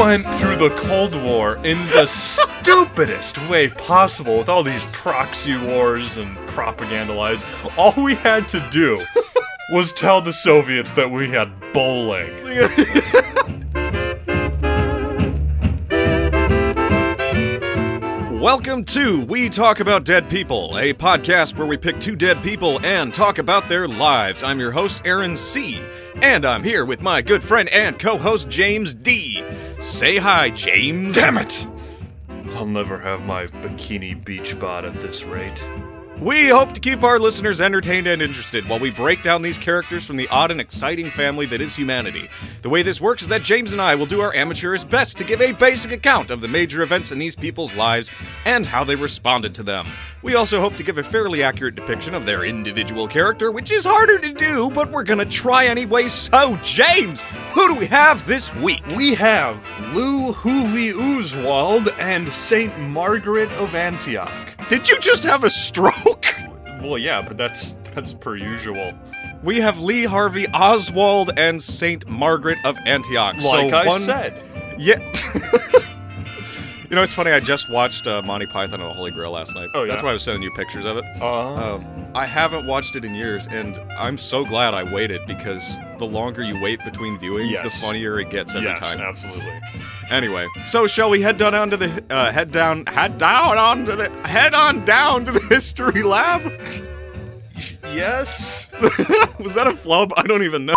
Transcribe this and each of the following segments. went through the Cold War in the stupidest way possible with all these proxy wars and propaganda lies. All we had to do was tell the Soviets that we had bowling. Welcome to We Talk About Dead People, a podcast where we pick two dead people and talk about their lives. I'm your host, Aaron C., and I'm here with my good friend and co host, James D. Say hi, James. it! I'll never have my bikini beach bod at this rate. We hope to keep our listeners entertained and interested while we break down these characters from the odd and exciting family that is humanity. The way this works is that James and I will do our amateurish best to give a basic account of the major events in these people's lives and how they responded to them. We also hope to give a fairly accurate depiction of their individual character, which is harder to do, but we're gonna try anyway. So, James, who do we have this week? We have Lou Hoovy Ooswald and Saint Margaret of Antioch. Did you just have a stroke? Well, yeah, but that's that's per usual. We have Lee Harvey Oswald and Saint Margaret of Antioch. Like so I one- said. Yeah. you know, it's funny. I just watched uh, Monty Python and the Holy Grail last night. Oh, yeah? That's why I was sending you pictures of it. Uh, Um, I haven't watched it in years, and I'm so glad I waited because the longer you wait between viewings, the Yes. funnier it gets every yes, time. absolutely. Anyway, so shall we head down onto the uh, head down head down onto the head on down to the history lab? Yes. Was that a flub? I don't even know.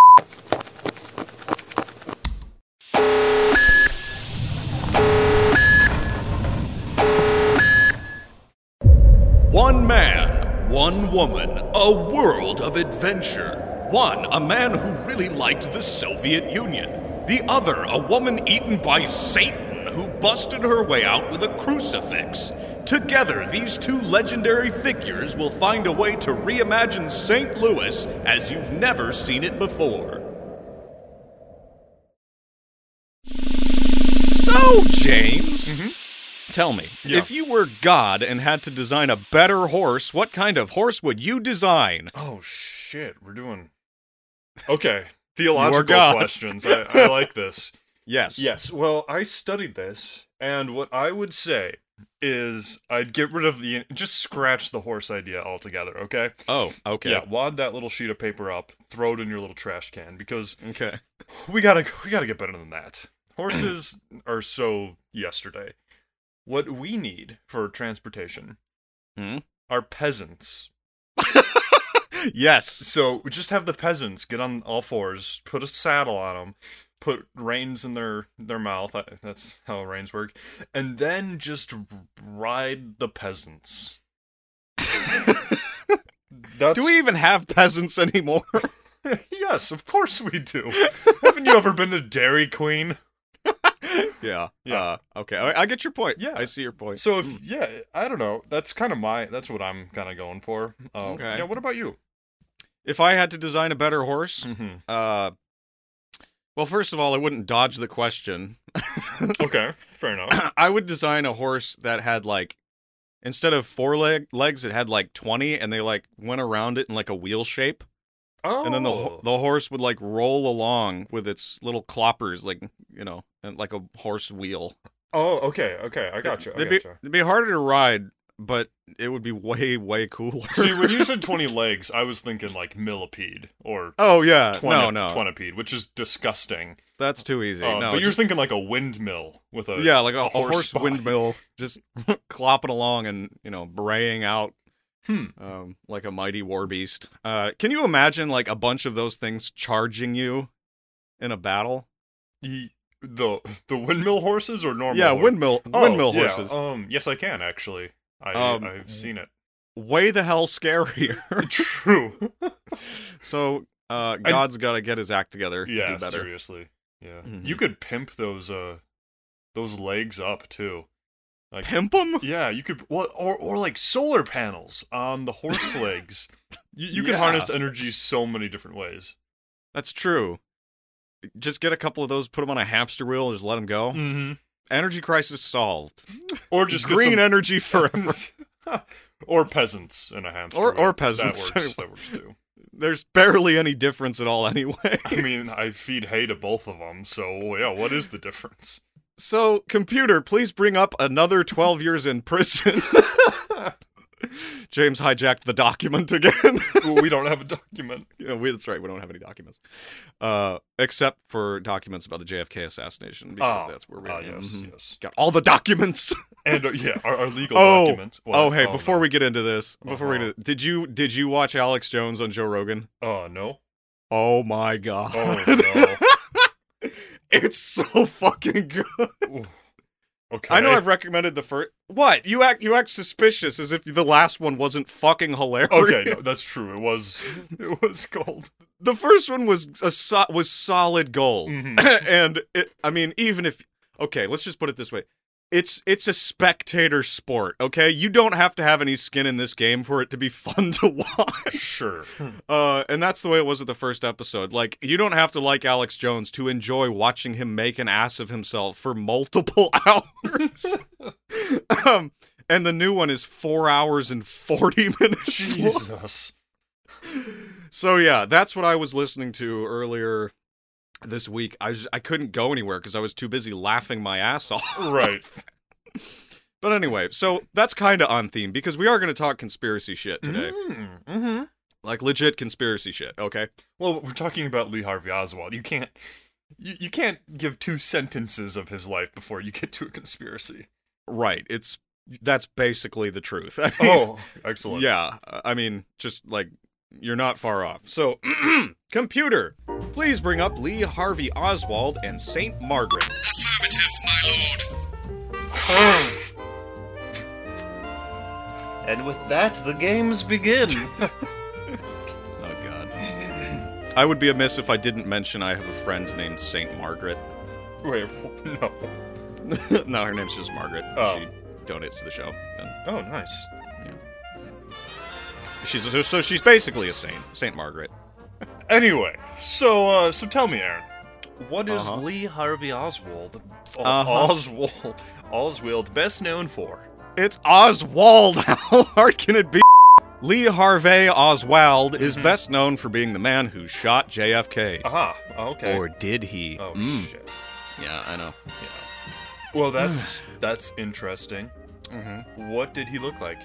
One man, one woman, a world of adventure. One, a man who really liked the Soviet Union. The other, a woman eaten by Satan who busted her way out with a crucifix. Together, these two legendary figures will find a way to reimagine St. Louis as you've never seen it before. So, James, tell me, Yeah. if you were God and had to design a better horse, what kind of horse would you design? Oh shit, we're doing. Okay, theological God. questions. I, I like this. Yes. Yes. Well, I studied this, and what I would say is I'd get rid of the just scratch the horse idea altogether. Okay. Oh, okay. Yeah. Wad that little sheet of paper up, throw it in your little trash can because Okay. we gotta we gotta get better than that. Horses are so yesterday. What we need for transportation Hmm? are peasants. Yes. So we just have the peasants get on all fours, put a saddle on them, put reins in their their mouth. I, that's how reins work, and then just r- ride the peasants. that's Do we even have peasants anymore? yes, of course we do. Haven't you ever been to Dairy Queen? yeah. Yeah. Uh, okay. I, I get your point. Yeah. I see your point. So if yeah, I don't know. That's kind of my. That's what I'm kind of going for. Uh, Okay. Yeah. What about you? If I had to design a better horse, Mm-hmm. uh, well, first of all, I wouldn't dodge the question. Okay. Fair enough. I would design a horse that had like instead of four leg legs, it had like twenty, and they like went around it in like a wheel shape, Oh. and then the ho- the horse would like roll along with its little cloppers, like you know, and like a horse wheel. oh. Okay. Okay. I got you. I They'd got be, you. they'd be harder to ride, but it would be way way cooler. See, when you said 20 legs, I was thinking like millipede or oh yeah, 20, no no, twentipede, which is disgusting. that's too easy. Uh, but no, you're just- thinking like a windmill with a. yeah, like a, a a horse, horse body. windmill just clopping along and you know braying out Hmm. um, like a mighty war beast. Uh, can you imagine like a bunch of those things charging you in a battle? Ye- the the windmill horses or normal? yeah, horse- windmill Oh, windmill yeah, horses. Um, yes, I can actually. I, Um, I've seen it. Way the hell scarier. True. so uh, God's got to get his act together. to yeah. do better. Seriously. Yeah. Mhm. You could pimp those uh, those legs up too. Like Pimp 'em? Yeah, you could well, or or like solar panels on the horse legs. You, you can Yeah. harness energy so many different ways. That's true. Just get a couple of those, put them on a hamster wheel, and just let them go. Mm-hmm. Energy crisis solved. Or just get green some- energy forever. or peasants in a hamster. Or- wheel. or peasants. That works. that works too. There's barely any difference at all, anyway. I mean, I feed hay to both of them, so yeah. What is the difference? So, computer, please bring up another 12 years in prison. James hijacked the document again. Well, we don't have a document. Yeah, we, that's right. We don't have any documents, uh, except for documents about the JFK assassination, because Ah, that's where we Ah, are. yes, Mhm. yes. Got all the documents. And uh, yeah, our, our legal Oh, document. What? oh, hey, no. before we get into this, before we Uh-huh. do, did you did you watch Alex Jones on Joe Rogan? Oh no. Oh my god, Oh it's so fucking good. no. Ooh. okay. I know I've recommended the first. What you act you act suspicious as if the last one wasn't fucking hilarious. Okay, no, that's true. It was. It was cold. the first one was a so- was solid gold, Mhm. and it, I mean, even if okay, let's just put it this way. It's it's a spectator sport, okay? You don't have to have any skin in this game for it to be fun to watch. Sure. Uh, and that's the way it was at the first episode. Like, you don't have to like Alex Jones to enjoy watching him make an ass of himself for multiple hours. um, and the new one is four hours and 40 minutes. long. Jesus. So, yeah, that's what I was listening to earlier this week. I, was, I couldn't go anywhere because I was too busy laughing my ass off. Right. But anyway, so that's kind of on theme because we are going to talk conspiracy shit today. Mm-hmm. Like, legit conspiracy shit, okay? Well, we're talking about Lee Harvey Oswald. You can't. You, you can't give two sentences of his life before you get to a conspiracy. Right. It's. That's basically the truth. I mean, Oh, excellent. Yeah, I I mean, just like you're not far off. So, computer, please bring up Lee Harvey Oswald and Saint Margaret. And with that, the games begin. Oh God. I would be amiss if I didn't mention I have a friend named Saint Margaret. Wait, wh- no. no, her name's just Margaret. Oh. She donates to the show. And Oh, nice. she's so, so she's basically a saint, Saint Margaret. Anyway, so uh, so tell me, Aaron, what is Uh-huh. Lee Harvey Oswald, o- Uh-huh. Oswald, Oswald best known for? It's Oswald. How hard can it be? Lee Harvey Oswald is Mhm. best known for being the man who shot JFK. Aha, okay. Or did he? oh Mm. shit. Yeah, I know. Yeah. Well, that's that's interesting. What did he look like?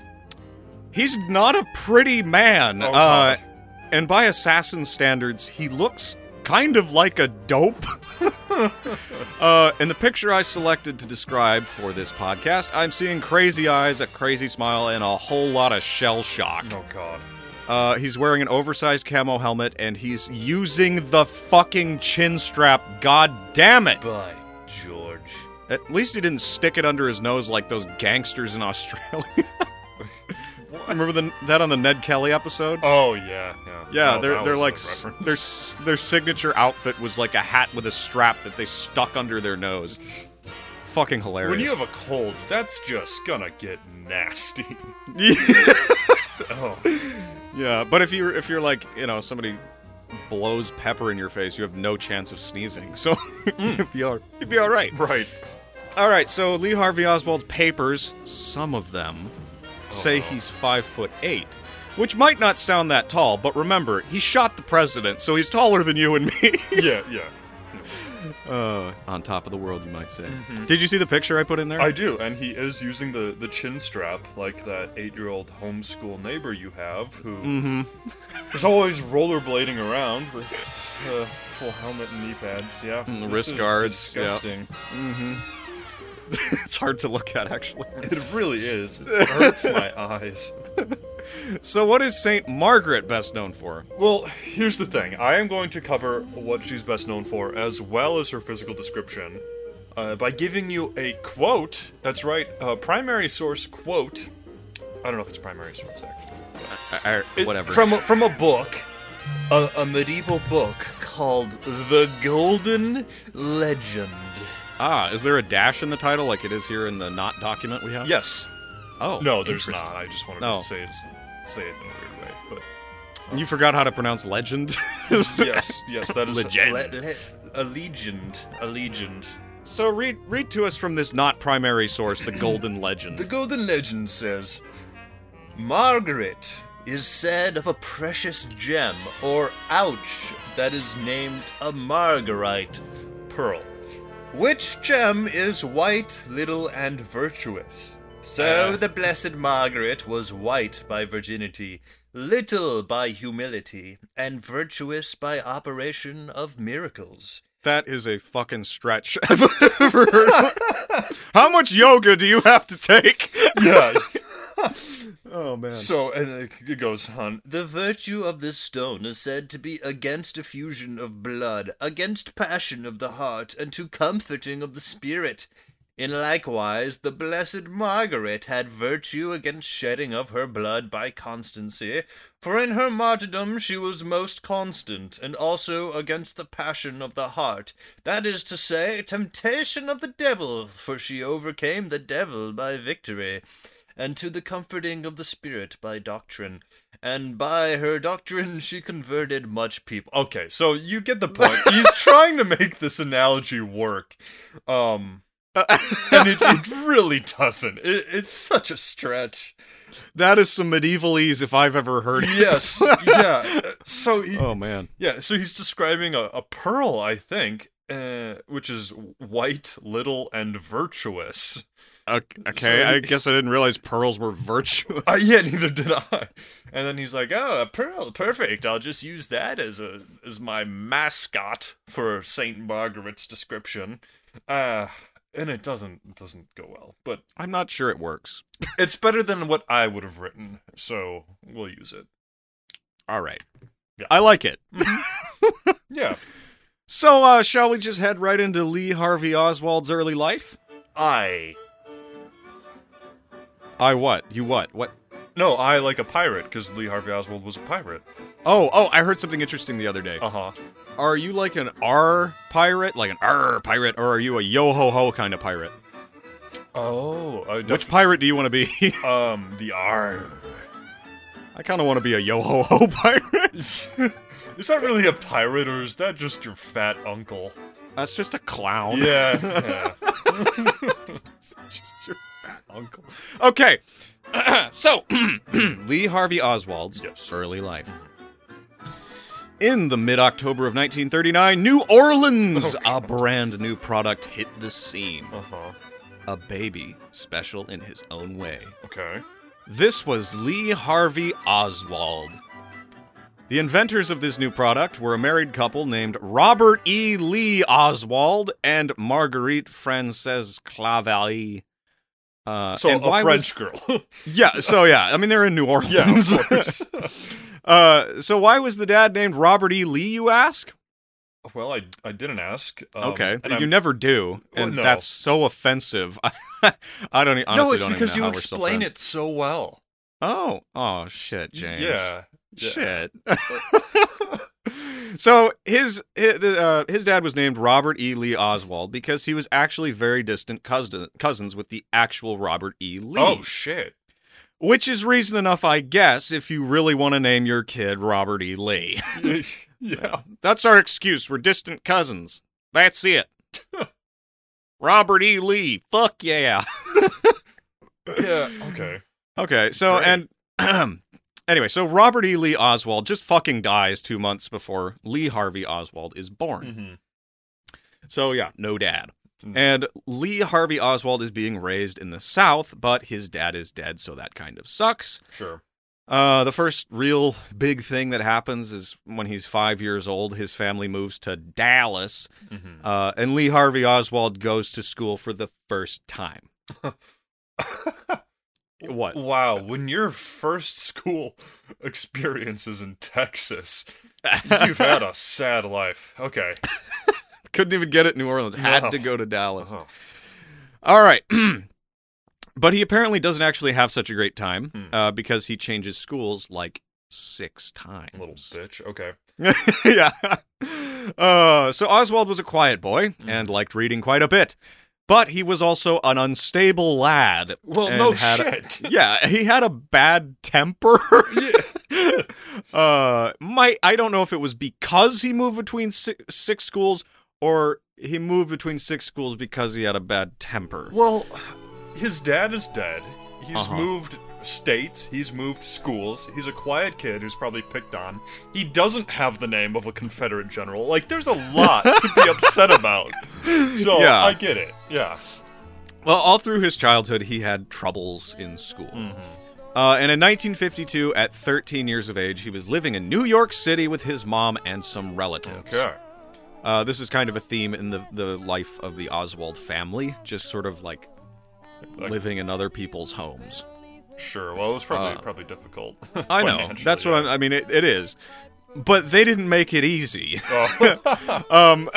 He's not a pretty man. Oh, uh, God. and by assassin standards, he looks kind of like a dope. uh, and the picture I selected to describe for this podcast, I'm seeing crazy eyes, a crazy smile, and a whole lot of shell shock. Oh god. Uh, he's wearing an oversized camo helmet, and he's using the fucking chin strap. God damn it! By George. At least he didn't stick it under his nose like those gangsters in Australia. What? Remember the, that on the Ned Kelly episode? Oh yeah, yeah. Yeah, Well, they're that they're was like a s- reference. their s- their signature outfit was like a hat with a strap that they stuck under their nose. Fucking hilarious. When you have a cold, that's just gonna get nasty. Oh, yeah, but if you are if you're like you know somebody blows pepper in your face, you have no chance of sneezing. So Hmm. you'd be all you'd be all right. right. All right. So Lee Harvey Oswald's papers, some of them, Oh. say he's five foot eight. Which might not sound that tall, but remember, he shot the president, so he's taller than you and me. Yeah, yeah. Uh, on top of the world, you might say. Did you see the picture I put in there? Mm-hmm. I do, and he is using the, the chin strap like that eight year old homeschool neighbor you have who is Mm-hmm. always rollerblading around with uh, full helmet and knee pads. Yeah, And the This wrist is guards, yeah. Disgusting. it's hard to look at, actually. It really is. It hurts my eyes. So, what is Saint Margaret best known for? Well, here's the thing. I am going to cover what she's best known for, as well as her physical description, uh, by giving you a quote. That's right, a primary source quote. I don't know if it's primary source actually. I, It- From a- from a book, a, a medieval book called The Golden Legend. ah, is there a dash in the title like it is here in the not document we have? Yes. Oh, No, there's interesting. not. I just wanted No. to say it say it in a weird way, but. You forgot how to pronounce legend. yes, yes, that is Legend. Le- le- a legend. A legend. so read read to us from this not primary source, the Golden Legend. The Golden Legend says Margaret is said of a precious gem or ouch that is named a margarite pearl. Which gem is white, little, and virtuous? So Uh. the Blessed Margaret was white by virginity, little by humility, and virtuous by operation of miracles. That is a fucking stretch. I've ever heard of. How much yoga do you have to take? Yeah. Oh man. so and it goes on. The virtue of this stone is said to be against effusion of blood, against passion of the heart, and to comforting of the spirit. In likewise, the blessed Margaret had virtue against shedding of her blood by constancy, for in her martyrdom she was most constant, and also against the passion of the heart, that is to say, temptation of the devil, for she overcame the devil by victory and to the comforting of the spirit by doctrine. And by her doctrine she converted much people. Okay, so you get the point. He's trying to make this analogy work. Um and it, it really doesn't. It, it's such a stretch. That is some medievalese if I've ever heard. it. Yes. Yeah. So he, Oh man. Yeah, so he's describing a, a pearl, I think, uh, which is white, little, and virtuous. Ok- Okay, So- I guess I didn't realize pearls were virtuous. Uh, yeah, neither did I. And then he's like, "Oh, a pearl, perfect. I'll just use that as a as my mascot for Saint Margaret's description." Uh, and it doesn't it doesn't go well, but I'm not sure it works. it's better than what I would have written, so we'll use it. All right. Yeah. I like it. Yeah, So, uh, shall we just head right into Lee Harvey Oswald's early life? I I what? You what? What? no, I like a pirate because Lee Harvey Oswald was a pirate. Oh, oh, I heard something interesting the other day. Uh huh. Are you like an R pirate, like an R pirate, or are you a yo ho ho kind of pirate? Oh, I def- Which pirate do you want to be? Um, the R. I kind of want to be a yo ho ho pirate. is that really a pirate, or is that just your fat uncle? That's just a clown. Yeah. yeah. It's just your fat uncle. Okay. so, Lee Harvey Oswald's Yes. early life. In the mid October of 1939, New Orleans, a brand new product hit the scene. Uh huh. A baby, special in his own way. Okay. This was Lee Harvey Oswald. The inventors of this new product were a married couple named Robert E. Lee Oswald and Marguerite Frances Clavalli. Uh, So and a why was- French girl. yeah. So yeah, I mean they're in New Orleans. yeah, of course. uh, so why was the dad named Robert E. Lee? You ask. well, I I didn't ask. Um, okay, and you I'm- never do, Well, and no. that's so offensive. I don't. e- Honestly, no, it's don't even because know you how we're still explain friends. it so well. Oh, oh shit, James. Yeah. Yeah. Shit. so his his, uh, his dad was named Robert E. Lee Oswald because he was actually very distant cousin, cousins with the actual Robert E. Lee. Oh shit. which is reason enough, I guess, if you really want to name your kid Robert E. Lee. yeah. That's our excuse. We're distant cousins. That's it. Robert E. Lee. Fuck yeah. Yeah. Okay. Okay, so Great. and anyway, so Robert E. Lee Oswald just fucking dies two months before Lee Harvey Oswald is born. Mm-hmm. So yeah, no dad. Mm. And Lee Harvey Oswald is being raised in the South, but his dad is dead, so that kind of sucks. Sure. Uh, the first real big thing that happens is when he's five years old, his family moves to Dallas, Mm-hmm. uh, and Lee Harvey Oswald goes to school for the first time. What? Wow, when your first school experience is in Texas, you've had a sad life. Okay. Couldn't even get it in New Orleans. Had No. to go to Dallas. Uh-huh. All right. but he apparently doesn't actually have such a great time Hmm. uh, because he changes schools like six times. Little bitch. Okay. yeah. Uh, so Oswald was a quiet boy Hmm. and liked reading quite a bit. But he was also an unstable lad. Well, and no had a- shit. yeah, he had a bad temper. uh, my, I don't know if it was because he moved between si- six schools or he moved between six schools because he had a bad temper. well, his dad is dead. He's Uh-huh. moved states. He's moved schools. He's a quiet kid who's probably picked on. He doesn't have the name of a Confederate general. Like, there's a lot to be upset about. So Yeah. I get it. Yeah. Well, all through his childhood, he had troubles in school. Mm-hmm. Uh, and in 1952, at 13 years of age, he was living in New York City with his mom and some relatives. Okay. Uh, this is kind of a theme in the, the life of the Oswald family, just sort of like, Like- living in other people's homes. Sure. Well, it was probably Uh, probably difficult. I know. That's what I'm, I mean, it, it is. But they didn't make it easy. I'm. Um,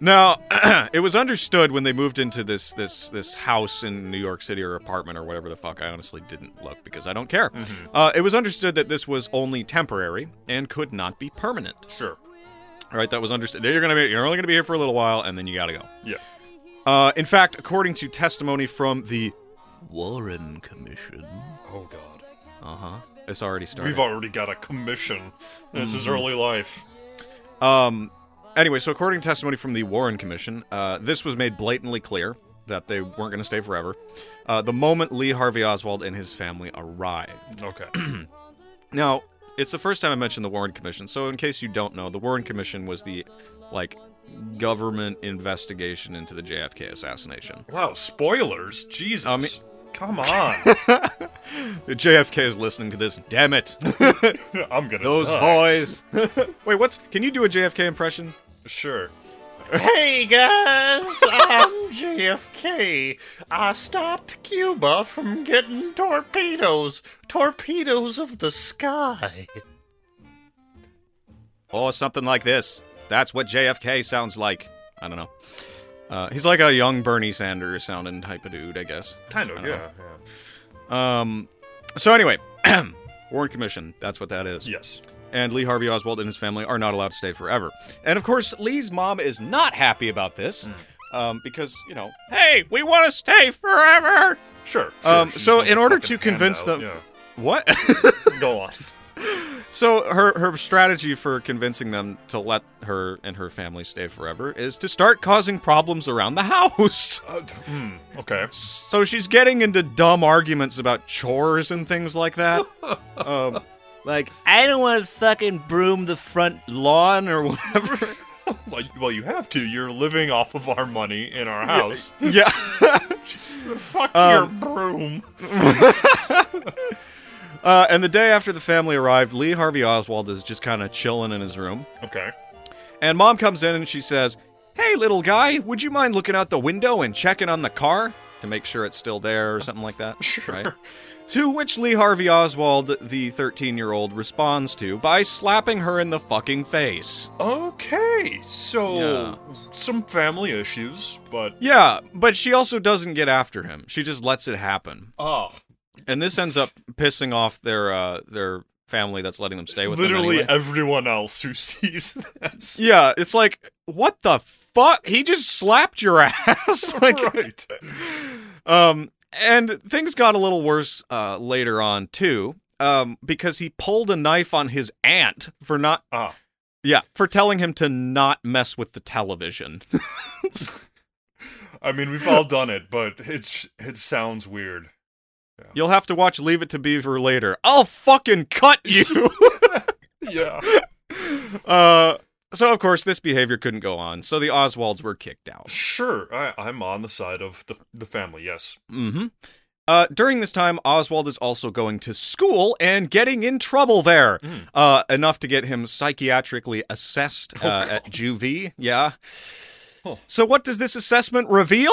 now, it was understood when they moved into this this this house in New York City or apartment or whatever the fuck. I honestly didn't look because I don't care. Mm-hmm. Uh, it was understood that this was only temporary and could not be permanent. sure. All right, that was understood. You're gonna be you're only gonna be here for a little while and then you gotta go. Yeah. Uh, in fact, according to testimony from the Warren Commission, Oh God. uh huh, it's already started. We've already got a commission. This Mm-hmm. is early life. Um. Anyway, so according to testimony from the Warren Commission, uh, this was made blatantly clear that they weren't going to stay forever. Uh, the moment Lee Harvey Oswald and his family arrived. Okay. Now, it's the first time I mentioned the Warren Commission, so in case you don't know, the Warren Commission was the like government investigation into the JFK assassination. wow. Spoilers. Jesus. I mean- Come on. The JFK is listening to this. Damn it, I'm gonna. those die. boys. Wait, what's? Can you do a JFK impression? Sure. Hey guys, I'm JFK. I stopped Cuba from getting torpedoes. Torpedoes of the sky. Or Oh, something like this. That's what JFK sounds like. I don't know. Uh, he's like a young Bernie Sanders sounding type of dude, I guess. Kind of. Uh-huh. Yeah. yeah. Um, so anyway, Warren Commission. That's what that is. Yes. And Lee Harvey Oswald and his family are not allowed to stay forever. And of course, Lee's mom is not happy about this. Um, because you know, hey, we want to stay forever. Sure. sure, Um, she's so just in a order fucking to convince handout, them- What? yeah. go on. so her her strategy for convincing them to let her and her family stay forever is to start causing problems around the house. Uh, hmm, okay. So she's getting into dumb arguments about chores and things like that. um, like, I don't want to fucking broom the front lawn or whatever. Well, you- well, you have to. You're living off of our money in our house. Um, yeah. Fuck your broom. Uh, and the day after the family arrived, Lee Harvey Oswald is just kind of chilling in his room. Okay. And mom comes in and she says, Hey, little guy, would you mind looking out the window and checking on the car to make sure it's still there or something like that? Sure. To which Lee Harvey Oswald, the 13 year old, responds to by slapping her in the fucking face. Okay. So some family issues, but Yeah, but she also doesn't get after him. She just lets it happen. oh, And this ends up pissing off their uh, their family that's letting them stay with literally them. anyway. everyone else who sees this. Yeah, it's like, what the fuck? He just slapped your ass. like, right. Um, and things got a little worse uh, later on too, um, because he pulled a knife on his aunt for not, Ah. yeah, for telling him to not mess with the television. I mean, we've all done it, but it's it sounds weird. You'll have to watch Leave It to Beaver later. I'll fucking cut you. Yeah. uh, so of course this behavior couldn't go on. So the Oswalds were kicked out. Sure. I, I'm on the side of the the family. Yes. Mm-hmm. Uh, during this time, Oswald is also going to school and getting in trouble there, Mm. uh, enough to get him psychiatrically assessed Oh, uh, at juvie. Yeah. Huh. So, what does this assessment reveal?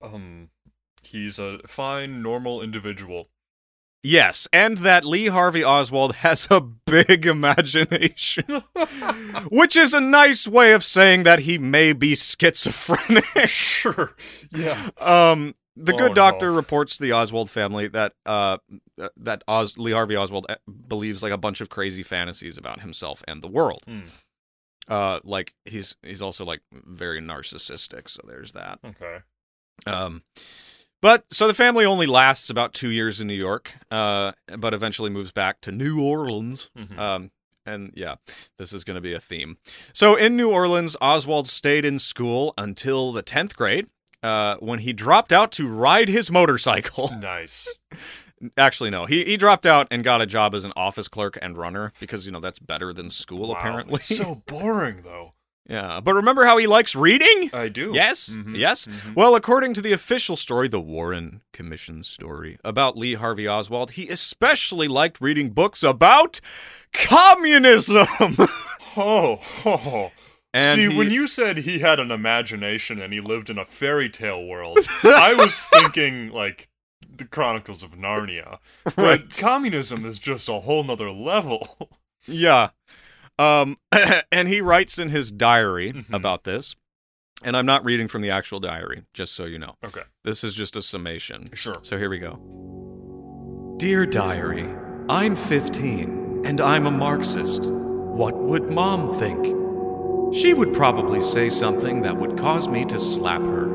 Um, he's a fine, normal individual. Yes, and that Lee Harvey Oswald has a big imagination, which is a nice way of saying that he may be schizophrenic. sure. Yeah. Um, the Oh, good no. doctor reports to the Oswald family that uh, that Oz- Lee Harvey Oswald eh, believes like a bunch of crazy fantasies about himself and the world. Hmm. Uh, like he's he's also like very narcissistic, so there's that. Okay. Um, but so the family only lasts about two years in New York, uh, but eventually moves back to New Orleans. Mhm. Um, and yeah, this is going to be a theme. So in New Orleans, Oswald stayed in school until the 10th grade. Uh, when he dropped out to ride his motorcycle. nice. Actually, no, he, he dropped out and got a job as an office clerk and runner because, you know, that's better than school, Wow, apparently. it's so boring though. Yeah, but remember how he likes reading? I do. Yes, Mm-hmm. yes. Well, according to the official story, the Warren Commission story about Lee Harvey Oswald, he especially liked reading books about communism. Oh, oh. And See, he- when you said he had an imagination and he lived in a fairy tale world, I was thinking like the Chronicles of Narnia. But Right. communism is just a whole nother level. Yeah. Um, and he writes in his diary Mhm. about this. And I'm not reading from the actual diary, just so you know. Okay. This is just a summation. Sure. So here we go. Dear diary, I'm 15 and I'm a Marxist. What would mom think? She would probably say something that would cause me to slap her.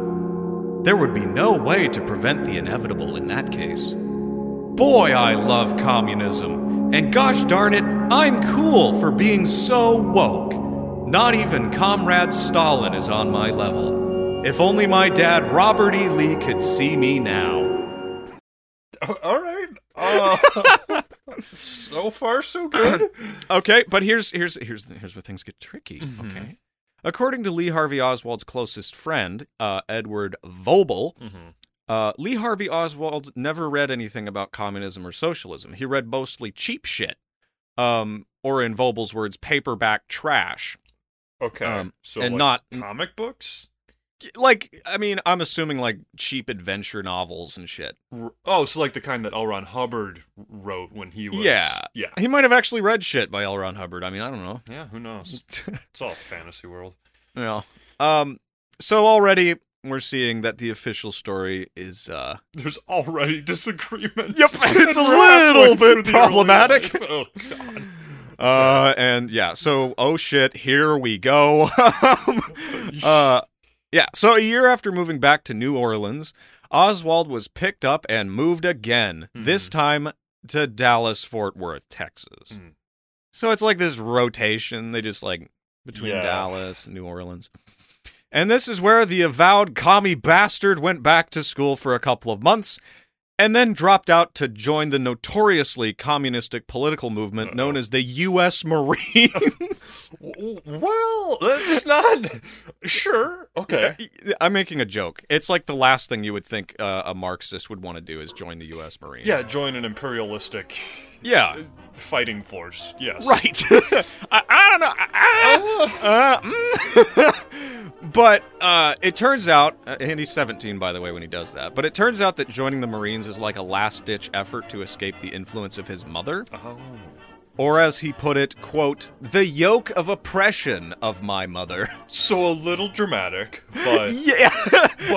There would be no way to prevent the inevitable in that case. Boy, I love communism. And gosh darn it, I'm cool for being so woke. Not even Comrade Stalin is on my level. If only my dad, Robert E. Lee, could see me now. Oh, All right. Uh, so far, so good. Okay, but here's here's here's here's where things get tricky. Okay. According to Lee Harvey Oswald's closest friend, uh, Edward Vobel, uh, Lee Harvey Oswald never read anything about communism or socialism. He read mostly cheap shit, um, or in Vobel's words, paperback trash. Okay. Um, so and like, not- comic books. Like, I mean, I'm assuming like cheap adventure novels and shit. R- Oh, so like the kind that L. Ron Hubbard wrote when he was. Yeah. Yeah. He might have actually read shit by L. Ron Hubbard. I mean, I don't know. Yeah. Who Mm. knows? It's all fantasy world. yeah. Um. So already we're seeing that the official story is uh There's already disagreement. Yep, it's a little bit problematic. Oh god. Uh, and yeah, so oh shit, here we go. uh, yeah, so a year after moving back to New Orleans, Oswald was picked up and moved again, this time to Dallas Fort Worth, Texas. Mm-hmm. Mm. So it's like this rotation, they just like between Yeah. Dallas and New Orleans. And this is where the avowed commie bastard went back to school for a couple of months and then dropped out to join the notoriously communistic political movement known as the U.S. Marines. W- Well, that's not sure. Okay. I'm making a joke. It's like the last thing you would think uh, a Marxist would want to do is join the U.S. Marines. Yeah, join an imperialistic Yeah. fighting force. Yes. Right. I, I don't know. Oh. Ah, uh, mm. but uh, it turns out, uh, and he's 17, by the way, when he does that, but it turns out that joining the Marines is like a last ditch effort to escape the influence of his mother. Oh. Or as he put it, quote, the yoke of oppression of my mother. So a little dramatic, but yeah.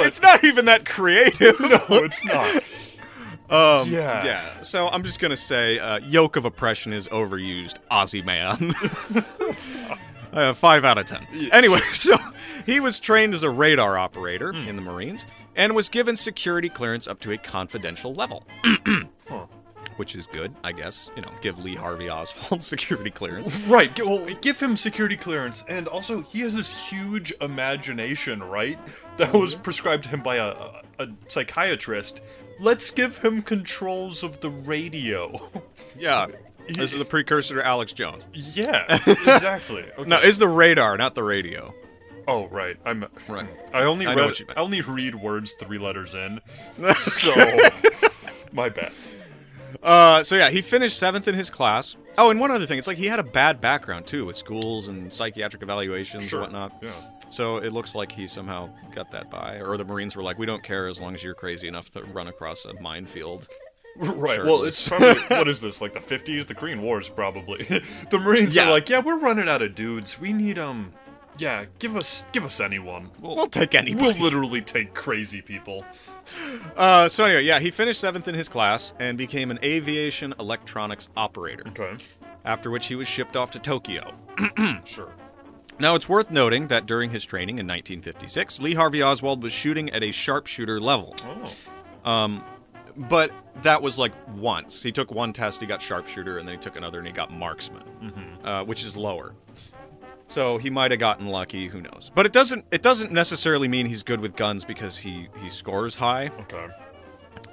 it's not even that creative. no, it's not. Um, Yeah. Yeah. So I'm just gonna say, uh, yoke of oppression is overused. Aussie man. uh, five out of ten. Anyway, so he was trained as a radar operator Hmm. in the Marines and was given security clearance up to a confidential level. Which is good, I guess. You know, give Lee Harvey Oswald security clearance. Right. gi- Well, give him security clearance, and also he has this huge imagination, right? That Mm-hmm. was prescribed to him by a, a, a psychiatrist. Let's give him controls of the radio. Yeah. This is the precursor to Alex Jones. yeah, exactly. Okay. No, it's the radar, not the radio. oh, right. I'm hmm, Right. I only I know read, what you meant. I only read words three letters in, so my bad. Uh, so yeah, he finished seventh in his class. Oh, and one other thing, it's like he had a bad background too with schools and psychiatric evaluations Sure, and whatnot. yeah. So it looks like he somehow got that by, or the Marines were like, "We don't care as long as you're crazy enough to run across a minefield." Right. Sure. Well, it's probably what is this like the 50s? The Korean Wars probably. the Marines Yeah. are like, yeah, we're running out of dudes. We need um, yeah, give us give us anyone. We'll, We'll take anybody. We'll literally take crazy people. Uh, so anyway, yeah, he finished seventh in his class and became an aviation electronics operator. Okay. After which he was shipped off to Tokyo. Sure. Now, it's worth noting that during his training in 1956, Lee Harvey Oswald was shooting at a sharpshooter level. Oh. But that was like once. He took one test, he got sharpshooter, and then he took another and he got marksman, uh, which is lower. So he might have gotten lucky. Who knows? But it doesn't. It doesn't necessarily mean he's good with guns because he he scores high.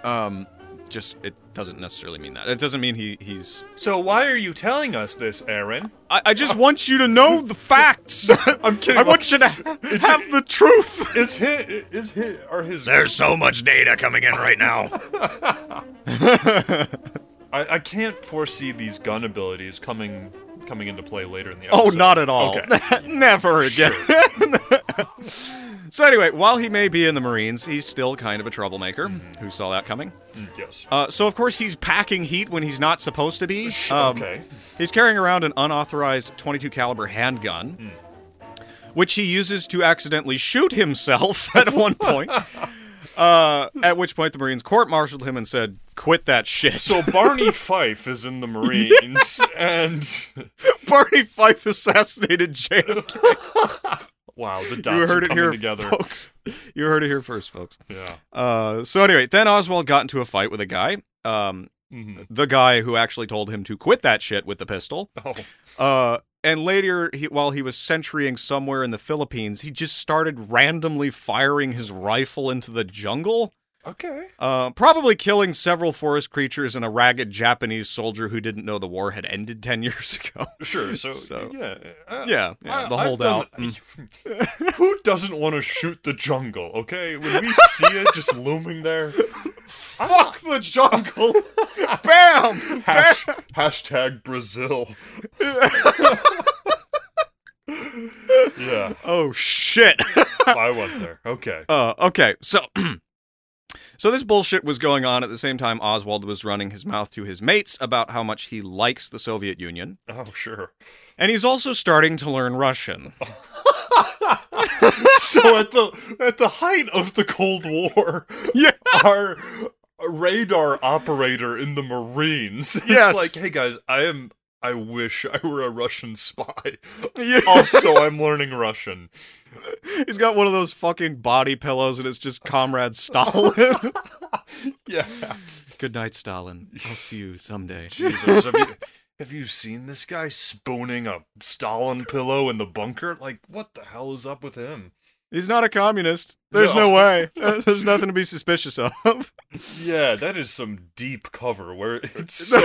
Okay. just it doesn't necessarily mean that. It doesn't mean he he's. So why are you telling us this, Aaron? I, I just want you to know the facts. I'm kidding. I want you to have the truth. Is his is his are his? so much data coming in right now. I, I can't foresee these gun abilities coming coming into play later in the Oh, episode. not at all. Okay. Never again. so anyway, while he may be in the Marines, he's still kind of a troublemaker. Mm-hmm. Who saw that coming? Mm, yes. Uh, so of course he's packing heat when he's not supposed to be. Um, okay. He's carrying around an unauthorized 22 caliber handgun, Hmm. which he uses to accidentally shoot himself at one point. Uh, at which point the Marines court-martialed him and said, "Quit that shit." So Barney Fife is in the Marines, and Barney Fife assassinated JFK. wow, the You dots heard are it coming here, together. folks. You heard it here first, folks. Yeah. Uh, so anyway, then Oswald got into a fight with a guy. Um, Mhm. the guy who actually told him to quit that shit with the pistol. Oh, Uh, and later, he, while he was sentrying somewhere in the Philippines, he just started randomly firing his rifle into the jungle, okay. uh, probably killing several forest creatures and a ragged Japanese soldier who didn't know the war had ended 10 years ago. Sure. So, So- yeah, uh, yeah, yeah, I- the I've done- holdout. mm. Who doesn't want to shoot the jungle? Okay, when we see it just looming there, Fuck the jungle! Bam! hash, hashtag Brazil. yeah, Oh, shit. I went there. Okay. Uh, okay, so so this bullshit was going on at the same time Oswald was running his mouth to his mates about how much he likes the Soviet Union, Oh, sure. and he's also starting to learn Russian. so at the at the height of the Cold War, Yeah. our radar operator in the Marines is Yes. like, "Hey guys, I am. I wish I were a Russian spy. Yeah. Also, I'm learning Russian. He's got one of those fucking body pillows, and it's just Comrade Stalin. Yeah. Good night, Stalin. I'll see you someday. Jesus, have you, have you seen this guy spooning a Stalin pillow in the bunker? Like, what the hell is up with him? He's not a communist. There's No. no, way. Uh, There's nothing to be suspicious of. Yeah, that is some deep cover where it's so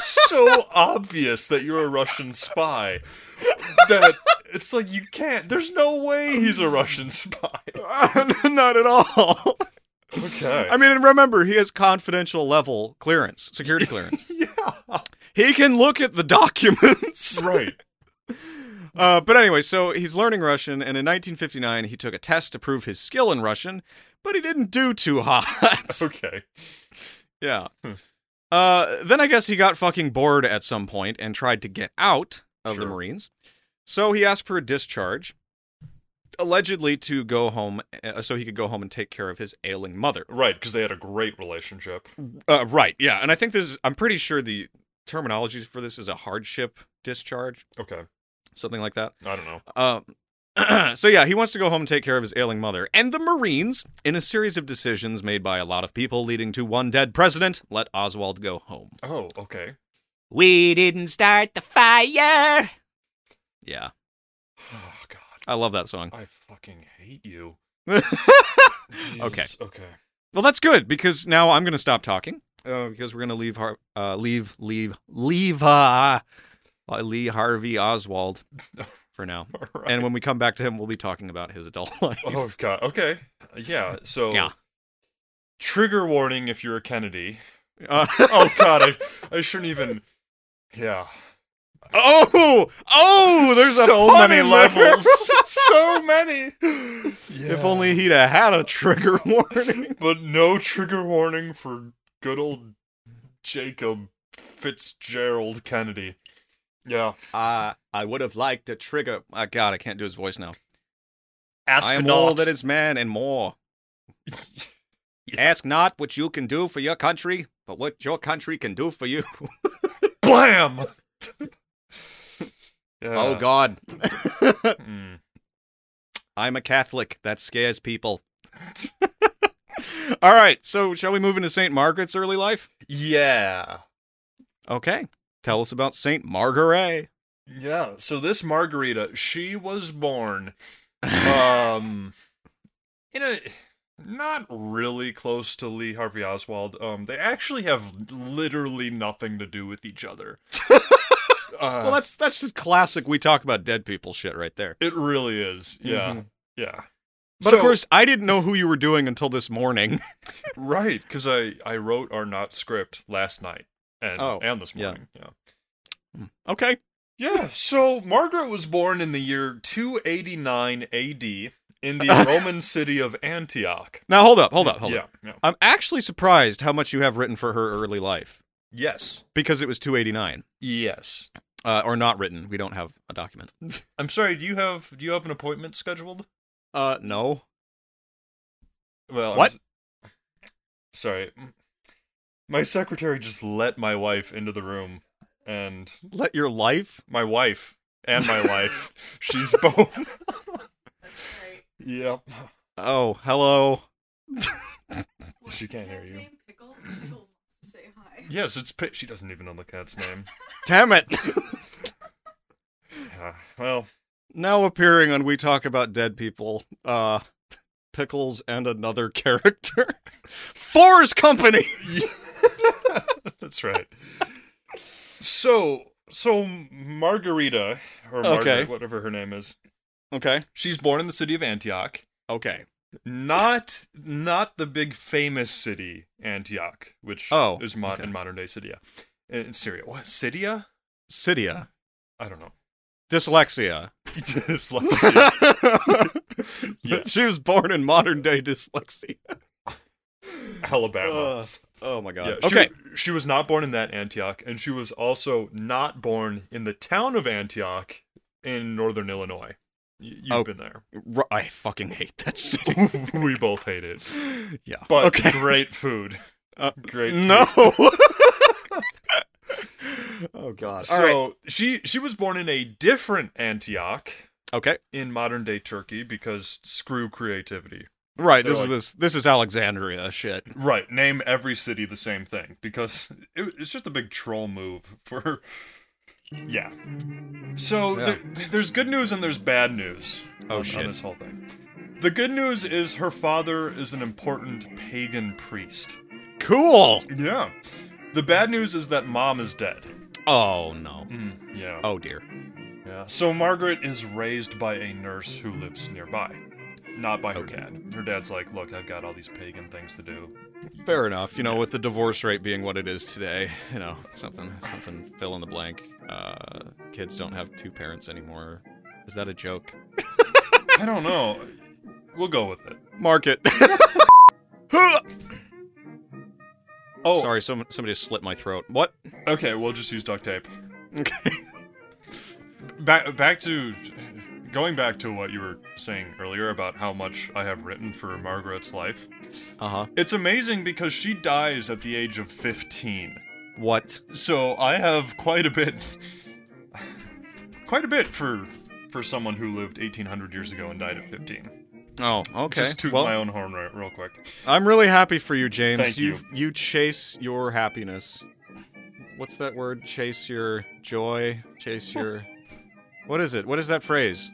so obvious that you're a Russian spy that it's like you can't. There's no way he's a Russian spy. not at all. Okay. I mean, and remember, he has confidential level clearance, security clearance. yeah. he can look at the documents. Right. Uh, but anyway, so he's learning Russian, and in 1959, he took a test to prove his skill in Russian, but he didn't do too hot. Okay. yeah. Uh, then I guess he got fucking bored at some point and tried to get out of the Sure. Marines. So he asked for a discharge, allegedly to go home, uh, so he could go home and take care of his ailing mother. Right, because they had a great relationship. Uh, right. Yeah. And I think this is, I'm pretty sure the terminology for this is a hardship discharge, Okay. something like that. I don't know. Uh, so yeah, he wants to go home and take care of his ailing mother. And the Marines, in a series of decisions made by a lot of people leading to one dead president, let Oswald go home. Oh, okay. We didn't start the fire. Yeah, Oh God. I love that song. I fucking hate you. Okay. Jesus, Okay. Well, that's good because now I'm going to stop talking uh, because we're going to leave, Har- uh, leave, leave, leave uh, Lee Harvey Oswald for now. All right. And when we come back to him, we'll be talking about his adult life. Oh god. Okay. Yeah. So. Yeah. Trigger warning if you're a Kennedy. Uh, Oh god, I, I shouldn't even. Yeah. oh, oh, there's a so pun many in there. levels. so many. Yeah. If only he'd have had a trigger warning. But no trigger warning for good old Jacob Fitzgerald Kennedy. Yeah. Uh, I would have liked a trigger. My God, I can't do his voice now. Ask I am not. all that is man and more. Yes. Ask not what you can do for your country, but what your country can do for you. Blam. Yeah. Oh God, Mm. I'm a Catholic. That scares people. all right, so shall we move into Saint Margaret's early life? Yeah. Okay, tell us about Saint Margaret. Yeah. So this Margarita, she was born um in a not really close to Lee Harvey Oswald. Um, they actually have literally nothing to do with each other. Well, uh, that's that's just classic. We talk about dead people shit right there. it really is. Yeah, yeah. Mm-hmm. But of So- course, I didn't know who you were doing until this morning. right? Because I I wrote our not script last night and Oh, and this yeah. morning. Yeah. okay. Yeah, so Margaret was born in the year 289 AD in the Roman city of Antioch. Now hold up, hold up, hold yeah, up. yeah. I'm actually surprised how much you have written for her early life Yes. because it was 289 Yes. uh, or not written. We don't have a document. I'm sorry, do you have do you have an appointment scheduled? uh, no. Well, I'm What? s- sorry. My secretary just let my wife into the room and Let your life. my wife and my wife, she's both. yep. Oh, hello. She can't hear Cat's you. name Pickles. Pickles wants to say hi. Yes, it's Pit. She doesn't even know the cat's name. Damn it. Yeah, well, now appearing on We Talk About Dead People, uh, Pickles and another character. Four's Company. That's right. So, so Margarita or Margaret, Okay. whatever her name is, Okay. she's born in the city of Antioch. Okay. Not, not the big famous city Antioch, which Oh, is mo- okay. in modern day Syria, in Syria. What Syria? Cydia. I don't know. Dyslexia. Dyslexia. Yeah. She was born in modern day dyslexia. Alabama. Uh, oh my god. Yeah, she- okay. She, was not born in that Antioch, and she was also not born in the town of Antioch in northern Illinois. Y- you've Oh. been there. R- I fucking hate that city. we both hate it. yeah. But okay. great food. Uh, great food. No. oh god. All So right. she she was born in a different Antioch Okay. in modern day Turkey because screw creativity. Right. They're This like- is this. This is Alexandria. Shit. Right, name every city the same thing because it, it's just a big troll move for yeah. So Yeah. There, there's good news and there's bad news Oh, on- shit. on this whole thing. The good news is her father is an important pagan priest. Cool. Yeah. The bad news is that mom is dead. Oh no. Mm, yeah. Oh dear. Yeah. So Margaret is raised by a nurse who lives nearby, not by her Okay. dad. Her dad's like, "Look, I've got all these pagan things to do." Fair enough. You know, with the divorce rate being what it is today, you know, something, something, fill in the blank. Uh, kids don't have two parents anymore. Is that a joke? I don't know. We'll go with it. Mark it. Oh, Sorry, some, somebody just slit my throat. What? Okay, we'll just use duct tape. Okay. Back back to going back to what you were saying earlier about how much I have written for Margaret's life. Uh huh. It's amazing because she dies at the age of 15. What? So I have quite a bit quite a bit for for someone who lived 1800 years ago and died at 15. Oh, okay. Just toot well, my own horn right, real quick. I'm really happy for you, James. Thank you. you you chase your happiness. What's that word? Chase your joy. Chase your. What is it? What is that phrase?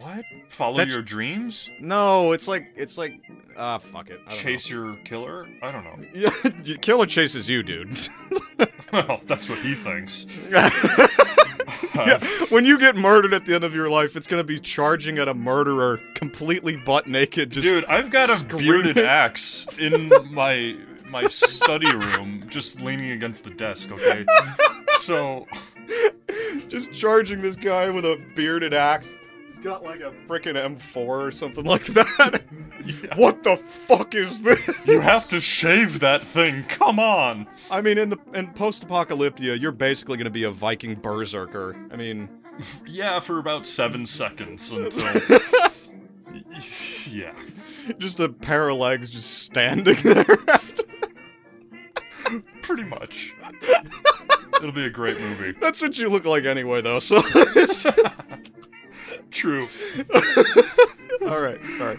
What? Follow That's- your dreams? No, it's like it's like ah fuck it. I don't Chase your killer? I don't know. know. Yeah, killer chases you, dude. Well, that's what he thinks. Uh, Yeah, when you get murdered at the end of your life, it's gonna be charging at a murderer completely butt naked. Just Dude, I've got a Scream bearded it. axe in my my study room, just leaning against the desk. Okay, so just charging this guy with a bearded axe. He's got like a frickin' M4 or something like that. What the fuck is this? you have to shave that thing. Come on. I mean, in the in post-apocalyptia, you're basically gonna be a Viking berserker. I mean, Yeah, for about seven seconds until. yeah. just a pair of legs just standing there. Pretty much. It'll be a great movie. That's what you look like anyway, though. So, it's, True. all right, all right.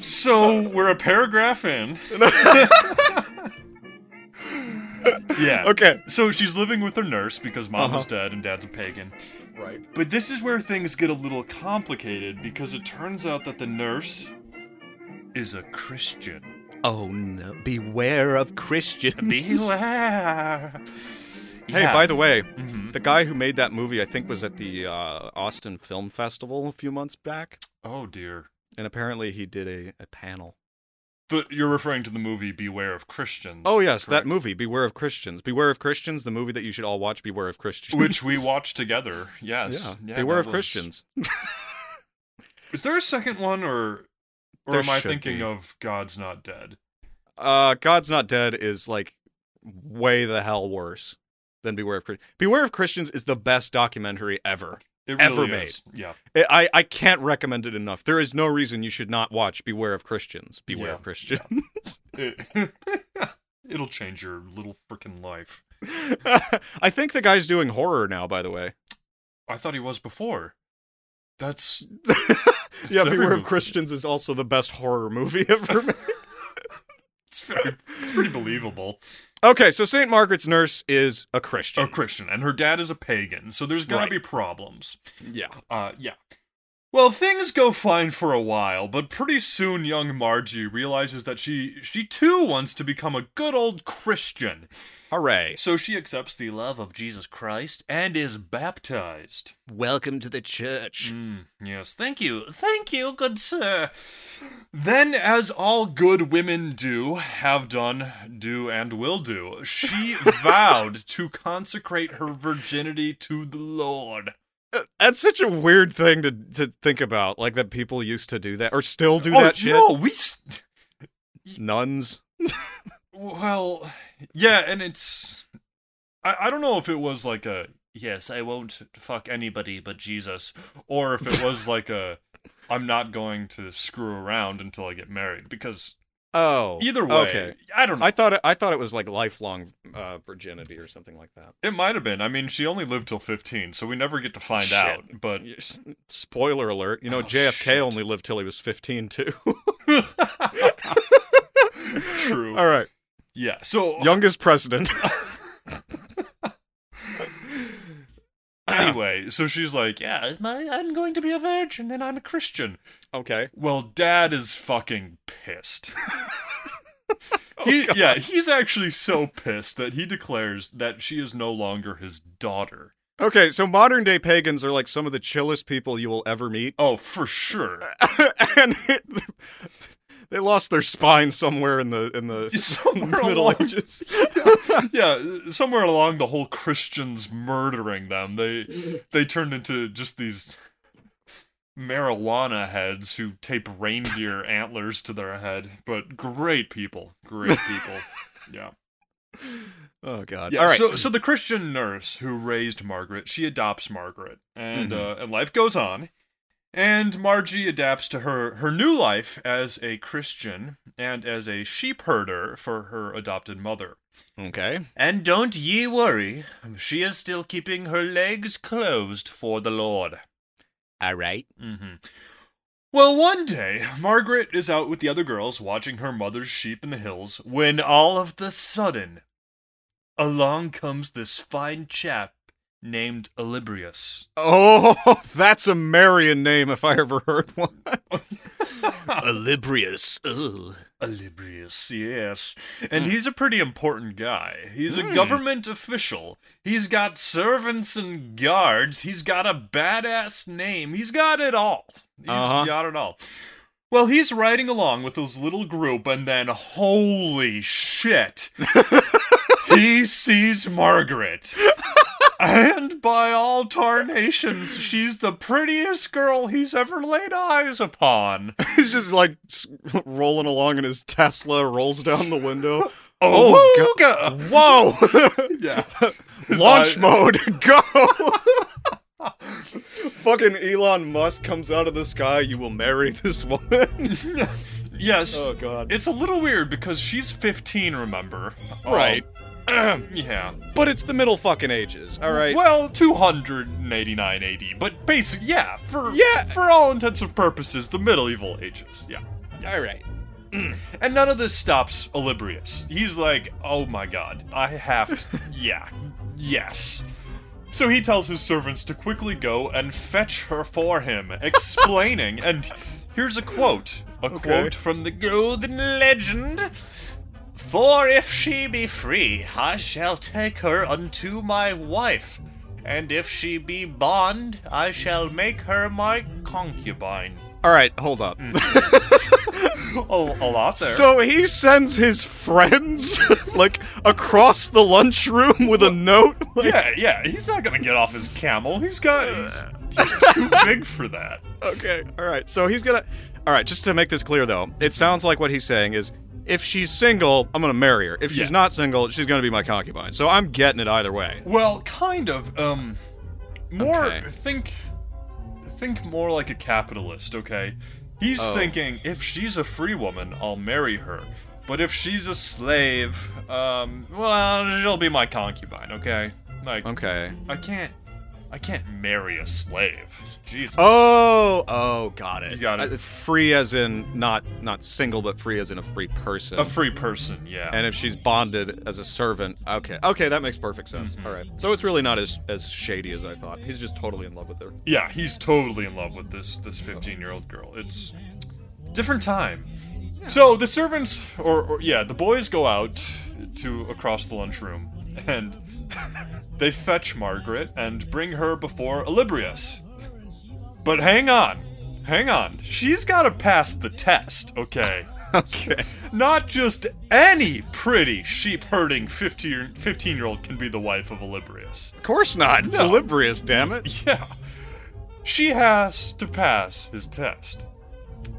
So we're a paragraph in. yeah. Okay. So she's living with her nurse because mom is Uh-huh. dead and dad's a pagan. Right. But this is where things get a little complicated because it turns out that the nurse is a Christian. Oh no! Beware of Christian. Beware. Hey, by the way, Mm-hmm. the guy who made that movie, I think, was at the uh, Austin Film Festival a few months back, oh dear. and apparently he did a, a panel. But you're referring to the movie Beware of Christians. Oh yes, correct? that movie, Beware of Christians. Beware of Christians, the movie that you should all watch. Beware of Christians, which we watched together. Yes. Yeah, Yeah, Beware that of was- Christians. Is there a second one, or or There am I should thinking be. of God's Not Dead? Uh, God's Not Dead is like way the hell worse than Beware of Christians. Beware of Christians is the best documentary ever. It Ever really is. Yeah. I- I, I can't recommend it enough. There is no reason you should not watch Beware of Christians. Beware Yeah, of Christians. It- it'll change your little freaking life. I think the guy's doing horror now, by the way. I thought he was before. That's yeah, every Beware of movie. Christians is also the best horror movie ever made. it's very, it's pretty believable. okay, so St. Margaret's Nurse is a Christian. A Christian, and her dad is a pagan, so there's gonna Right. be problems. Yeah. Uh, yeah. Well, things go fine for a while, but pretty soon young Margie realizes that she she too wants to become a good old Christian. Hooray. So she accepts the love of Jesus Christ and is baptized. Welcome to the church. Mm, yes, thank you. Thank you, good sir. Then, as all good women do, have done, do, and will do, she vowed to consecrate her virginity to the Lord. Mm. Uh, That's such a weird thing to, to think about. Like that people used to do that or still do oh, that shit. No, we. s Nuns. Well, yeah, and it's. I, I don't know if it was like a. Yes, I won't fuck anybody but Jesus. Or if it was like a. I'm not going to screw around until I get married. Because Oh. either way, Okay. I don't know. I thought it, I thought it was like lifelong uh, virginity or something like that. it might have been. I mean, she only lived till 15, so we never get to find Shit. out. But. Y- s- Spoiler alert, you know Oh, JFK shit. only lived till he was 15 too. True. All right. Yeah, so. Youngest president. Anyway, so she's like, yeah, my, I'm going to be a virgin and I'm a Christian. okay. Well, dad is fucking pissed. Oh, he, yeah, he's actually so pissed that he declares that she is no longer his daughter. Okay, so modern day pagans are like some of the chillest people you will ever meet. Oh, for sure. and it, they lost their spine somewhere in the in the Somewhere Middle along, Ages. yeah, somewhere along the whole Christians murdering them, they they turned into just these marijuana heads who tape reindeer antlers to their head. But great people, great people. Yeah. Oh god. Yeah, All right. So, so the Christian nurse who raised Margaret, she adopts Margaret, and uh, and life goes on, and Margie adapts to her her new life as a Christian and as a sheep herder for her adopted mother. okay. And don't ye worry, she is still keeping her legs closed for the Lord. All right. Mm-hmm. Well, one day Margaret is out with the other girls watching her mother's sheep in the hills when all of the sudden, along comes this fine chap named Olibrius. Oh, that's a Marian name if I ever heard one. Olibrius. Ugh. Olibrius, yes. And he's a pretty important guy. He's a government official. He's got servants and guards. He's got a badass name. He's got it all. He's Uh-huh. got it all. Well, he's riding along with his little group, and then holy shit, he sees Margaret. and by all tarnations, she's the prettiest girl he's ever laid eyes upon. He's just like s- rolling along in his Tesla, rolls down the window. Oh, go- Whoa! Yeah. Launch eye- mode, go! Fucking Elon Musk comes out of the sky. You will marry this woman. Yes. oh god! It's a little weird because she's 15, remember? Um, Right. yeah. but it's the middle fucking ages. All right. Well, 289.80, but basically, yeah, for Yeah. for all intents and purposes, the medieval ages. Yeah. All right. And none of this stops Olibrius. He's like, oh my god, I have to. yeah. Yes. So he tells his servants to quickly go and fetch her for him, explaining, and Here's a quote. A quote from the Golden Legend. For if she be free, I shall take her unto my wife, and if she be bond, I shall make her my concubine. All right, hold up. A, a lot there. Mm. So he sends his friends like across the lunchroom with a note. Like, yeah, yeah, he's not gonna get off his camel. He's got he's, he's too big for that. Okay. All right. So he's gonna. All right. Just to make this clear, though, it sounds like what he's saying is, if she's single, I'm gonna marry her. If she's Yeah. not single, she's gonna be my concubine. So I'm getting it either way. Well, kind of. Um, more Okay. think, think more like a capitalist. Okay, he's Oh. thinking if she's a free woman, I'll marry her. But if she's a slave, um, well, she'll be my concubine. Okay, like Okay. I can't, I can't marry a slave. Jesus. Oh. Oh. Got it. You got it. Uh, free as in not not single, but free as in a free person. A free person, yeah. and if she's bonded as a servant, okay, okay, that makes perfect sense. All right, so it's really not as as shady as I thought. He's just totally in love with her. yeah, he's totally in love with this this 15 year old girl. It's different time. So the servants, or, or yeah, the boys go out to across the lunchroom, and they fetch Margaret and bring her before Olibrius. But hang on, hang on, she's got to pass the test, okay? Okay. Not just any pretty sheep herding 15 year old can be the wife of Olibrius. Of course not. It's No. Olibrius, damn it. Yeah. She has to pass his test.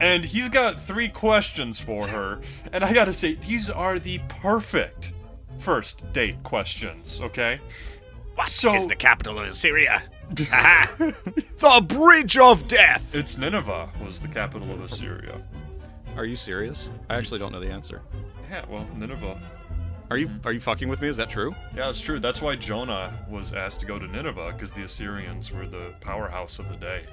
And he's got three questions for her. And I gotta say, these are the perfect first date questions, okay? What is So- the capital of Assyria? The Bridge of Death. It's Nineveh was the capital of Assyria. Are you serious? I actually don't know the answer. Yeah, well, Nineveh. Are you are you fucking with me? Is that true? Yeah, it's true. That's why Jonah was asked to go to Nineveh, because the Assyrians were the powerhouse of the day.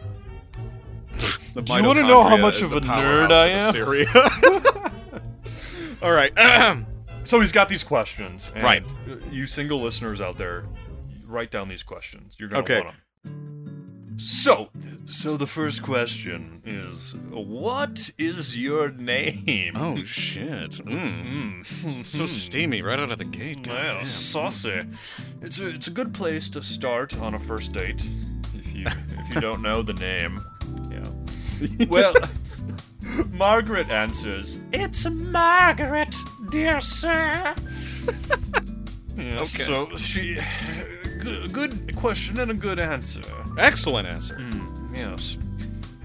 The Do you wanna know how mitochondria much is of the a nerd powerhouse I of am? Assyria. All right. Ahem. So he's got these questions. And Right. You single listeners out there, write down these questions. You're gonna Okay. want them. So, so the first question is, what is your name? oh shit. Mm. So steamy right out of the gate. Well, goddamn. saucy. It's a it's a good place to start on a first date if you if you don't know the name. Yeah. Well, Margaret answers. It's Margaret, dear sir. yeah, So she good, good question and a good answer. Excellent answer. Yes.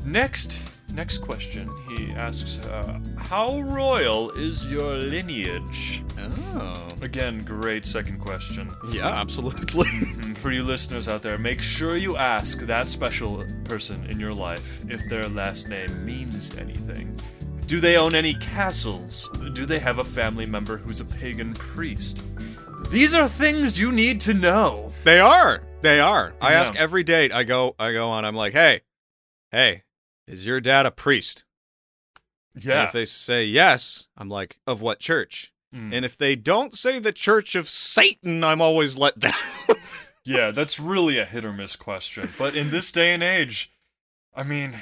Next next question he asks uh, how royal is your lineage Oh. again great second question Yeah, absolutely. For you listeners out there, make sure you ask that special person in your life if their last name means anything. Do they own any castles? Do they have a family member who's a pagan priest? These are things you need to know. They are. They are. I Yeah. ask every date. I go. I go on. I'm like, hey, hey, is your dad a priest? And Yeah. if they say yes, I'm like, of what church? Mm. And if they don't say the Church of Satan, I'm always let down. yeah, that's really a hit or miss question. But in this day and age, I mean,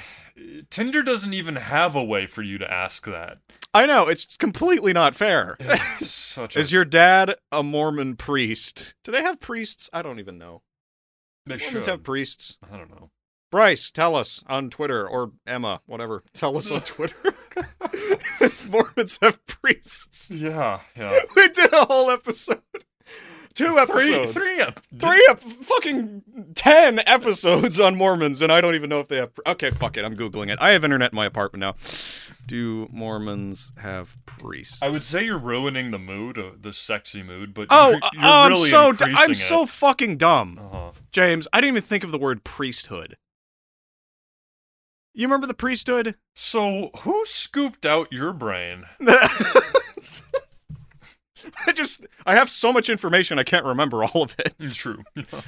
Tinder doesn't even have a way for you to ask that. I know it's completely not fair. It's Such a, Is your dad a Mormon priest? Do they have priests? I don't even know. they Mormons should. have priests. I don't know. Bryce, tell us on Twitter or Emma, whatever. Tell us on Twitter. if Mormons have priests. Yeah, yeah. we did a whole episode. Two Three, episodes. three up. Three ep- fucking ten episodes on Mormons, and I don't even know if they have. Okay, fuck it. I'm googling it. I have internet in my apartment now. Do Mormons have priests? I would say you're ruining the mood, uh, the sexy mood, but Oh, you're, uh, you're I'm really so d- increasing I'm it. so fucking dumb, Uh-huh. James. I didn't even think of the word priesthood. You remember the priesthood? So who scooped out your brain? I just I have so much information I can't remember all of it. It's true. Yeah.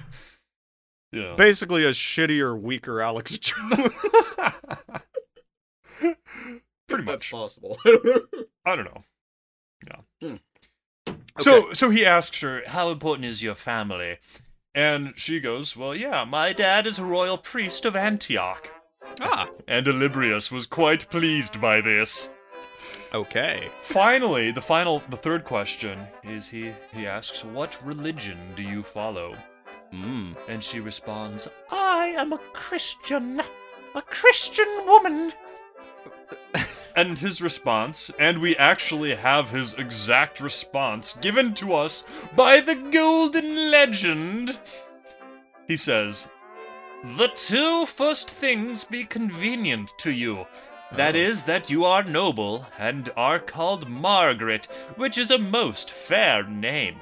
yeah. Basically, a shittier, weaker Alex Jones. Pretty much. possible. I don't know. Yeah. So so he asks her, "How important is your family?" And she goes, "Well, yeah, my dad is a royal priest of Antioch." Ah, and Olybrius was quite pleased by this. okay. Finally, the final, the third question is he he asks, "What religion do you follow?" Mm. And she responds, "I am a Christian, a Christian woman." and his response, and we actually have his exact response given to us by the golden legend. He says, "The two first things be convenient to you." That is, that you are noble and are called Margaret, which is a most fair name.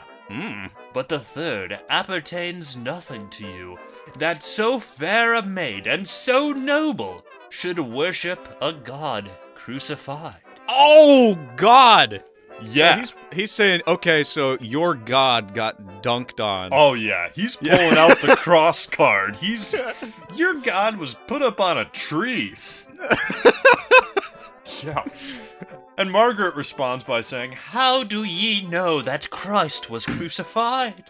But the third appertains nothing to you, that so fair a maid and so noble should worship a god crucified. Oh God. Yeah. So he's he's saying, okay, so your God got dunked on. oh yeah, he's pulling out the cross card. He's your god was put up on a tree. yeah. And Margaret responds by saying, "How do ye know that Christ was crucified?"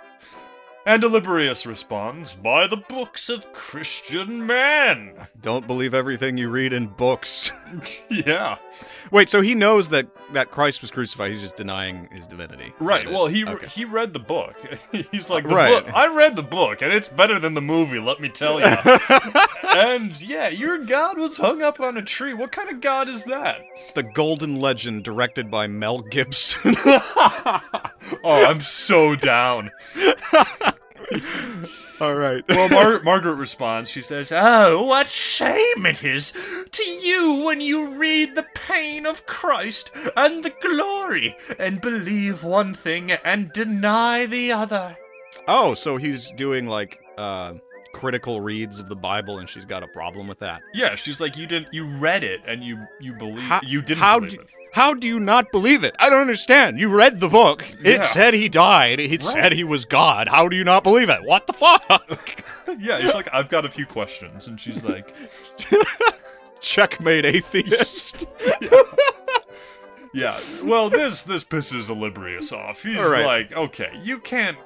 And Olybrius responds, "By the books of Christian man." Don't believe everything you read in books. yeah. Wait, so he knows that that Christ was crucified. He's just denying his divinity. Is Right. that it? Well, he Okay. he read the book. He's like, the Right. book, I read the book, and it's better than the movie. Let me tell you. and yeah, your god was hung up on a tree. What kind of god is that? the Golden Legend, directed by Mel Gibson. Oh, I'm so down. All right. Well, Mar- Margaret responds. She says, "Oh, what shame it is to you when you read the pain of Christ and the glory, and believe one thing and deny the other." Oh, so he's doing like uh, critical reads of the Bible, and she's got a problem with that. Yeah, she's like, "You didn't. You read it, and you you believe How, you didn't How believe do, it." How do you not believe it? I don't understand. You read the book. It Yeah. said he died. It said he was God. How do you not believe it? What the fuck? Yeah, he's like, I've got a few questions, and she's like, Checkmate atheist. Yeah. Well, this this pisses Olybrius off. He's All right. like, okay, you can't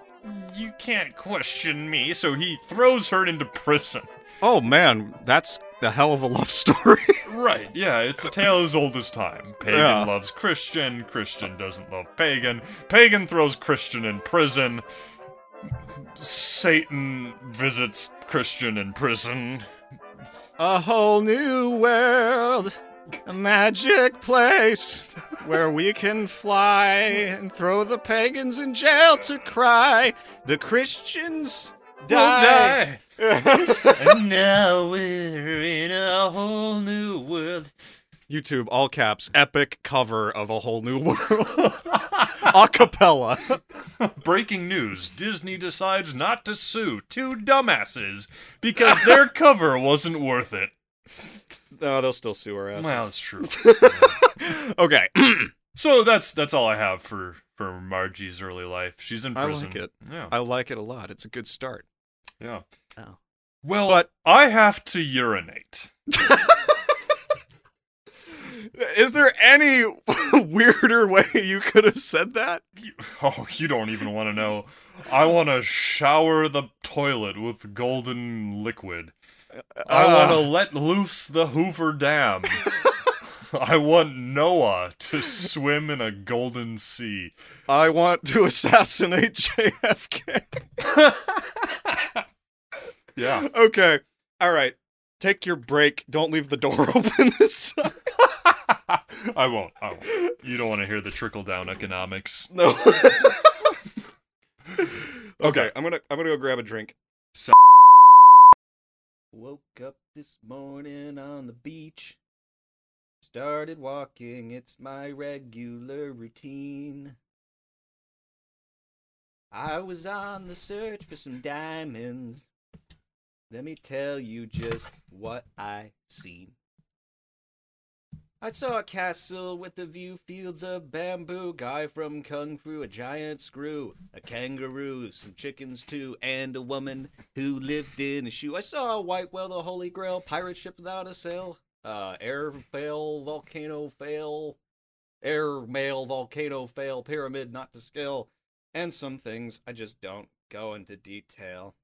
you can't question me. So he throws her into prison. oh man, that's a hell of a love story. Right. Yeah, it's a tale as old as time. Pagan Yeah. loves Christian. Christian doesn't love pagan. Pagan throws Christian in prison. Satan visits Christian in prison. a whole new world. A magic place where we can fly and throw the pagans in jail to cry. The Christians die. and now we're in a whole new world. YouTube, all caps, epic cover of A Whole New World. a cappella. Breaking news Disney decides not to sue two dumbasses because their cover wasn't worth it. No, they'll still sue her ass. Well, it's true. Okay. so that's that's all I have for for Margie's early life. She's in I like prison. it. Yeah. I like it a lot. It's a good start. yeah. Oh. Well, But- I have to urinate. Is there any weirder way you could have said that? You- Oh, you don't even want to know. I want to shower the toilet with golden liquid. I Ah. Uh, want to let loose the Hoover Dam. I want Noah to swim in a golden sea. I want to assassinate JFK. Yeah. okay. All right. Take your break. Don't leave the door open this time. I won't. I won't. You don't want to hear the trickle down economics. No. okay, Okay. I'm gonna I'm gonna go grab a drink. Woke up this morning on the beach. Started walking, it's my regular routine. I was on the search for some diamonds. Let me tell you just what I seen. I saw a castle with a view, fields of bamboo, guy from Kung Fu, a giant screw, a kangaroo, some chickens too, and a woman who lived in a shoe. I saw a white whale, the holy grail, pirate ship without a sail, uh, air fail, volcano fail, air mail, volcano fail, pyramid not to scale, and some things I just don't go into detail.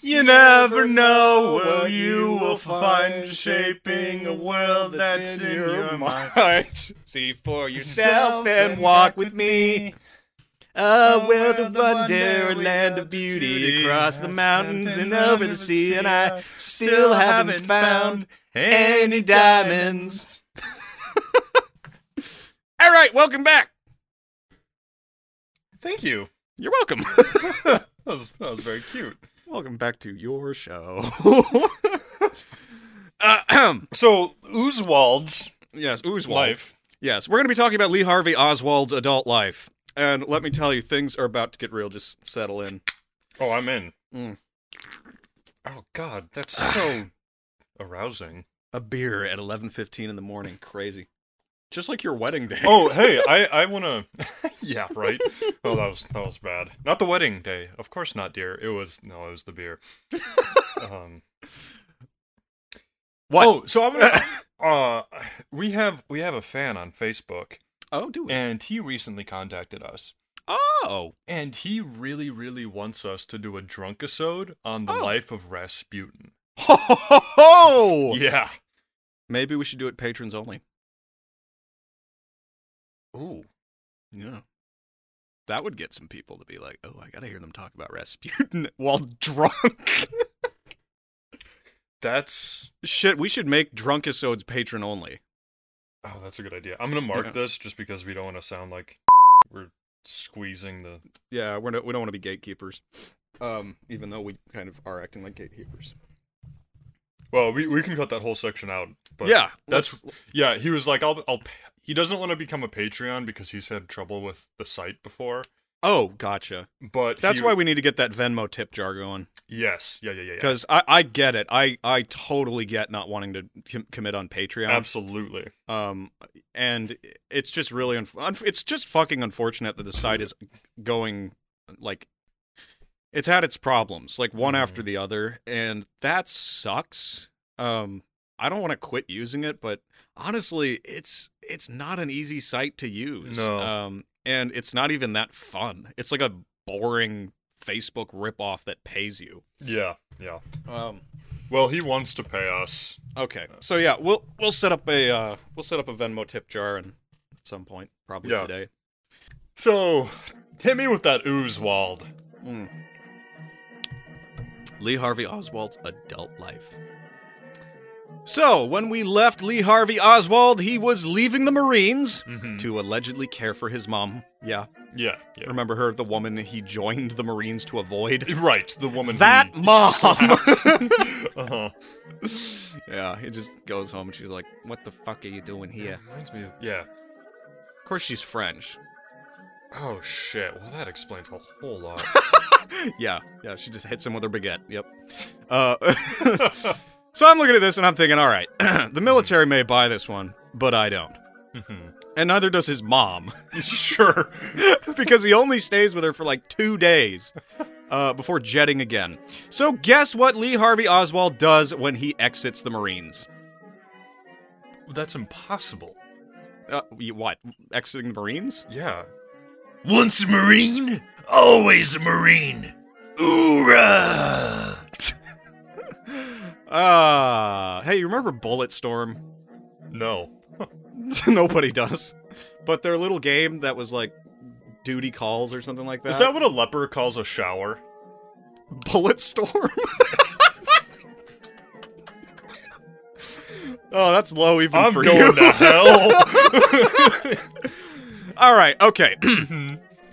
You never know where you will find shaping a world that's in your mind. See for yourself and walk with me. A world of wonder and land of beauty across the mountains and over the sea, and I still haven't found any diamonds. All right, welcome back. Thank you. You're welcome. that, was, that was very cute. welcome back to your show. Ahem. So, Ooswald's yes, Oozwald. life. Yes, we're going to be talking about Lee Harvey Oswald's adult life. And let me tell you, things are about to get real. Just settle in. Oh, I'm in. Mm. Oh, God. That's so arousing. A beer at 11:15 in the morning. Crazy. Just like your wedding day. Oh, hey, I, I want to. yeah, right. Oh, that was that was bad. Not the wedding day, of course not, dear. It was no, it was the beer. Um, What? Oh, so I'm. Gonna, uh, we have we have a fan on Facebook, Oh, do it. and he recently contacted us, Oh. and he really really wants us to do a drunk episode on the Oh. life of Rasputin. Ho, ho, ho, ho! Yeah. Maybe we should do it patrons only. Ooh. Yeah. That would get some people to be like, "Oh, I got to hear them talk about Rasputin while drunk." That's Shit, we should make drunk episodes patron only. Oh, that's a good idea. I'm gonna mark Yeah. this just because we don't want to sound like we're squeezing the. Yeah, we're no, we don't want to be gatekeepers. Um, even though we kind of are acting like gatekeepers. Well, we, we can cut that whole section out. But yeah, that's let's- yeah. He was like, I'll I'll. p- He doesn't want to become a Patreon because he's had trouble with the site before. oh, gotcha. But That's he- why we need to get that Venmo tip jar going Yes. Yeah. Yeah. Yeah. yeah. because I, I get it. I I totally get not wanting to com- commit on Patreon. Absolutely. Um, and it's just really unf unf- it's just fucking unfortunate that the site is going like it's had its problems like one Mhm. after the other, and that sucks. Um, I don't want to quit using it, but honestly, it's it's not an easy site to use. No. Um, and it's not even that fun. It's like a boring Facebook ripoff that pays you. Yeah. Yeah. Um. Well, he wants to pay us. Okay. So yeah, we'll we'll set up a uh, we'll set up a Venmo tip jar and at some point, probably Yeah. today. So hit me with that Oozwald. Lee Harvey Oswald's adult life. So, when we left Lee Harvey Oswald, he was leaving the Marines Mhm. to allegedly care for his mom. Yeah. Yeah. Yeah. Remember her, the woman he joined the Marines to avoid? Right. The woman. That he mom. slapped. uh-huh. yeah, he just goes home and she's like, What the fuck are you doing here? Reminds me of yeah. Of course, she's French. Oh shit. Well, that explains a whole lot. Yeah, yeah, she just hits him with her baguette. Yep. Uh, so I'm looking at this and I'm thinking, all right, the military may buy this one, but I don't. Mm-hmm. And neither does his mom, sure. because he only stays with her for like two days uh, before jetting again. So, guess what Lee Harvey Oswald does when he exits the Marines? That's impossible. Uh, y- what? Exiting the Marines? Yeah. Once a Marine, always a Marine. Oorah! Ah, hey, you remember Bulletstorm? No. Nobody does. But their little game that was like duty calls or something like that. Is that what a leper calls a shower? Bulletstorm. oh, that's low even I'm for going you. to hell. All right, okay.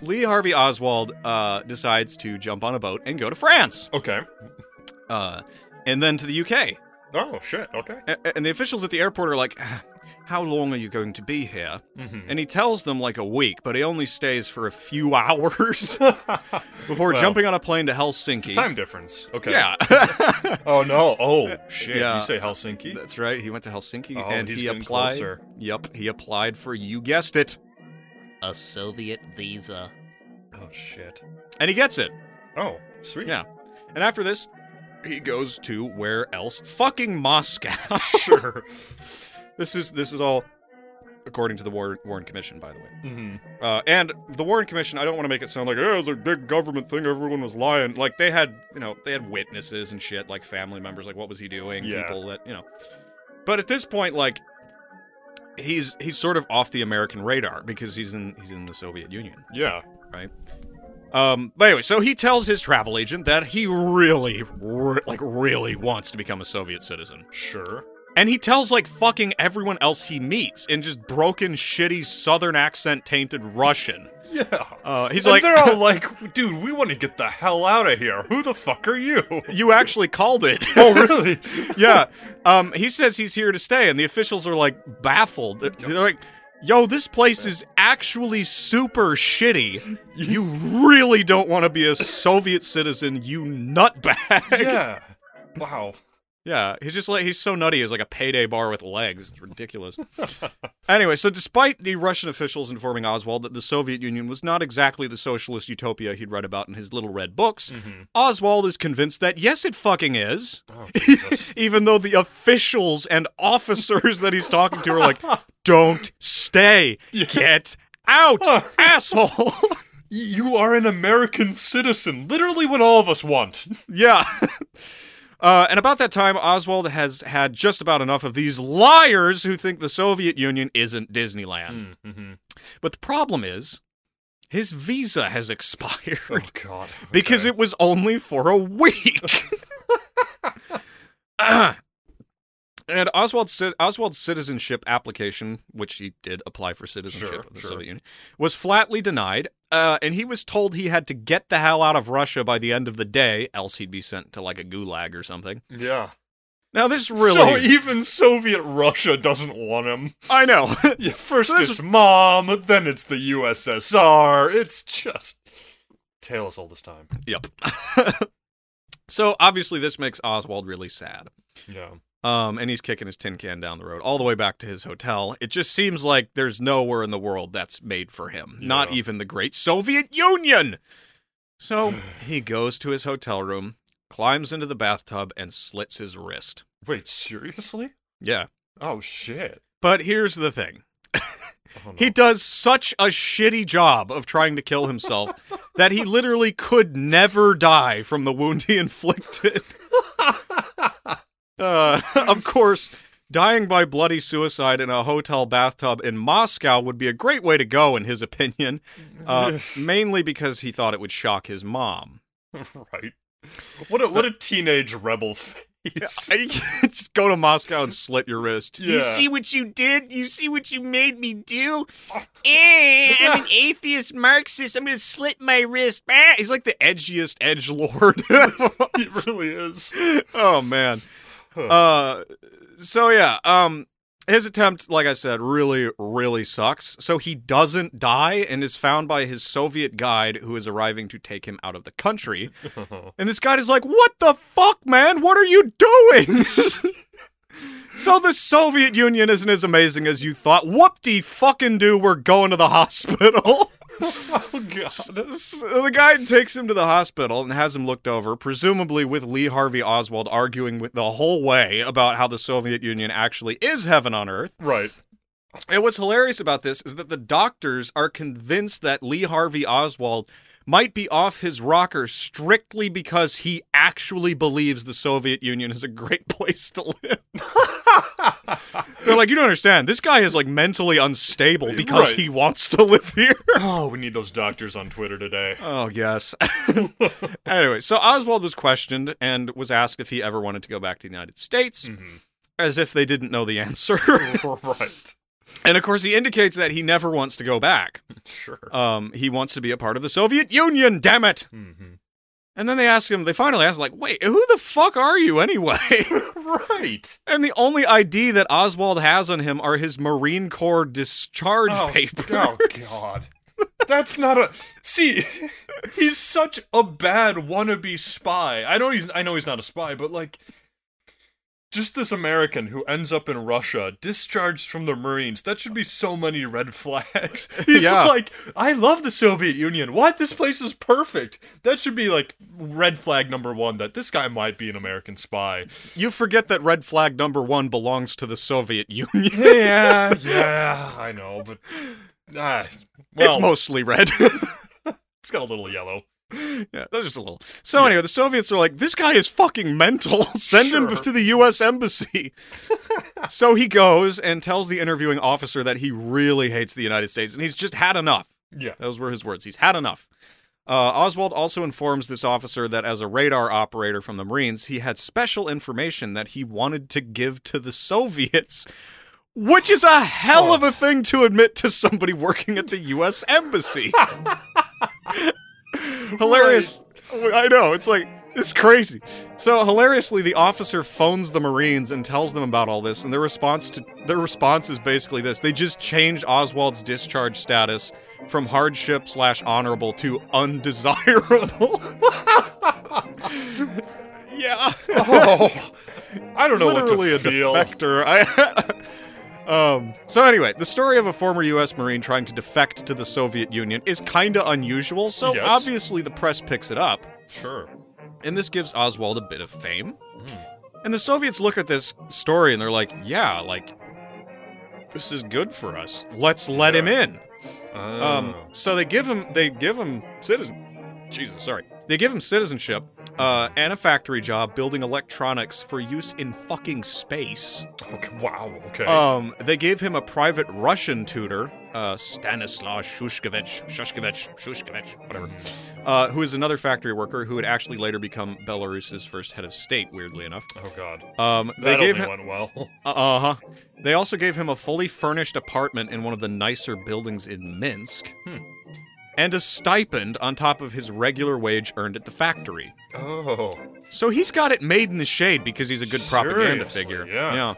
Lee Harvey Oswald uh, decides to jump on a boat and go to France, okay. uh, and then to the UK. Oh shit. Okay. A- and the officials at the airport are like, "Ah, "How long are you going to be here?" Mhm. And he tells them like a week, but he only stays for a few hours before Well, jumping on a plane to It's the Helsinki. Mm-hmm. time difference. Okay. Yeah. Oh no. Oh shit. Yeah. You say Helsinki? That's right. He went to Helsinki Oh, and he's he getting applied. closer. Yep, he applied for you guessed it, A Soviet visa. Oh shit. and he gets it. Oh sweet. Yeah. And after this, he goes to where else? Fucking Moscow. Sure. this is this is all according to the War- Warren Commission, by the way. Mm-hmm. Uh, and the Warren Commission, I don't want to make it sound like "Eh, it was a big government thing. Everyone was lying. Like they had, you know, they had witnesses and shit, like family members. Like what was he doing? Yeah. People that you know. But at this point, like he's he's sort of off the American radar because he's in he's in the Soviet Union. Yeah. Um, but anyway, so he tells his travel agent that he really, re- like, really wants to become a Soviet citizen. Sure. And he tells, like, fucking everyone else he meets in just broken, shitty, southern accent tainted Russian. Yeah. Uh, he's and like, they're all like, dude, we want to get the hell out of here. Who the fuck are you? you actually called it. Oh, really? yeah. Um, he says he's here to stay, and the officials are, like, baffled. They're- They're like, yo, this place is actually super shitty. You really don't want to be a Soviet citizen, you nutbag. yeah. Wow. Yeah, he's just like he's so nutty. He's like a payday bar with legs. It's ridiculous. anyway, so despite the Russian officials informing Oswald that the Soviet Union was not exactly the socialist utopia he'd read about in his little red books, Oswald is convinced that yes, it fucking is. Even though the officials and officers that he's talking to are like, "Don't stay, get out, asshole." You are an American citizen. Literally what all of us want. Yeah. Uh, and about that time, Oswald has had just about enough of these liars who think the Soviet Union isn't Disneyland. Mm-hmm. But the problem is, his visa has expired Oh, God. because Okay. it was only for a week. Ah. and Oswald's ci- Oswald's citizenship application, which he did apply for citizenship Sure, of the sure. Soviet Union, was flatly denied. Uh, and he was told he had to get the hell out of Russia by the end of the day, else he'd be sent to like a gulag or something. Yeah. Now this really, So even Soviet Russia doesn't want him. I know. Yeah, First So this it's mom, then it's the USSR. It's just tales all this time. yep. so obviously, this makes Oswald really sad. Yeah. Um, and he's kicking his tin can down the road all the way back to his hotel. It just seems like there's nowhere in the world that's made for him. Not Yeah. even the great Soviet Union. So he goes to his hotel room, climbs into the bathtub, and slits his wrist. Wait, seriously? Yeah. Oh shit. But here's the thing. Oh, no. He does such a shitty job of trying to kill himself that he literally could never die from the wound he inflicted. Uh, of course, dying by bloody suicide in a hotel bathtub in Moscow would be a great way to go, in his opinion, uh, Mm-hmm. Yes. mainly because he thought it would shock his mom. right. What a what a teenage rebel face. Just go to Moscow and slit your wrist. Yeah. what you did? You see what you made me do? Eh, I'm an atheist Marxist. I'm gonna slit my wrist. Ah, He's like the edgiest edge lord. He really is. oh man. Uh, so yeah. Um, his attempt, like I said, really, really sucks. So he doesn't die and is found by his Soviet guide who is arriving to take him out of the country. Oh, And this guy is like, What the fuck, man? What are you doing? so the Soviet Union isn't as amazing as you thought. Whoop de fucking do, we're going to the hospital. Oh god. So the guide takes him to the hospital and has him looked over, presumably with Lee Harvey Oswald arguing with the whole way about how the Soviet Union actually is heaven on earth. Right. And what's hilarious about this is that the doctors are convinced that Lee Harvey Oswald might be off his rocker strictly because he actually believes the Soviet Union is a great place to live. They're like, you don't understand. This guy is like mentally unstable because Right. he wants to live here. Oh, we need those doctors on Twitter today. Oh, yes. anyway, so Oswald was questioned and was asked if he ever wanted to go back to the United States, Mm. as if they didn't know the answer. Mm-hmm. right. and of course, he indicates that he never wants to go back. Sure. Um, he wants to be a part of the Soviet Union, damn it. Mhm. And then they ask him, they finally ask, like, wait, who the fuck are you anyway? Right. and the only ID that Oswald has on him are his Marine Corps discharge Oh, papers. Oh god. That's not a See, he's such a bad wannabe spy. I know he's I know he's not a spy, but like Just this American who ends up in Russia, discharged from the Marines. That should be so many red flags. He's Yeah. like, I love the Soviet Union. What? This place is perfect. That should be like red flag number one that this guy might be an American spy. You forget that red flag number one belongs to the Soviet Union. yeah, Ah, yeah, I know, but ah, well, it's mostly red. it's got a little yellow. yeah, that's just a little. So anyway, the Soviets are like, this guy is fucking mental. Send him Sure. to the U.S. embassy. so he goes and tells the interviewing officer that he really hates the United States and he's just had enough. Yeah. Those were his words. He's had enough. Uh, Oswald also informs this officer that as a radar operator from the Marines, he had special information that he wanted to give to the Soviets, which is a hell of a thing to admit to somebody working at the U.S. Embassy. Hilarious. I know. It's like, it's crazy. So hilariously, the officer phones the Marines and tells them about all this, and their response to their response is basically this: they just changed Oswald's discharge status from hardship slash honorable to undesirable. yeah, Oh, I don't know literally what to a feel. defector. I. Um, so anyway, the story of a former U.S. Marine trying to defect to the Soviet Union is kind of unusual, so Yes. obviously the press picks it up. Sure. And this gives Oswald a bit of fame. Hmm. And the Soviets look at this story and they're like, yeah, like, this is good for us. Let's let him in. Um, Oh. so they give him, they give him citizen, Jesus, sorry. They give him citizenship uh, and a factory job building electronics for use in fucking space. okay, wow. Okay. Um, they gave him a private Russian tutor, uh, Stanislav Shushkevich, Shushkevich, Shushkevich, whatever, uh, who is another factory worker who would actually later become Belarus's first head of state, weirdly enough. oh God. Um, they That gave only him, went well. uh huh. They also gave him a fully furnished apartment in one of the nicer buildings in Minsk, Hmm. and a stipend on top of his regular wage earned at the factory. Oh. So he's got it made in the shade because he's a good propaganda Seriously, figure. yeah.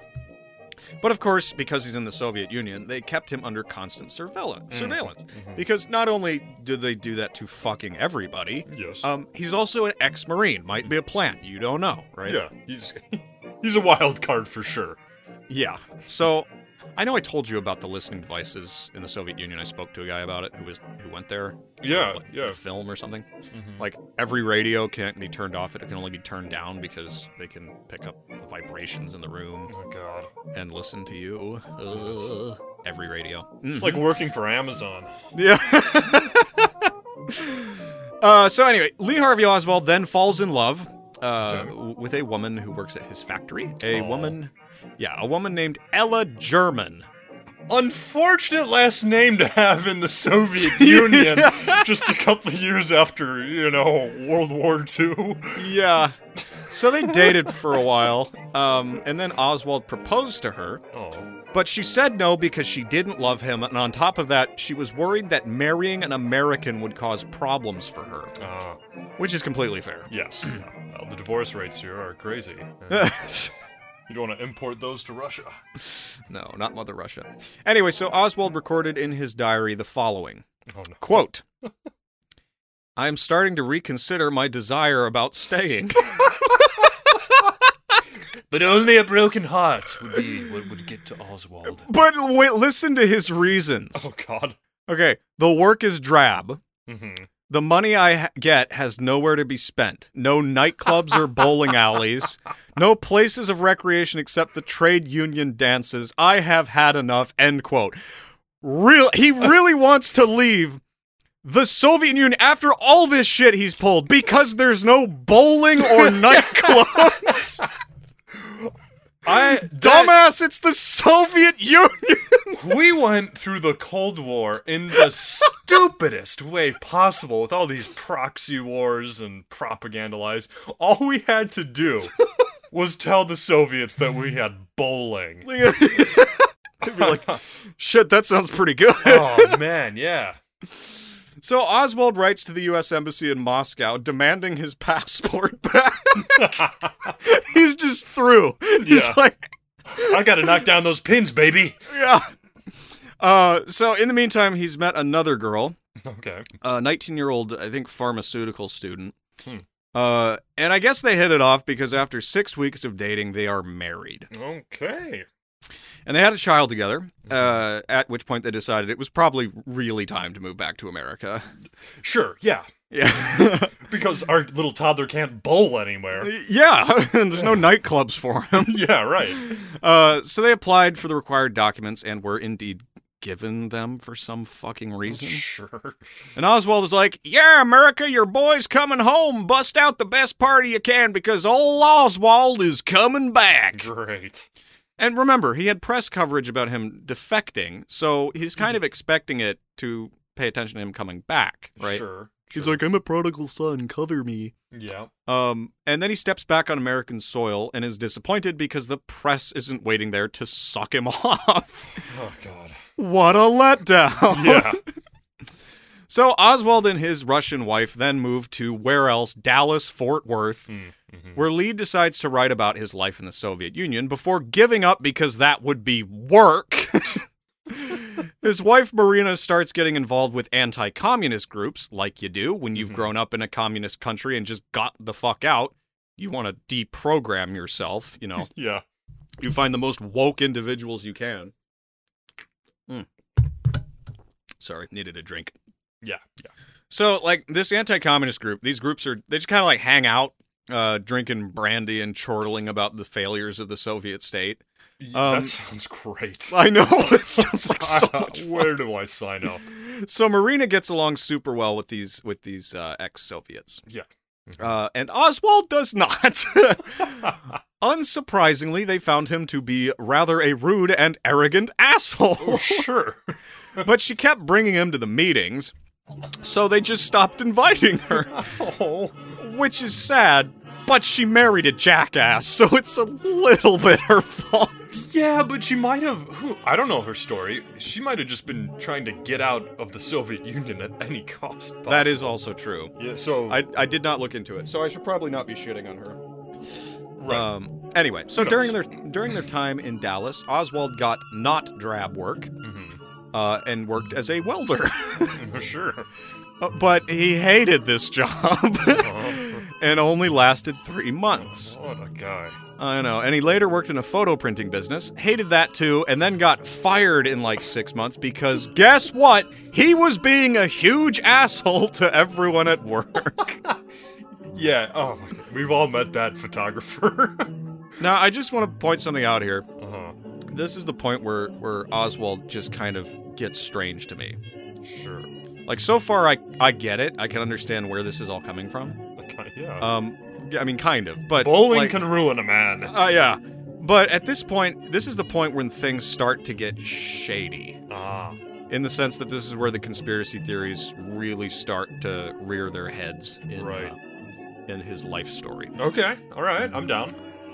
But of course, because he's in the Soviet Union, they kept him under constant surveillance. Mm-hmm. Surveillance. Because not only do they do that to fucking everybody, Yes. um, he's also an ex-marine. Might be a plant. You don't know, right? yeah. He's he's a wild card for sure. Yeah. So I know I told you about the listening devices in the Soviet Union. I spoke to a guy about it who was who went there. Yeah, Like, yeah. Mm-hmm. A film or something. Like every radio can't be turned off. It can only be turned down because they can pick up the vibrations in the room Oh God. and listen to you. Ugh. every radio. Mm. It's Mm-hmm. like working for Amazon. Yeah. uh, so anyway, Lee Harvey Oswald then falls in love uh, w- with a woman who works at his factory. A Aw. woman, yeah, a woman named Ella German. Unfortunate last name to have in the Soviet Union just a couple of years after, you know, World War II. Yeah. So they dated for a while, um, and then Oswald proposed to her, Oh. but she said no because she didn't love him, and on top of that, she was worried that marrying an American would cause problems for her, Uh, which is completely fair. yes. yeah. Well, the divorce rates here are crazy. Uh, you don't want to import those to Russia. No, not Mother Russia. Anyway, so Oswald recorded in his diary the following Oh, no. quote I am starting to reconsider my desire about staying. But only a broken heart would be what would get to Oswald. but wait, listen to his reasons. Oh, God. Okay, the work is drab. hmm The money I ha- get has nowhere to be spent. No nightclubs or bowling alleys. No places of recreation except the trade union dances. I have had enough. End quote. Real, he really wants to leave the Soviet Union after all this shit he's pulled because there's no bowling or nightclubs. I Dumbass, it's the Soviet Union. we went through the Cold War in the stupidest way possible with all these proxy wars and propaganda lies. All we had to do was tell the Soviets that we had bowling. They'd be like, shit, that sounds pretty good. Oh man, yeah. So Oswald writes to the U.S. Embassy in Moscow demanding his passport back. He's just through. He's Yeah. like, I gotta knock down those pins, baby. yeah. Uh, so in the meantime, he's met another girl, Okay. a 19 year old, I think, pharmaceutical student. Uh, and I guess they hit it off because after six weeks of dating, they are married. Okay. And they had a child together, uh, at which point they decided it was probably really time to move back to America. Sure, yeah. Yeah. Because our little toddler can't bowl anywhere. yeah. There's no nightclubs for him. Yeah, right. Uh, so they applied for the required documents and were indeed given them for some fucking reason. Sure. And Oswald is like, Yeah, America, your boy's coming home. Bust out the best party you can because old Oswald is coming back. Great. And remember, he had press coverage about him defecting, so he's Mm-hmm. kind of expecting it to pay attention to him coming back, right? Sure. He's sure. like, I'm a prodigal son, cover me. yeah. Um, and then he steps back on American soil and is disappointed because the press isn't waiting there to suck him off. Oh, God. what a letdown. Yeah. So Oswald and his Russian wife then moved to where else? Dallas, Fort Worth, Mm, mhm. Mm-hmm. where Lee decides to write about his life in the Soviet Union before giving up because that would be work. his wife Marina starts getting involved with anti communist groups, like you do when you've Mhm. grown up in a communist country and just got the fuck out. You want to deprogram yourself, you know? Yeah. you find the most woke individuals you can. Mm. Sorry, needed a drink. Yeah. Yeah. So, like this anti-communist group, these groups are they just kind of like hang out, uh, drinking brandy and chortling about the failures of the Soviet state. Y- Um, that sounds great. I know it sounds like so much. Where do I sign up? So Marina gets along super well with these with these uh, ex-Soviets. Yeah. Mm-hmm. Uh, and Oswald does not. Unsurprisingly, they found him to be rather a rude and arrogant asshole. Oh, sure. but she kept bringing him to the meetings, so they just stopped inviting her. Oh. which is sad, but she married a jackass, so it's a little bit her fault. Yeah, but she might have. Who, I don't know her story. She might have just been trying to get out of the Soviet Union at any cost. Possible. That is also true. Yeah, so. I, I did not look into it, so I should probably not be shitting on her. right. Um, anyway, so Who during knows? their during their time in Dallas, Oswald got not drab work Mhm. uh, and worked as a welder, oh, Sure. Uh, but he hated this job Uh-huh. and only lasted three months. What a guy. I know. And he later worked in a photo printing business, hated that too, and then got fired in like six months because guess what? He was being a huge asshole to everyone at work. Yeah, oh my god. We've all met that photographer. now, I just want to point something out here. uh-huh. This is the point where, where Oswald just kind of gets strange to me. Sure. Like, so far, I, I get it. I can understand where this is all coming from. Okay, yeah. Um, I mean, kind of, but. Bowling like- can ruin a man. Uh, yeah. But at this point, this is the point when things start to get shady. Ah. in the sense that this is where the conspiracy theories really start to rear their heads in, Right. uh, in his life story. Okay, alright, I'm down.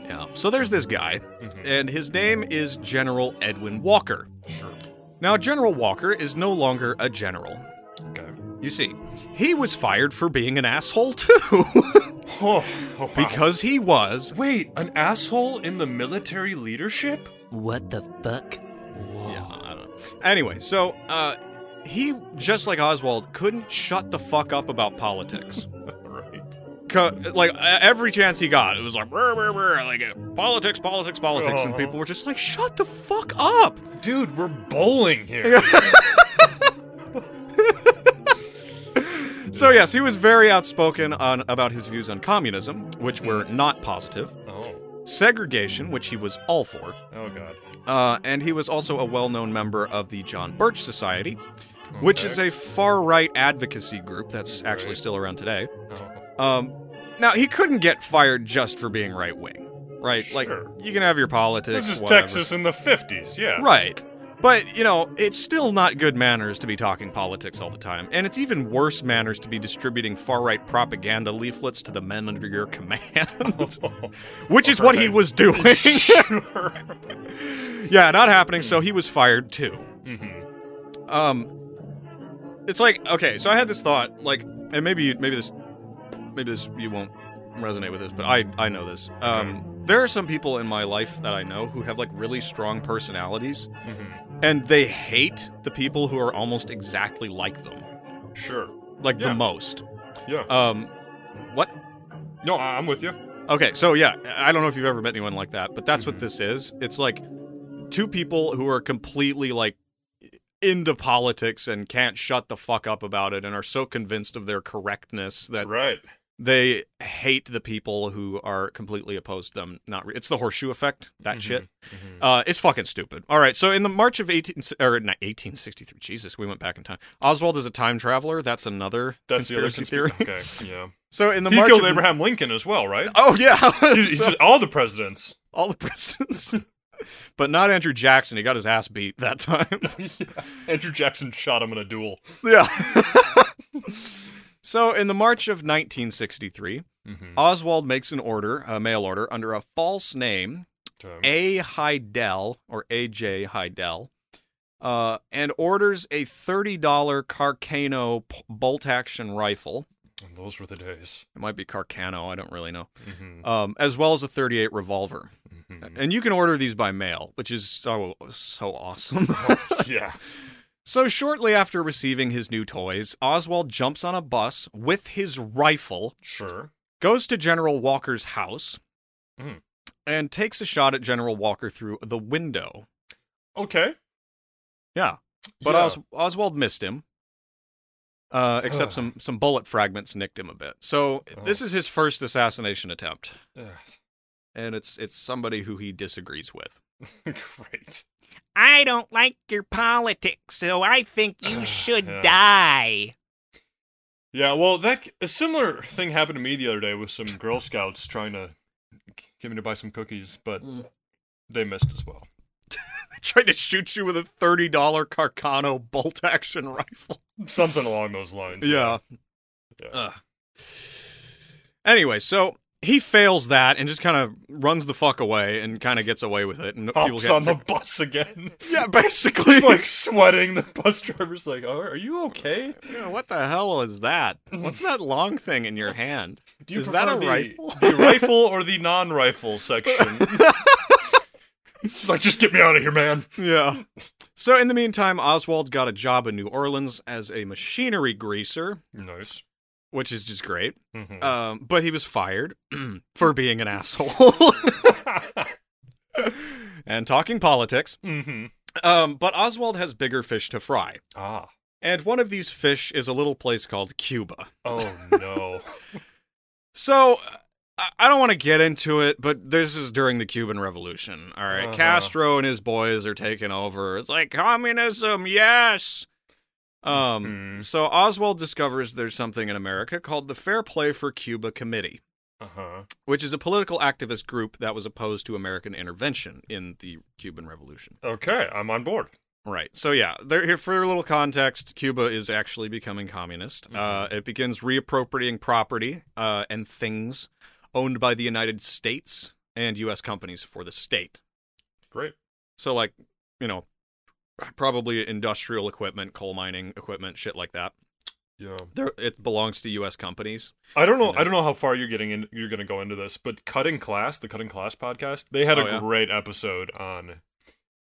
Yeah. So there's this guy, Mhm. and his name is General Edwin Walker. Sure. Now, General Walker is no longer a general. Okay. You see, he was fired for being an asshole too, Oh, oh, wow. because he was. Wait, an asshole in the military leadership? What the fuck? Yeah, I don't know. Anyway, so uh, he, just like Oswald, couldn't shut the fuck up about politics. Right. co- like uh, every chance he got, it was like, "Brr, brr, brr," like uh, politics, politics, politics, and Uh-huh. people were just like, shut the fuck up. Dude, we're bowling here. So yes, he was very outspoken on about his views on communism, which were Hmm. not positive, oh. segregation, which he was all for, Oh god. uh, and he was also a well-known member of the John Birch Society, which Okay. is a far-right advocacy group that's actually Right. still around today. Oh. Um, now he couldn't get fired just for being right-wing, right? Like Sure. you can have your politics. This is whatever. Texas in the 50s, yeah. Right. But, you know, it's still not good manners to be talking politics all the time. And it's even worse manners to be distributing far right propaganda leaflets to the men under your command, which is what he was doing. yeah, not happening. So he was fired too. Mhm. Um, it's like, okay, so I had this thought, like, and maybe, you- maybe this, maybe this, you won't resonate with this, but I, I know this. Um, there are some people in my life that I know who have like really strong personalities Mhm. and they hate the people who are almost exactly like them, Sure. like the Yeah. most. Yeah. Um, what? No, I- I'm with you. Okay, so yeah, I don't know if you've ever met anyone like that, but that's what Mm-hmm. this is. It's like two people who are completely like into politics and can't shut the fuck up about it and are so convinced of their correctness that Right. they hate the people who are completely opposed to them. Not re- it's the horseshoe effect. Mm-hmm, That shit. Uh, it's fucking stupid. All right. So in the March of eighteen or not eighteen sixty three. Jesus, we went back in time. Oswald is a time traveler. That's another. That's the other conspiracy theory. conspiracy Okay, yeah. So in the he March killed of- Abraham Lincoln as well, right? Oh yeah. He- he So- just- all the presidents. all the presidents. but not Andrew Jackson. He got his ass beat that time. Andrew Jackson shot him in a duel. yeah. so, in the March of 1963, Mm-hmm. Oswald makes an order, a mail order, under a false name, Okay. A. Heidel, or A.J. Heidel, uh, and orders a $30 Carcano p- bolt action rifle. And those were the days. It might be Carcano, I don't really know. Mhm. Um, as well as a 38 revolver. Mhm. And you can order these by mail, which is so so awesome. yeah. So, shortly after receiving his new toys, Oswald jumps on a bus with his rifle, Sure. goes to General Walker's house, Mm. and takes a shot at General Walker through the window. Okay. Yeah. But Yeah. Os- Oswald missed him, uh, except some, some bullet fragments nicked him a bit. So, this is his first assassination attempt, Ugh. and it's, it's somebody who he disagrees with. Great. I don't like your politics, so I think you should Yeah. die. Yeah, well, that a similar thing happened to me the other day with some Girl Scouts trying to get me to buy some cookies, but they missed as well. They tried to shoot you with a $30 Carcano bolt action rifle. Something along those lines. Yeah. Yeah. Ugh. Anyway, so he fails that and just kind of runs the fuck away and kind of gets away with it. And people Hops get on the bus again. yeah, basically. He's like sweating. The bus driver's like, "Oh, are you okay? Yeah, what the hell is that? What's that long thing in your hand? Do you is that a prefer the, rifle? the rifle or the non-rifle section?" He's like, "Just get me out of here, man." yeah. So in the meantime, Oswald got a job in New Orleans as a machinery greaser, Nice. which is just great. Mhm. Um, but he was fired for being an asshole Mm-hmm. and talking politics. Mhm. Um, but Oswald has bigger fish to fry. Ah. And one of these fish is a little place called Cuba. Oh no. So uh, I- I don't want to get into it, but this is during the Cuban Revolution. All right? Uh-huh. Castro and his boys are taking over. It's like communism, yes. Um, Mhm. so Oswald discovers there's something in America called the Fair Play for Cuba Committee, Uh huh. which is a political activist group that was opposed to American intervention in the Cuban Revolution. Okay, I'm on board. Right. So yeah, there here for a little context, Cuba is actually becoming communist. Uh, it begins reappropriating property uh, and things owned by the United States and U.S. companies for the state. Great. So like, you know, probably industrial equipment, coal mining equipment, shit like that. Yeah. There, it belongs to U.S. companies. I don't know. You know? I don't know how far you're getting in. You're going to go into this, but cutting class, the cutting class podcast, they had Oh, a yeah. great episode on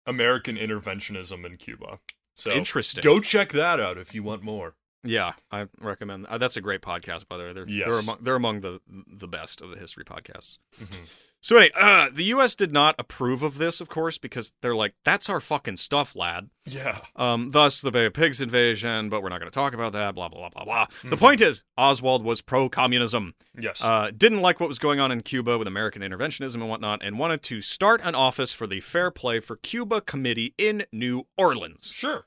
American interventionism in Cuba. So Interesting. Go check that out if you want more. Yeah, I recommend. Uh, that's a great podcast, by the way. They're, they're, Yes. among, they're among the the best of the history podcasts. Mm-hmm. So anyway, uh, the U.S. did not approve of this, of course, because they're like, "That's our fucking stuff, lad." Yeah. Um, thus, the Bay of Pigs invasion. But we're not going to talk about that. Blah blah blah blah blah. The point is, Oswald was pro-communism. Yes. Uh, didn't like what was going on in Cuba with American interventionism and whatnot, and wanted to start an office for the Fair Play for Cuba Committee in New Orleans. sure.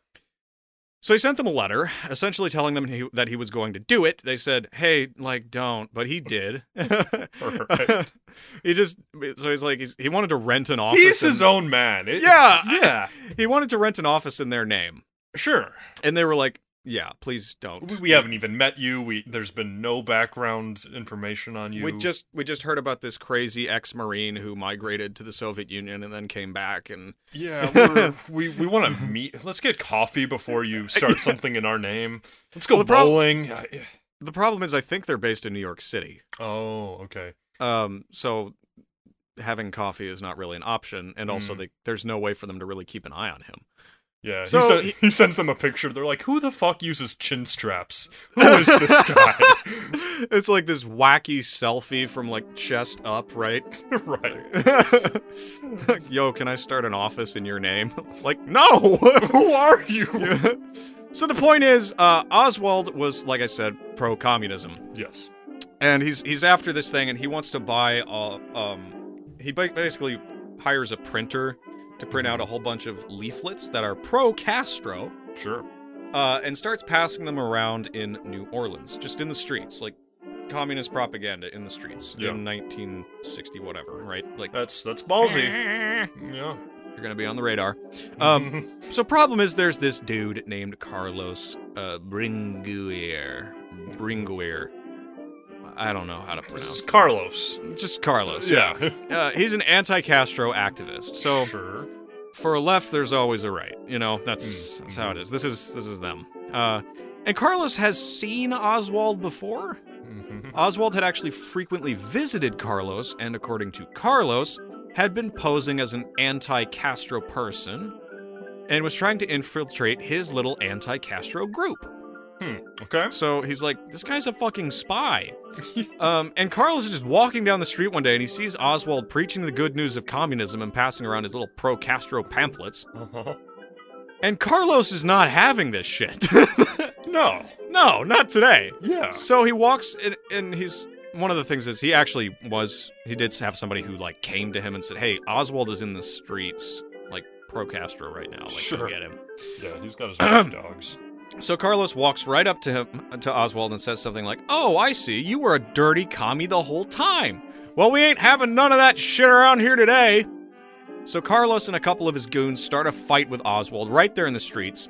So he sent them a letter, essentially telling them he, that he was going to do it. They said, "Hey, like, don't," but he did. Right. he just so he's like he's, he wanted to rent an office. He's his in- own man. It- Yeah, Yeah. He wanted to rent an office in their name, Sure. and they were like, "Yeah, please don't." We, we haven't even met you. We there's been no background information on you. We just we just heard about this crazy ex-marine who migrated to the Soviet Union and then came back, and yeah. We're, we we want to meet. Let's get coffee before you start something in our name. Let's go Well, the prob- bowling. I- the problem is, I think they're based in New York City. oh, okay. Um, so having coffee is not really an option, and also Mm. they, there's no way for them to really keep an eye on him. Yeah, he, So sen- he- he sends them a picture. They're like, "Who the fuck uses chin straps? Who is this guy?" it's like this wacky selfie from like chest up, right? right. Yo, can I start an office in your name? like, no! Who are you? so the point is, uh, Oswald was, like I said, pro communism. Yes. and he's he's after this thing, and he wants to buy. Uh, um, he ba- basically hires a printer to print out a whole bunch of leaflets that are pro Castro, Sure. uh, and starts passing them around in New Orleans, just in the streets, like communist propaganda in the streets Yeah. in 1960 whatever, right? Like That's that's ballsy. yeah. Mm-hmm. you're gonna be on the radar. Um, so problem is, there's this dude named Carlos uh, Bringuier. Bringuier. I don't know how to This is pronounce. Carlos. it. Just Carlos. Yeah. Uh, he's an anti-Castro activist. So sure. for a left, there's always a right. You know, that's Mm. that's how it is. This is this is them. Uh, and Carlos has seen Oswald before. Mhm. Oswald had actually frequently visited Carlos, and according to Carlos, had been posing as an anti-Castro person, and was trying to infiltrate his little anti-Castro group. Okay. So he's like, this guy's a fucking spy. um, and Carlos is just walking down the street one day and he sees Oswald preaching the good news of communism and passing around his little pro Castro pamphlets. Uh-huh. And Carlos is not having this shit. No. no, not today. Yeah. So he walks and, and he's. One of the things is he actually was. He did have somebody who, like, came to him and said, hey, Oswald is in the streets, like, pro Castro right now. Like, go Sure. get him. Yeah. He's got his watchdogs. So Carlos walks right up to him to Oswald and says something like, "Oh, I see. You were a dirty commie the whole time. Well, we ain't having none of that shit around here today." So Carlos and a couple of his goons start a fight with Oswald right there in the streets.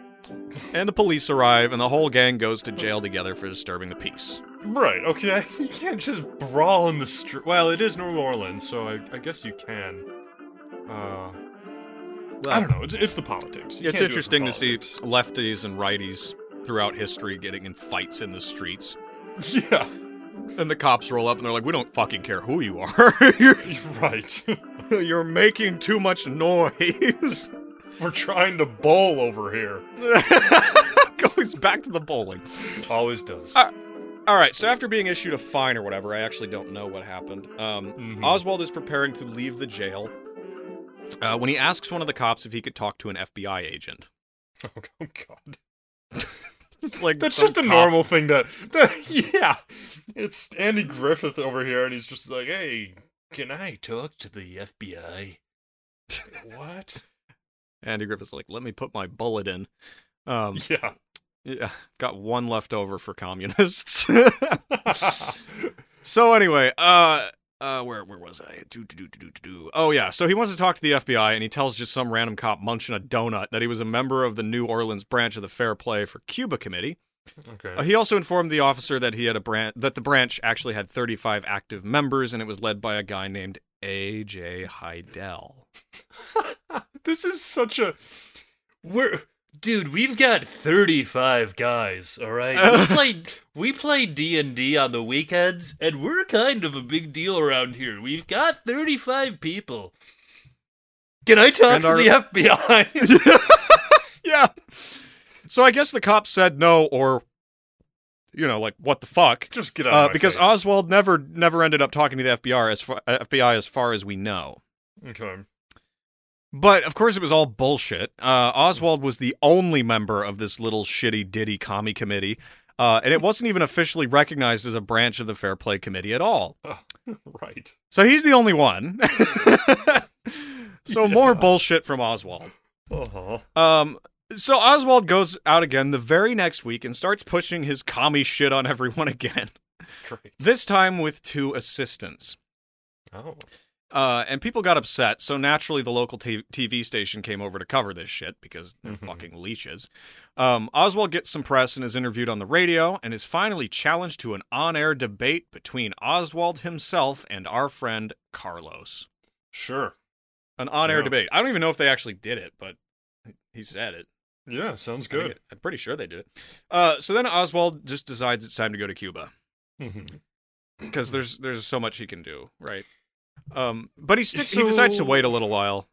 And the police arrive and the whole gang goes to jail together for disturbing the peace. Right. Okay. You can't just brawl in the street. Well, it is New Orleans, so I, I guess you can. Uh, I don't know. It's, it's the politics. You can't it's do it for interesting to see politics. lefties and righties throughout history getting in fights in the streets. Yeah. And the cops roll up and they're like, "We don't fucking care who you are. You're- Right. You're making too much noise. We're trying to bowl over here. Goes back to the bowling. Always does. Uh, All right, so after being issued a fine or whatever, I actually don't know what happened. Um, Mhm. Oswald is preparing to leave the jail uh, when he asks one of the cops if he could talk to an FBI agent. Oh, God. It's like That's some just a cop- normal thing to. that- yeah. It's Andy Griffith over here, and he's just like, hey, can I talk to the FBI? what? Andy Griffith's like, let me put my bullet in. Um, Yeah. yeah, got one left over for communists. So anyway, uh, uh, where where was I? Do, do, do, do, do, do, do. Oh yeah, so he wants to talk to the FBI, and he tells just some random cop munching a donut that he was a member of the New Orleans branch of the Fair Play for Cuba Committee. okay. Uh, he also informed the officer that he had a branch that the branch actually had 35 active members, and it was led by a guy named A.J. Heidel. this is such a we're dude we've got 35 guys all right we played we play d&d on the weekends and we're kind of a big deal around here we've got 35 people can i talk And to our- the fbi yeah. So I guess the cop said no, or you know, like what the fuck. just get uh, because Oswald never never ended up talking to the FBI as far, uh, FBI as far as we know. okay But of course, it was all bullshit. Uh, Oswald was the only member of this little shitty ditty commie committee, uh, and it wasn't even officially recognized as a branch of the Fair Play Committee at all. right So he's the only one. so more bullshit from Oswald. uh-huh Um, so Oswald goes out again the very next week and starts pushing his commie shit on everyone again. great This time with two assistants. oh Uh, and people got upset, so naturally the local t- TV station came over to cover this shit because they're Mhm. fucking leeches. Um, Oswald gets some press and is interviewed on the radio and is finally challenged to an on air debate between Oswald himself and our friend Carlos. sure An on air Yeah. debate. I don't even know if they actually did it, but he said it. yeah sounds I think good it- I'm pretty sure they did it. Uh, so then Oswald just decides it's time to go to Cuba Mhm. because there's there's so much he can do, right? Um, but he stick- he So- decides to wait a little while.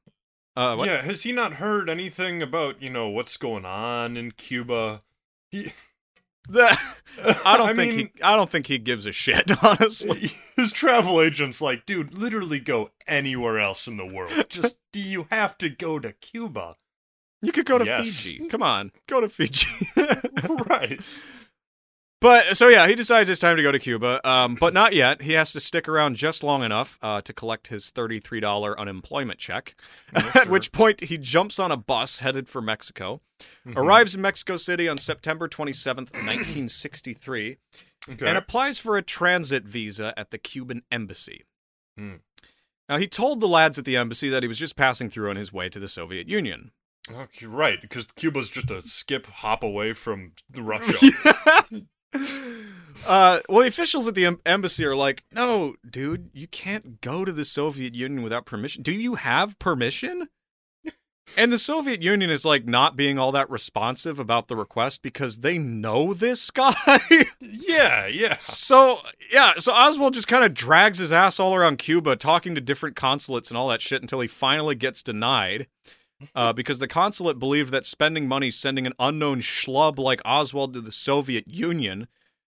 Uh, what? Yeah, has he not heard anything about, you know, what's going on in Cuba? I don't think mean, he. I don't think he gives a shit. Honestly, his travel agent's like, dude, literally go anywhere else in the world. Just do you have to go to Cuba? you could go to Yes. Fiji. Come on, go to Fiji. right. But so yeah, he decides it's time to go to Cuba, um, but not yet. He has to stick around just long enough uh, to collect his thirty-three dollar unemployment check. At which point, he jumps on a bus headed for Mexico. Mm-hmm. Arrives in Mexico City on September twenty-seventh, nineteen sixty-three, Okay. and applies for a transit visa at the Cuban embassy. Hmm. Now he told the lads at the embassy that he was just passing through on his way to the Soviet Union. Okay, Oh, right, because Cuba's just a skip hop away from Russia. Uh, well, the officials at the em- embassy are like, "No, dude, you can't go to the Soviet Union without permission. Do you have permission?" And the Soviet Union is like not being all that responsive about the request because they know this guy. yeah, yeah. so, yeah, so Oswald just kind of drags his ass all around Cuba talking to different consulates and all that shit until he finally gets denied. Uh, because the consulate believed that spending money sending an unknown schlub like Oswald to the Soviet Union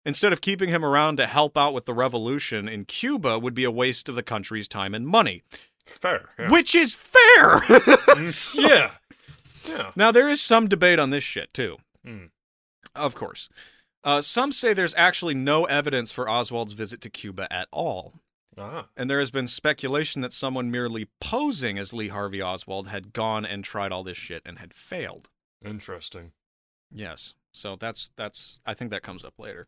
instead of keeping him around to help out with the revolution in Cuba would be a waste of the country's time and money, Fair. Yeah. Mm, which is fair. yeah. Yeah. now, there is some debate on this shit, too. Hmm. Of course. Uh, some say there's actually no evidence for Oswald's visit to Cuba at all. Ah. And there has been speculation that someone merely posing as Lee Harvey Oswald had gone and tried all this shit and had failed. Interesting. Yes. So that's that's I think that comes up later.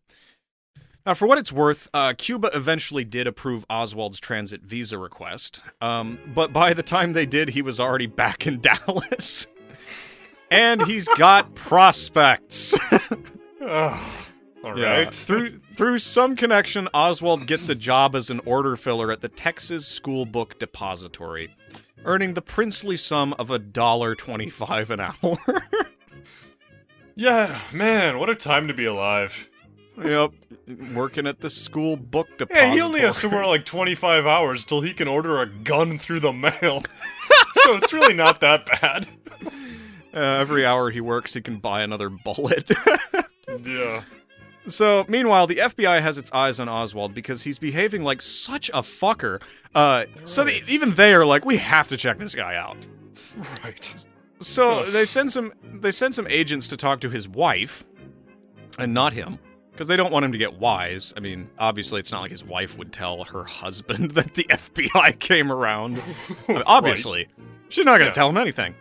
Now, for what it's worth, uh, Cuba eventually did approve Oswald's transit visa request, um, but by the time they did, he was already back in Dallas, and he's got prospects. Ugh. All right. Yeah. Through through some connection, Oswald gets a job as an order filler at the Texas School Book Depository, earning the princely sum of a dollar twenty-five an hour. Yeah, man, what a time to be alive. yep, working at the school book depository. Yeah, he only has to work like 25 hours till he can order a gun through the mail. so it's really not that bad. Uh, every hour he works, he can buy another bullet. Yeah. So, meanwhile, the FBI has its eyes on Oswald because he's behaving like such a fucker. Uh, so they, even they are like, we have to check this guy out. Right. So Ugh. they send some they send some agents to talk to his wife, and not him, because they don't want him to get wise. I mean, obviously, it's not like his wife would tell her husband that the FBI came around. I mean, obviously, she's not going to Yeah. tell him anything.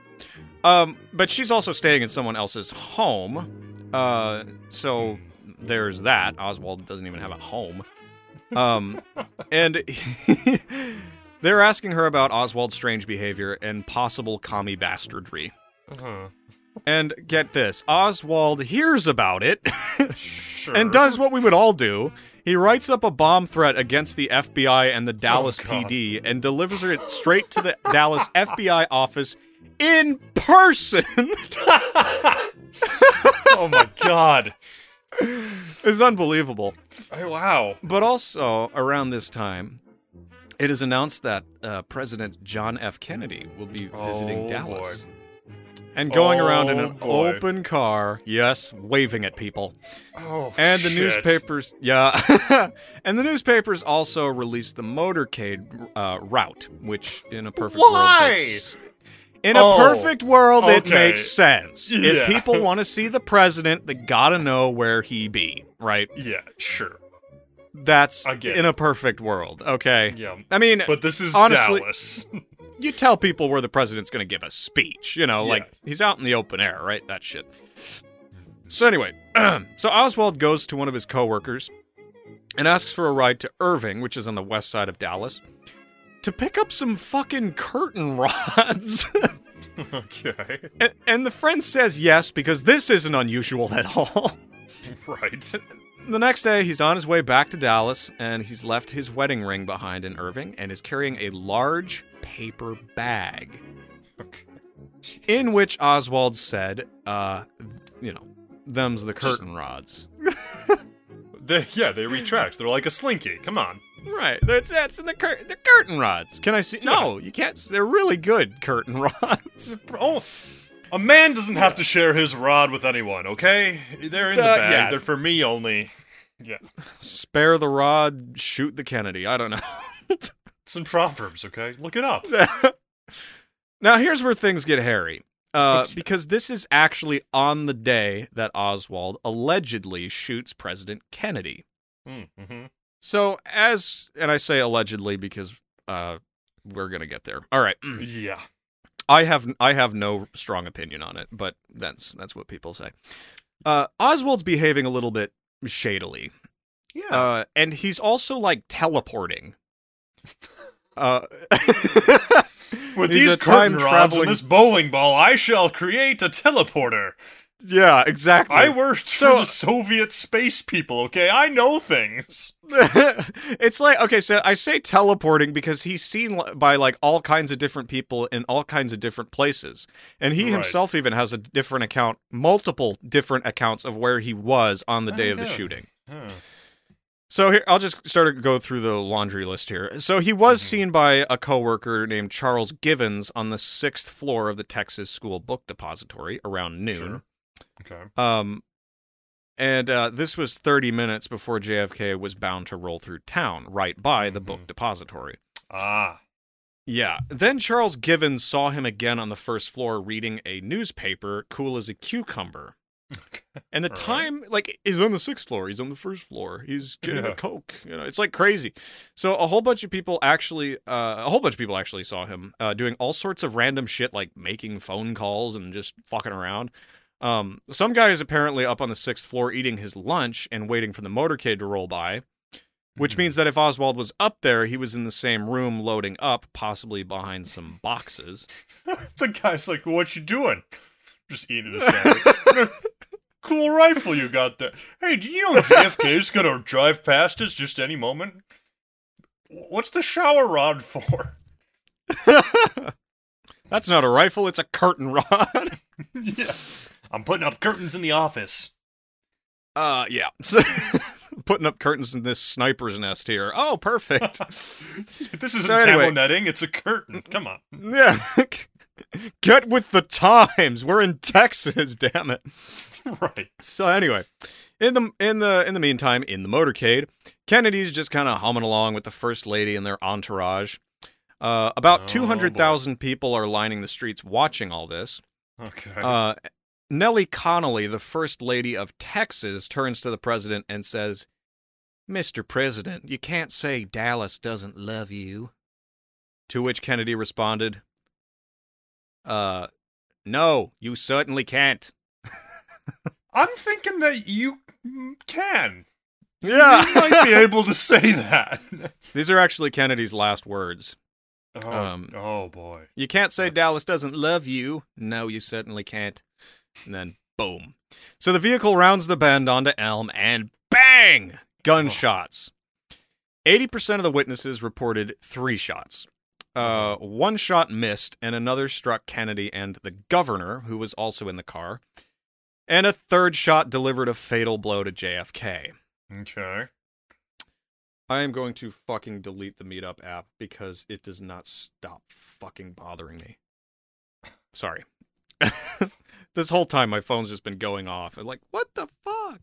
Um, but she's also staying in someone else's home. Uh, so there's that. Oswald doesn't even have a home. Um, and they're asking her about Oswald's strange behavior and possible commie bastardry. Uh-huh. And get this Oswald hears about it Sure. and does what we would all do. He writes up a bomb threat against the FBI and the Dallas Oh, God. PD and delivers it straight to the Dallas FBI office in person. Oh my god. it's unbelievable. Oh, wow. But also around this time, it is announced that uh, President John F. Kennedy will be visiting Oh, Dallas and going around in Oh, an boy. open car. Yes, waving at people. Oh, And the shit. newspapers, yeah, and the newspapers also released the motorcade uh, route, which in a perfect Why? world, makes- in Oh, a perfect world, it okay. makes sense. If Yeah. people want to see the president, they gotta know where he be, right? Yeah, sure. That's I get in it. a perfect world, okay? Yeah. I mean, But this is Honestly- Dallas. you tell people where the president's going to give a speech, you know, Yeah. like he's out in the open air, right? That shit. So anyway, so Oswald goes to one of his coworkers and asks for a ride to Irving, which is on the west side of Dallas, to pick up some fucking curtain rods. okay. and, and the friend says yes because this isn't unusual at all. Right. The next day, he's on his way back to Dallas and he's left his wedding ring behind in Irving and is carrying a large paper bag. Okay. in which Oswald said, uh, you know, them's the curtain rods. They, yeah, they retract. They're like a slinky. Come on. Right. That's that's in the cur- the curtain rods. Can I see? No, you can't. s- They're really good curtain rods. Oh, a man doesn't have to share his rod with anyone, okay? They're in the Uh, bag. yeah. They're for me only. Yeah. Spare the rod, shoot the Kennedy. I don't know. Some proverbs, okay? Look it up. now here's where things get hairy. Uh, because this is actually on the day that Oswald allegedly shoots President Kennedy. Mm-hmm. So as and I say allegedly because uh, we're gonna get there. All right. Yeah. I have I have no strong opinion on it, but that's that's what people say. Uh, Oswald's behaving a little bit shadily, Yeah. uh, and he's also like teleporting. Uh, With he's these a curtain time rods traveling- and this bowling ball, I shall create a teleporter. yeah, exactly. I worked So- for the Soviet space people, okay? I know things. it's like okay, so I say teleporting because he's seen li- by like all kinds of different people in all kinds of different places, and he Right. himself even has a different account, multiple different accounts of where he was on the Oh day my of the God. shooting. Huh. So here, I'll just start to go through the laundry list here. So he was seen by a coworker named Charles Givens on the sixth floor of the Texas School Book Depository around noon. Okay. Um, and uh, this was 30 minutes before JFK was bound to roll through town, right by the book depository. Ah. Yeah. Then Charles Givens saw him again on the first floor reading a newspaper, cool as a cucumber. And the All right. time, like, he's on the sixth floor. He's on the first floor. He's getting Yeah. a coke. You know, it's like crazy. So a whole bunch of people actually, uh, a whole bunch of people actually saw him uh, doing all sorts of random shit, like making phone calls and just fucking around. Um, some guy is apparently up on the sixth floor eating his lunch and waiting for the motorcade to roll by, which means that if Oswald was up there, he was in the same room loading up, possibly behind some boxes. the guy's like, "What you doing?" Just eating a sandwich. cool rifle you got there. Hey, do you know JFK's gonna drive past us just any moment? What's the shower rod for? That's not a rifle; it's a curtain rod. yeah, I'm putting up curtains in the office. Uh, yeah. So- Putting up curtains in this sniper's nest here. Oh, perfect. this isn't So anyway- camo netting; it's a curtain. Come on. yeah. Get with the times. We're in Texas, damn it. right. So anyway, in the in the in the meantime, in the motorcade, Kennedy's just kind of humming along with the first lady and their entourage. Uh, about Oh, 200,000 people are lining the streets watching all this. Okay. Uh, Nellie Connolly, the first lady of Texas, turns to the president and says, Mr. President, you can't say Dallas doesn't love you. To which Kennedy responded, uh, No, you certainly can't. I'm thinking that you can. You might Yeah. be able to say that. These are actually Kennedy's last words. Oh, Um, oh boy. You can't say That's- Dallas doesn't love you. No, you certainly can't. And then, boom. So the vehicle rounds the bend onto Elm and bang! Gunshots. 80% of the witnesses reported three shots. Uh, one shot missed, and another struck Kennedy and the governor, who was also in the car. And a third shot delivered a fatal blow to JFK. Okay. I am going to fucking delete the Meetup app because it does not stop fucking bothering me. Sorry. this whole time my phone's just been going off. I'm like, what the fuck?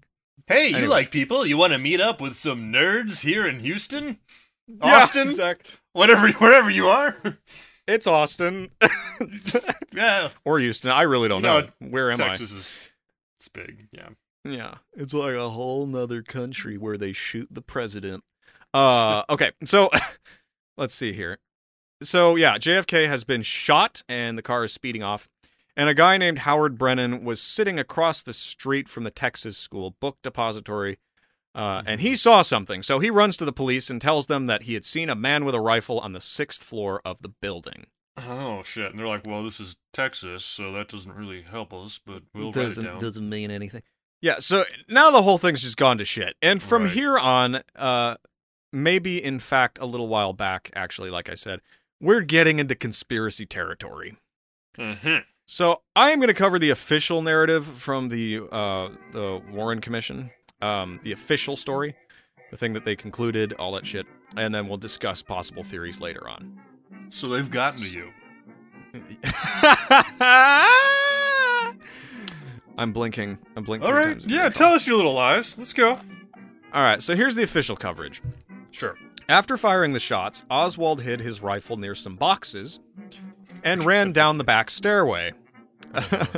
Hey, Anyway. you like people? You want to meet up with some nerds here in Houston, Yeah, Austin, exact- whatever, wherever you are? It's Austin. yeah, or Houston. I really don't No, know. Where am Texas is it's big. Yeah, I? Yeah. It's like a whole nother country where they shoot the president. Uh okay. So let's see here. So yeah, JFK has been shot and the car is speeding off. And a guy named Howard Brennan was sitting across the street from the Texas School Book Depository. Uh, and he saw something, so he runs to the police and tells them that he had seen a man with a rifle on the sixth floor of the building. Oh shit! And they're like, "Well, this is Texas, so that doesn't really help us, but we'll write it down." doesn't mean anything. Yeah, so now the whole thing's just gone to shit. And from Right. here on, uh, maybe in fact, a little while back, actually, like I said, we're getting into conspiracy territory. Uh-huh. So I am going to cover the official narrative from the uh, the Warren Commission, um, the official story, the thing that they concluded, all that shit, and then we'll discuss possible theories later on. So they've gotten to you. I'm blinking. I'm blinking. All right. Yeah, tell us your little lies. Let's go. All right. So here's the official coverage. Sure. After firing the shots, Oswald hid his rifle near some boxes and ran down the back stairway.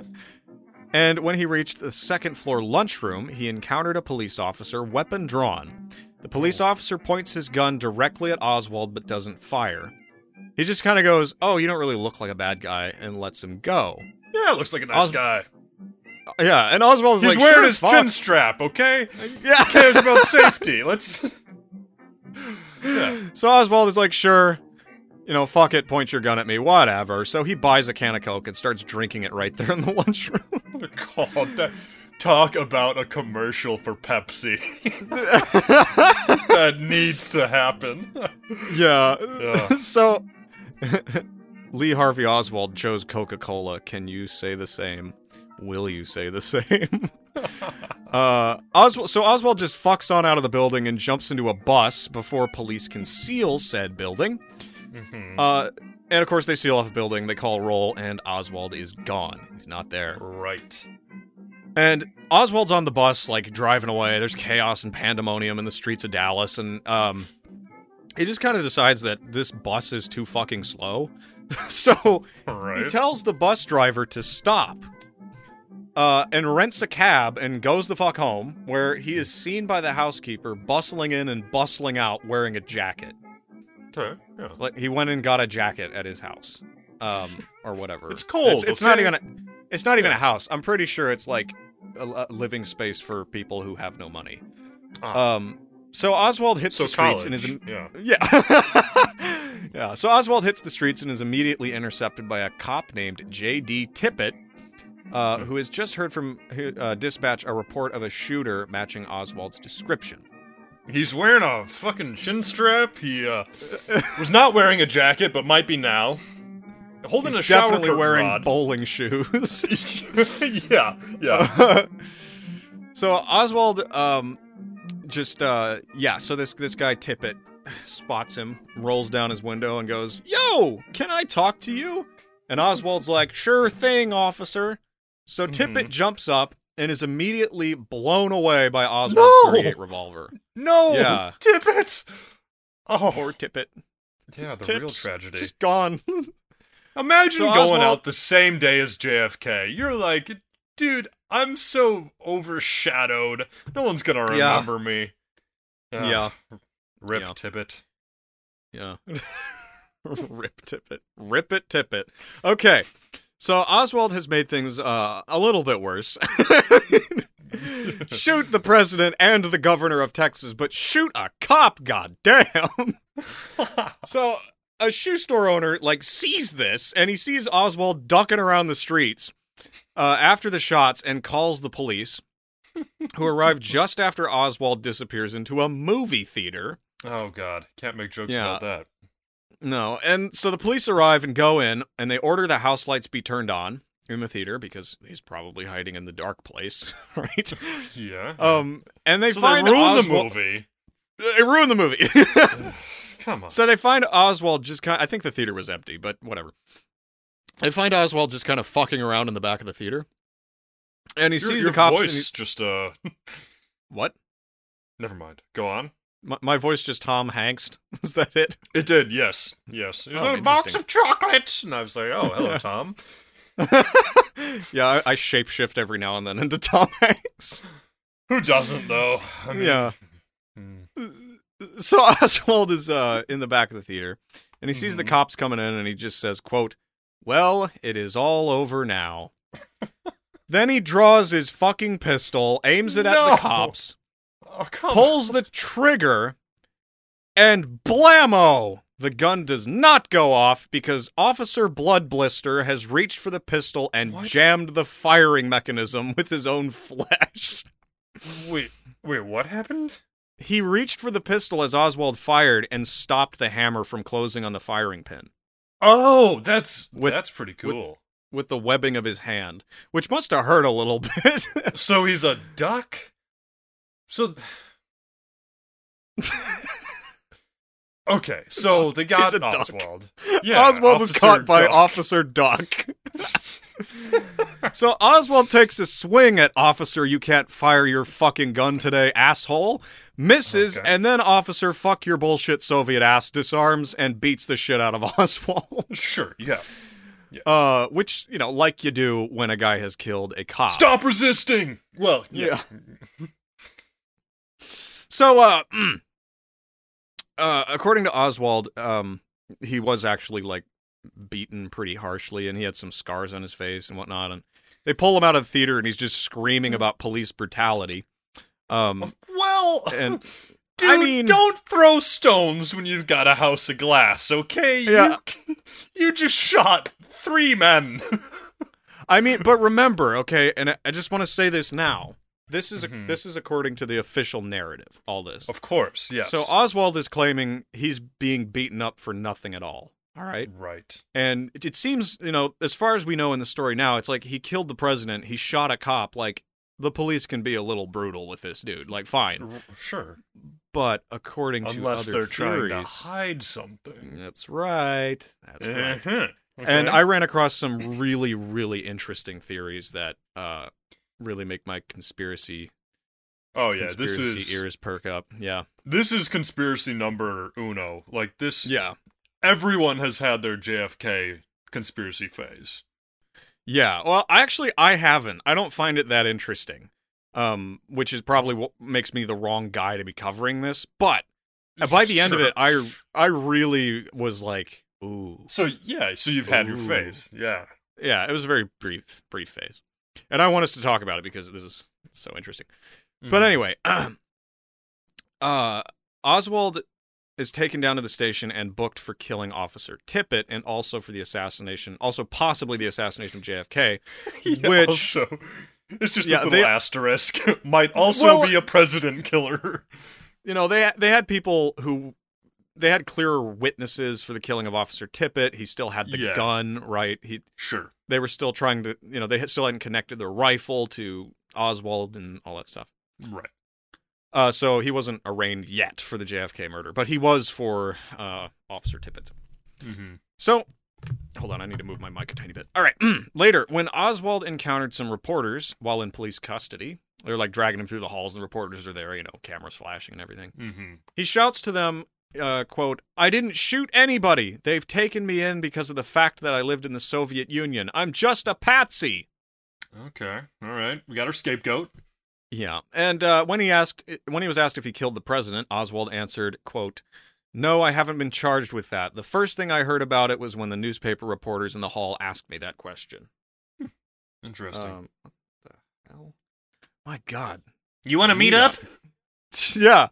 and when he reached the second floor lunchroom, he encountered a police officer, weapon drawn. The police officer points his gun directly at Oswald but doesn't fire. He just kind of goes, Oh, you don't really look like a bad guy, and lets him go. Yeah, looks like a nice Os- guy. Yeah, and Oswald's He's like, wearing "Sure, his fuck." chin strap, okay? Yeah. Cares about safety. Let's. Yeah. So Oswald is like, sure, you know, fuck it, point your gun at me, whatever. So he buys a can of Coke and starts drinking it right there in the lunchroom. God, that- talk about a commercial for Pepsi. that needs to happen. yeah. Yeah. so Lee Harvey Oswald chose Coca Cola. Can you say the same? Will you say the same? uh, Oswald. So Oswald just fucks on out of the building and jumps into a bus before police can seal said building. mm-hmm. Uh, and of course, they seal off a building. They call roll, and Oswald is gone. He's not there. right. And Oswald's on the bus, like driving away. There's chaos and pandemonium in the streets of Dallas, and um, he just kind of decides that this bus is too fucking slow. so he Right. tells the bus driver to stop, uh, and rents a cab and goes the fuck home, where he is seen by the housekeeper bustling in and bustling out wearing a jacket. okay. Yeah. It's Like he went and got a jacket at his house, um, or whatever. It's cold, It's, it's not okay? even. A, it's not even a house. I'm pretty sure it's like a, a living space for people who have no money. Ah. Um. So Oswald hits So the streets college. and is. im- yeah. yeah. yeah. So Oswald hits the streets and is immediately intercepted by a cop named J.D. Tippett, uh, Hmm. who has just heard from uh, dispatch a report of a shooter matching Oswald's description. He's wearing a fucking shin strap. He uh, was not wearing a jacket, but might be now. Holding a shower Definitely curtain wearing rod. bowling shoes. yeah, yeah. Uh-huh. so Oswald, um, just uh, yeah. So this this guy Tippett spots him, rolls down his window, and goes, "Yo, can I talk to you?" And Oswald's like, "Sure thing, officer." So Tippett jumps up and is immediately blown away by Oswald's No! 38 revolver. No, Yeah. Tippett. Oh, Poor Tippett, yeah, the real Tipp's tragedy. just gone. Imagine So going Oswald- out the same day as JFK. You're like, dude, I'm so overshadowed. No one's gonna Yeah. remember me. Ah, yeah, Rip Yeah. Tippett. Yeah. Rip Tippett. Rip it Tippett. Okay. So Oswald has made things uh, a little bit worse. shoot the president and the governor of Texas, but shoot a cop, goddamn. so a shoe store owner like sees this and he sees Oswald ducking around the streets uh, after the shots and calls the police, who arrive just after Oswald disappears into a movie theater. Oh God, can't make jokes Yeah. about that. No. And so the police arrive and go in and they order the house lights be turned on in the theater because he's probably hiding in the dark place, right? Yeah. Um and they so they find ruined Oswald- the movie. They ruined the movie. Come on. so they find Oswald just kind I think the theater was empty, but whatever. They find Oswald just kind of fucking around in the back of the theater. And he your sees your the cops. and voice just uh. he- what? Never mind. Go on. My, my voice just Tom Hanks. Is that it? It did. Yes. Yes. It was Oh, a box interesting. of chocolates, and I was like, oh, hello, Tom. Yeah, I, I shapeshift every now and then into Tom Hanks. Who doesn't though? I mean, yeah. hmm. so Oswald is uh, in the back of the theater, and he sees the Mm-hmm. cops coming in, and he just says, "quote Well, it is all over now." then he draws his fucking pistol, aims it at No. the cops, Oh come pulls the trigger, and blammo! The gun does not go off because Officer Blood Blister has reached for the pistol and What? jammed the firing mechanism with his own flesh. on. Wait. Wait. What happened? He reached for the pistol as Oswald fired and stopped the hammer from closing on the firing pin Oh, that's With- that's pretty cool. with the webbing of his hand, which must have hurt a little bit. so he's a duck. So Okay, so they got a duck. Oswald. Yeah, Oswald was Officer caught by Duck. Officer Duck. so Oswald takes a swing at Officer, you can't fire your fucking gun today, asshole. Misses, Okay. and then Officer, fuck your bullshit Soviet ass, disarms and beats the shit out of Oswald. Sure, yeah. Uh, which, you know, like you do when a guy has killed a cop. Stop resisting. Well, yeah. Yeah. so, uh, mm, uh, according to Oswald, um, he was actually like beaten pretty harshly, and he had some scars on his face and whatnot. And they pull him out of the theater, and he's just screaming Mm. about police brutality. Um, Well, and dude, I mean- don't throw stones when you've got a house of glass, okay? You- Yeah. You, just shot three men. I mean, but remember, okay, and I- I just want to say this now. This is Mhm. this is according to the official narrative. All this. Of course, yes. So Oswald is claiming he's being beaten up for nothing at all. All right. right. And it, it seems, you know, as far as we know in the story now, it's like he killed the president, he shot a cop. Like, the police can be a little brutal with this dude. Like, fine. R- sure. But according to Unless other they're theories, trying to hide something. that's right. That's right. Uh-huh. And Okay. I ran across some really, really interesting theories that uh, really make my conspiracy, Oh yeah, this conspiracy is ears perk up. Yeah. this is conspiracy number uno. Like this Yeah. everyone has had their JFK conspiracy phase. Yeah. Well, I actually, I haven't. I don't find it that interesting, um, which is probably what makes me the wrong guy to be covering this. But by the end of Sure. it, I I really was like, ooh, So yeah, so you've had your Ooh. phase. Yeah. yeah. It was a very brief, brief phase, and I want us to talk about it because this is so interesting. But Mhm. anyway, uh, Oswald is taken down to the station and booked for killing Officer Tippett, and also for the assassination, also possibly the assassination of JFK, Yeah, which. also, it's just Yeah, this little they- asterisk might also Well- be a president killer. you know they they had people who they had clearer witnesses for the killing of Officer Tippett. He still had the Yeah. gun, right? He Sure. they were still trying to you know they had- still hadn't connected the rifle to Oswald and all that stuff. Right. Uh, so he wasn't arraigned yet for the JFK murder, but he was for uh, Officer Tippett. Mm-hmm. So, hold on, I need to move my mic a tiny bit. All right. Later, when Oswald encountered some reporters while in police custody, they're like dragging him through the halls, and the reporters are there, you know, cameras flashing and everything. Mm-hmm. He shouts to them, uh, quote, I didn't shoot anybody. They've taken me in because of the fact that I lived in the Soviet Union. I'm just a patsy. Okay. All right. We got our scapegoat. Yeah. And uh, when he asked when he was asked if he killed the president, Oswald answered, quote, No, I haven't been charged with that. The first thing I heard about it was when the newspaper reporters in the hall asked me that question. Interesting. Um, what the hell? My God. You want to meet up? yeah.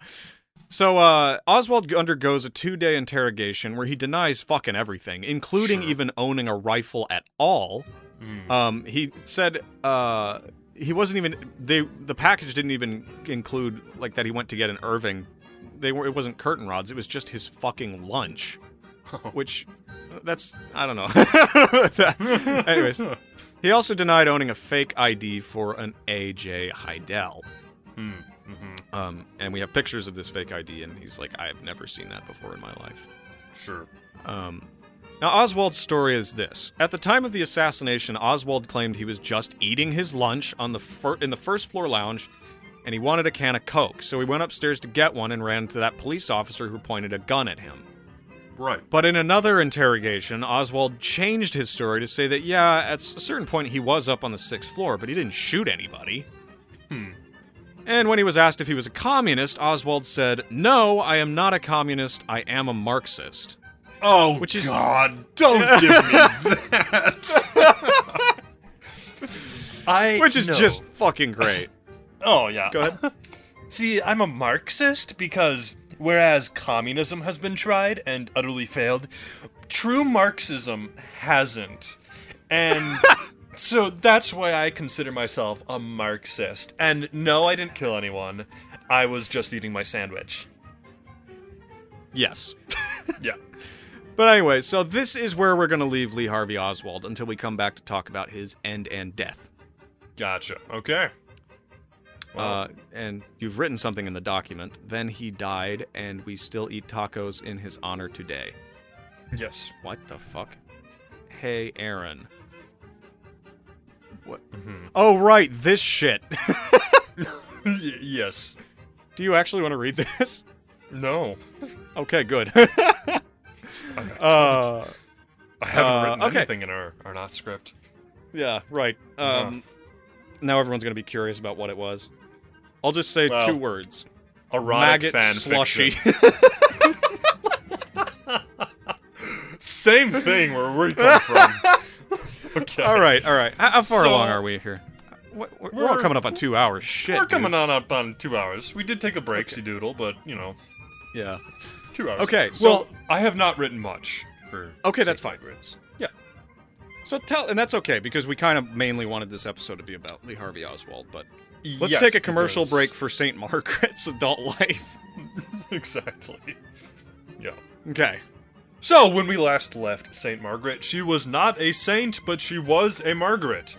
So uh, Oswald undergoes a two-day interrogation where he denies fucking everything, including Sure. even owning a rifle at all. Mm. Um, he said uh, he wasn't even they the package didn't even include like that he went to get an Irving. They were it wasn't curtain rods. It was just his fucking lunch, which that's I don't know. Mm. That- anyways, Hmm. he also denied owning a fake ID for an AJ Heidel. Mm-hmm. Um, and we have pictures of this fake ID, and he's like, I have never seen that before in my life. Sure. Um, now, Oswald's story is this. At the time of the assassination, Oswald claimed he was just eating his lunch on the fir- in the first floor lounge, and he wanted a can of Coke. So he went upstairs to get one and ran to that police officer who pointed a gun at him. Right. But in another interrogation, Oswald changed his story to say that, yeah, at s- a certain point he was up on the sixth floor, but he didn't shoot anybody. Hmm. And when he was asked if he was a communist, Oswald said, No, I am not a communist. I am a Marxist. Oh, Which which is- is God! Don't give me that. I Which is no. just fucking great. oh yeah. Go ahead. See, I'm a Marxist because whereas communism has been tried and utterly failed, true Marxism hasn't. And so that's why I consider myself a Marxist. And no, I didn't kill anyone. I was just eating my sandwich. yes. Yeah. But anyway, so this is where we're going to leave Lee Harvey Oswald until we come back to talk about his end and death. Gotcha. Okay. uh, and you've written something in the document. Then he died, and we still eat tacos in his honor today. Yes. What the fuck? Hey, Aaron. What? Mhm. Oh, right, this shit. Y- yes. Do you actually want to read this? No. Okay, good. I don't. uh, I haven't uh, written okay. anything in our, our not script. yeah, right. Um, Now everyone's gonna be curious about what it was. I'll just say Well, two words: Erotic maggot fan slushy. fiction. Same thing where we come from. okay. all right, all right. How, how far So- along are we here? What, we're, we're all We're- coming up on two hours. Shit, We're coming dude. on up on two hours. We did take a break, see doodle, but you know, Yeah. two hours. Okay, well, so- I have not written much. For Okay, that's fine. Grits. Yeah. So tell, and that's okay because we kind of mainly wanted this episode to be about Lee Harvey Oswald. But let's Yes, take a commercial because- break for Saint Margaret's adult life. exactly. Yeah. Okay. So, when we last left St. Margaret, she was not a saint, but she was a Margaret.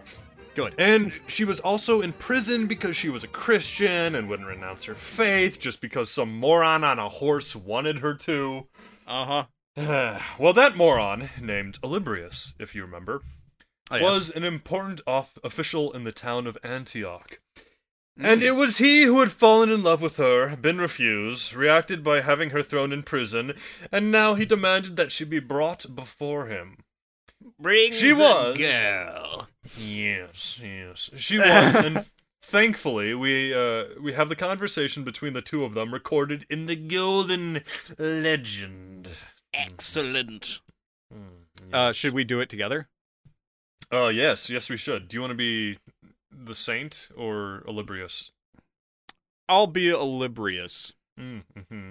Good. Eh. And she was also in prison because she was a Christian and wouldn't renounce her faith just because some moron on a horse wanted her to. Uh huh. well, that moron, named Olybrius, if you remember, Oh, Ah, was an important off- official in the town of Antioch. Hmm. And it was he who had fallen in love with her, been refused, reacted by having her thrown in prison, and now he demanded that she be brought before him. Bring She the was. girl. Yes, yes. She was, and thankfully we uh, we have the conversation between the two of them recorded in the Golden Legend. Excellent. Uh, should we do it together? Oh yes, yes we should. Do you want to be the saint or Olybrius? I'll be Olybrius. Mm, hmm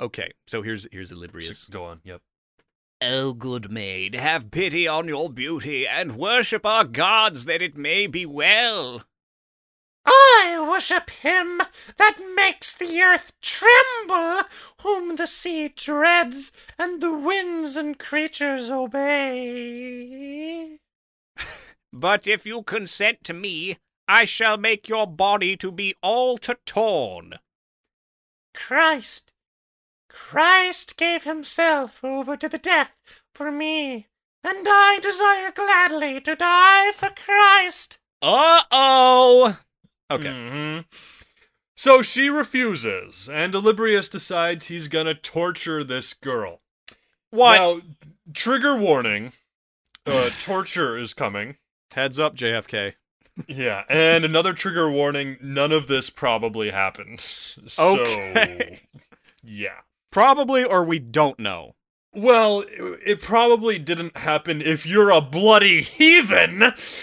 Okay. So here's here's Olybrius. Go on. Yep. O Oh, good maid, have pity on your beauty, and worship our gods that it may be well. I worship him that makes the earth tremble, whom the sea dreads, and the winds and creatures obey. But if you consent to me, I shall make your body to be all to torn. Christ. Christ gave himself over to the death for me, and I desire gladly to die for Christ. Uh oh. Okay. Mhm. So she refuses, and Olybrius decides he's gonna torture this girl. What? Now, trigger warning. Uh, torture is coming. Heads up, JFK. Yeah, and another trigger warning. None of this probably happened. So, Okay. yeah. Probably, or we don't know. Well, it, it probably didn't happen if you're a bloody heathen.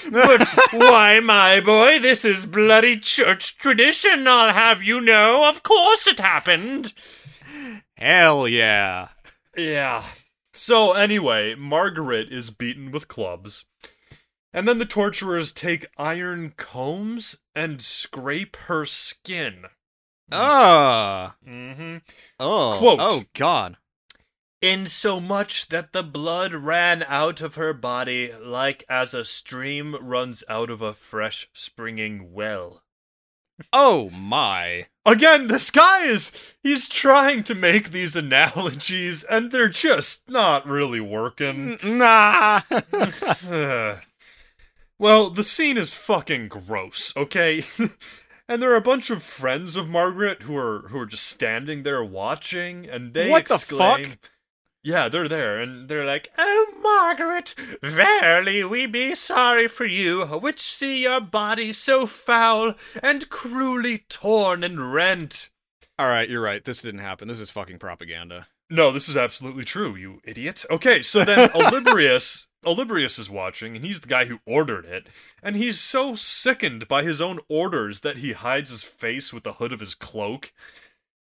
But why, my boy, this is bloody church tradition, I'll have you know. Of course it happened. Hell yeah. Yeah. So anyway, Margaret is beaten with clubs. And then the torturers take iron combs and scrape her skin. Ah. Mm-hmm. oh. Quote. Oh God. Insomuch that the blood ran out of her body like as a stream runs out of a fresh springing well. Oh my. Again, this guy is he's trying to make these analogies and they're just not really working. Nah. well, the scene is fucking gross, okay? and there are a bunch of friends of Margaret who are who are just standing there watching and they What the exclaim fuck? Yeah, they're there and they're like, Oh, Margaret, verily we be sorry for you, which see your body so foul and cruelly torn and rent. All right, you're right. This didn't happen. This is fucking propaganda. No, this is absolutely true, you idiot. Okay, so then Olybrius Olybrius is watching, and he's the guy who ordered it, and he's so sickened by his own orders that he hides his face with the hood of his cloak.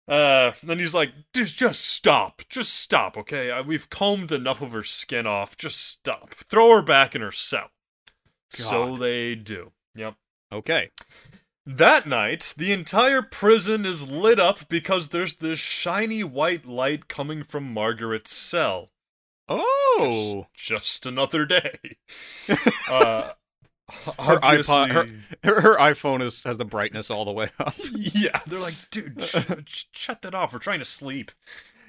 Uh, then he's like, "Just- just stop, just stop, okay? Uh, We've combed enough of her skin off. Just stop. Throw her back in her cell. So God. they do. Yep. Okay. That night, the entire prison is lit up because there's this shiny white light coming from Margaret's cell. Oh. Just another day. uh, Her Obviously- iPod, her, her iPhone is has the brightness all the way up. Yeah, they're like, dude, sh- sh- shut that off. We're trying to sleep.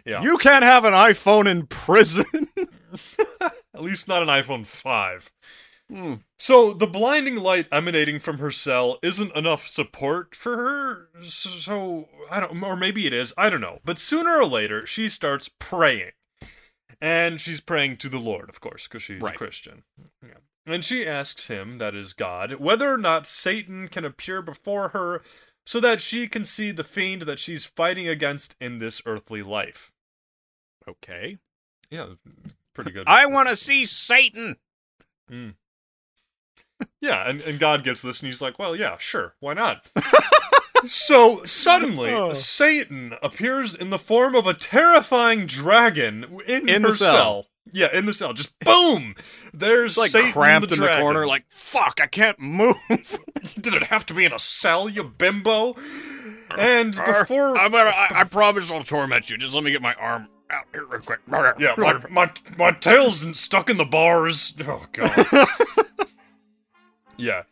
Yeah. You can't have an iPhone in prison. At least not an iPhone 5. So the blinding light emanating from her cell isn't enough support for her. s- So I don't, or maybe it is. I don't know. But sooner or later, she starts praying, and she's praying to the Lord, of course, because she's Right. a Christian. Yeah. And she asks him, that is God, whether or not Satan can appear before her, so that she can see the fiend that she's fighting against in this earthly life. okay. Yeah, pretty good. I want to see Satan. Yeah, and, and God gets this, and he's like, well, yeah, sure, why not? so suddenly, Oh. Satan appears in the form of a terrifying dragon w- in, In her the cell. Yeah, in the cell. Just boom! There's It's like Satan cramped the in the dragon. corner, like fuck, I can't move. did it have to be in a cell, you bimbo? And before. I'm gonna, I, I promise I'll torment you. Just let me get my arm out here real quick. yeah, my, my, my tail's stuck in the bars. Oh, God. Yeah.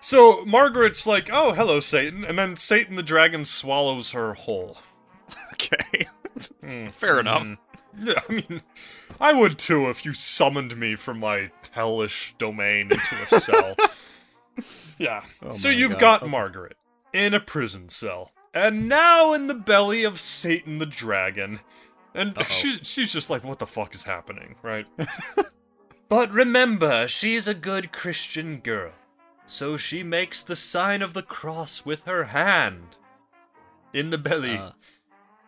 So Margaret's like, oh, hello, Satan. And then Satan the dragon swallows her whole. okay. Hmm. Fair enough. Yeah, I mean, I would too if you summoned me from my hellish domain into a cell. yeah. so Oh my you've God. got Margaret in a prison cell, and now in the belly of Satan the dragon. And she, she's just like, what the fuck is happening, right? But remember, she's a good Christian girl. So she makes the sign of the cross with her hand in the belly. Uh.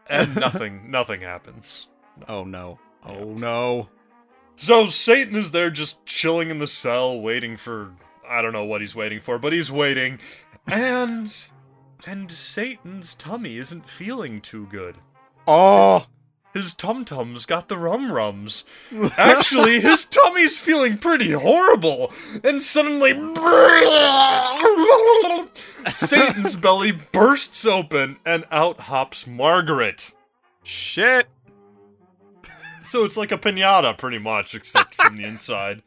And nothing, nothing happens. Oh no. Oh no. So Satan is there just chilling in the cell, waiting for I don't know what he's waiting for, but he's waiting. And and Satan's tummy isn't feeling too good. Oh. His tum tums got the rum rums. Actually, his tummy's feeling pretty horrible. And suddenly, Satan's belly bursts open, and out hops Margaret. Shit. So it's like a pinata, pretty much, except from the inside.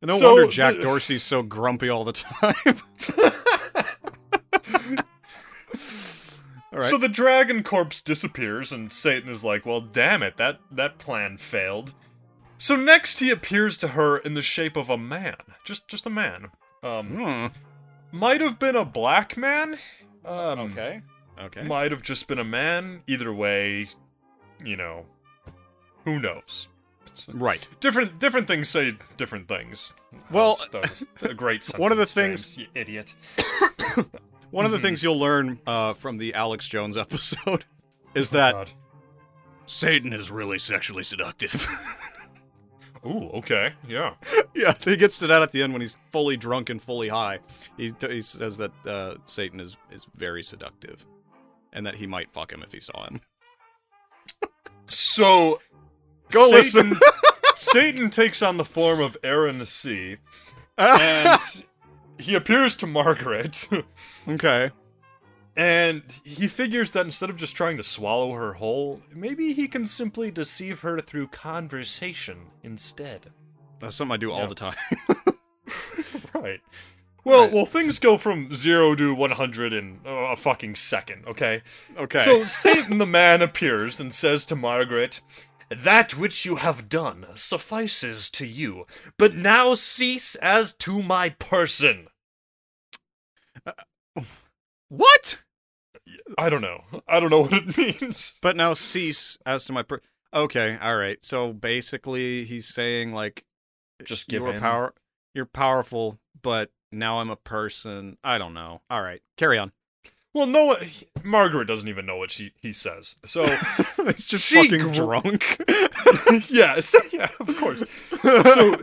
No So wonder Jack the- Dorsey's so grumpy all the time. all right. So the dragon corpse disappears, and Satan is like, "Well, damn it, that that plan failed." So next, he appears to her in the shape of a man, just just a man. Um, Hmm. might have been a black man. Um, Okay. Okay. Might have just been a man. Either way, you know, who knows? Right. Different different things say different things. Well, that was a great sentence, one of the James, you idiot. One hmm. of the things you'll learn uh, from the Alex Jones episode is that Oh, God. Satan is really sexually seductive. Ooh, okay, yeah. yeah, he gets to that at the end when he's fully drunk and fully high. He, he says that uh, Satan is is very seductive, and that he might fuck him if he saw him. So Go Satan, listen. Satan takes on the form of Aaron C. And he appears to Margaret. Okay. And he figures that instead of just trying to swallow her whole, maybe he can simply deceive her through conversation instead. That's something I do all Yeah. the time. Right. Well, Right. well, things go from zero to one hundred in uh, a fucking second. Okay. okay. So Satan the man appears and says to Margaret, That which you have done suffices to you, but now cease as to my person. what? I don't know. I don't know what it means. But now cease as to my per- Okay, all right. So basically he's saying like Just you are power you're powerful, but now I'm a person. I don't know. All right. Carry on. Well, no, one- he- Margaret doesn't even know what she he says. So it's just She fucking gr- drunk. yeah, so, yeah, of course. So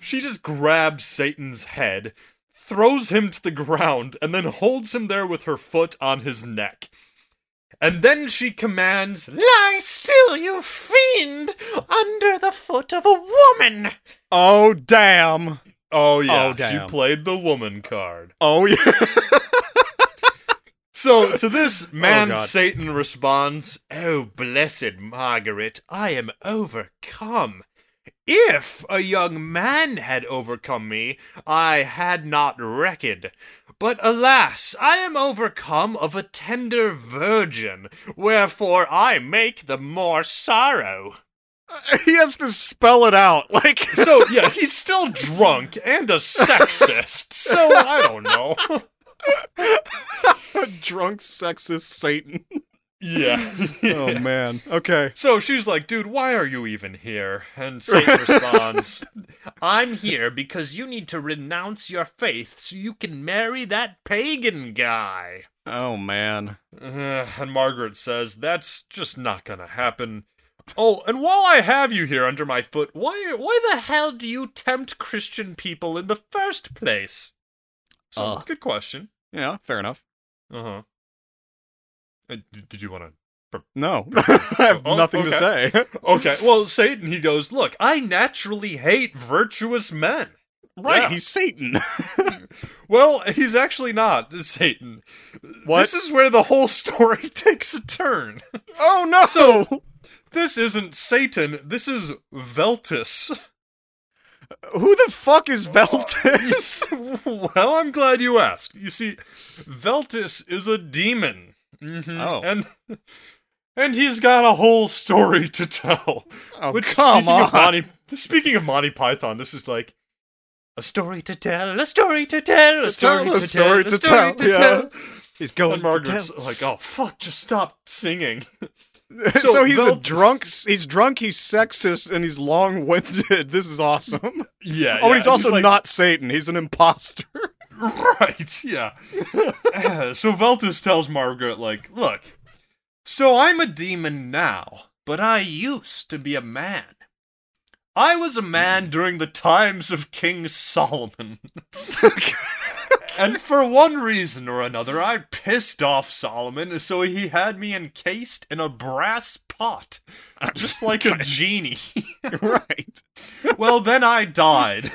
she just grabs Satan's head, throws him to the ground, and then holds him there with her foot on his neck. And then she commands, Lie still, you fiend, under the foot of a woman. oh damn. Oh yeah, Oh, damn. she played the woman card. Oh yeah. So to this, man God. Satan responds, "Oh blessed Margaret, I am overcome. if a young man had overcome me, I had not recked. But alas, I am overcome of a tender virgin, wherefore I make the more sorrow. he has to spell it out. Like, So, yeah, he's still drunk and a sexist, so I don't know. drunk sexist Satan. Yeah. Oh, man. Okay. So she's like, dude, why are you even here? And Satan responds, I'm here because you need to renounce your faith so you can marry that pagan guy. Oh, man. Uh, and Margaret says, That's just not gonna happen. Oh, and while I have you here under my foot, why why the hell do you tempt Christian people in the first place? So, Uh. good question. Yeah, fair enough. Uh huh. Uh, did you want to No, I have Oh, nothing to okay. say. Okay, well, Satan, he goes, Look, I naturally hate virtuous men. Right, Yeah. he's Satan. Well, he's actually not Satan. What? This is where the whole story takes a turn. oh no! So- This isn't Satan, this is Veltus. who the fuck is Veltis? well, I'm glad you asked. You see, Veltus is a demon. Mhm. Oh. And and he's got a whole story to tell. Oh, Which, come speaking Of on. Monty, speaking of Monty Python, this is like a story to tell, a story to tell, a story tell, to a tell, story to a story tell, to yeah. tell. He's And going Margaret's like, oh fuck, just stop singing. So, so he's a Veltis- drunk. He's drunk. He's sexist, and he's long-winded. This is awesome. Yeah. yeah, oh, and he's also like, not Satan. He's an imposter. Right, yeah. Uh, so Veltus tells Margaret, like, look, so I'm a demon now, but I used to be a man. I was a man during the times of King Solomon. and for one reason or another, I pissed off Solomon, so he had me encased in a brass pot, just like a genie. right? well, then I died.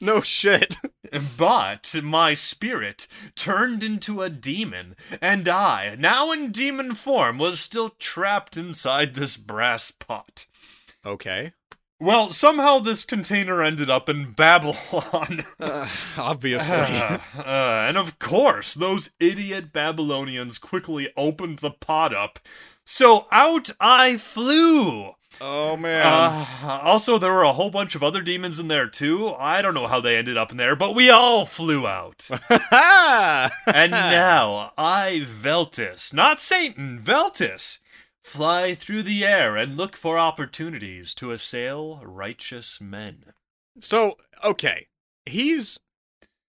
No shit. But my spirit turned into a demon, and I, now in demon form, was still trapped inside this brass pot. Okay. Well, somehow this container ended up in Babylon. Uh, obviously. Uh, uh, and of course, those idiot Babylonians quickly opened the pot up. So out I flew! oh man. Uh, also, there were a whole bunch of other demons in there too. I don't know how they ended up in there, but we all flew out. Uh-huh. and now I, Veltus, not Satan, Veltus, fly through the air and look for opportunities to assail righteous men. So okay, he's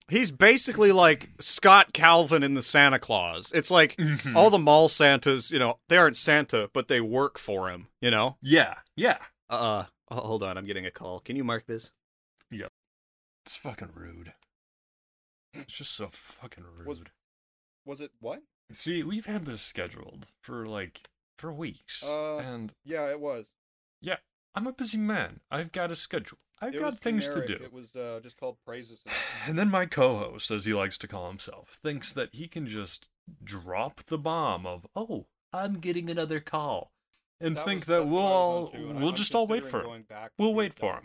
he's basically like Scott Calvin in the Santa Claus. It's like Mm-hmm. Oh, Hmm. all the mall Santas, you know, they aren't Santa, but they work for him. You know. Yeah, yeah. Uh, uh hold on, I'm getting a call. Can you mark this? It's fucking rude. It's just so fucking rude. Was- Was it what? See, we've had this scheduled for like for weeks, Uh, and Yeah, it was. I'm a busy man. I've got a schedule. I've got things to do. was uh, just called praises. And then my co host, as he likes to call himself, thinks that he can just drop the bomb of, oh, I'm getting another call. And think that we'll all, we'll just all wait for him. We'll wait for him.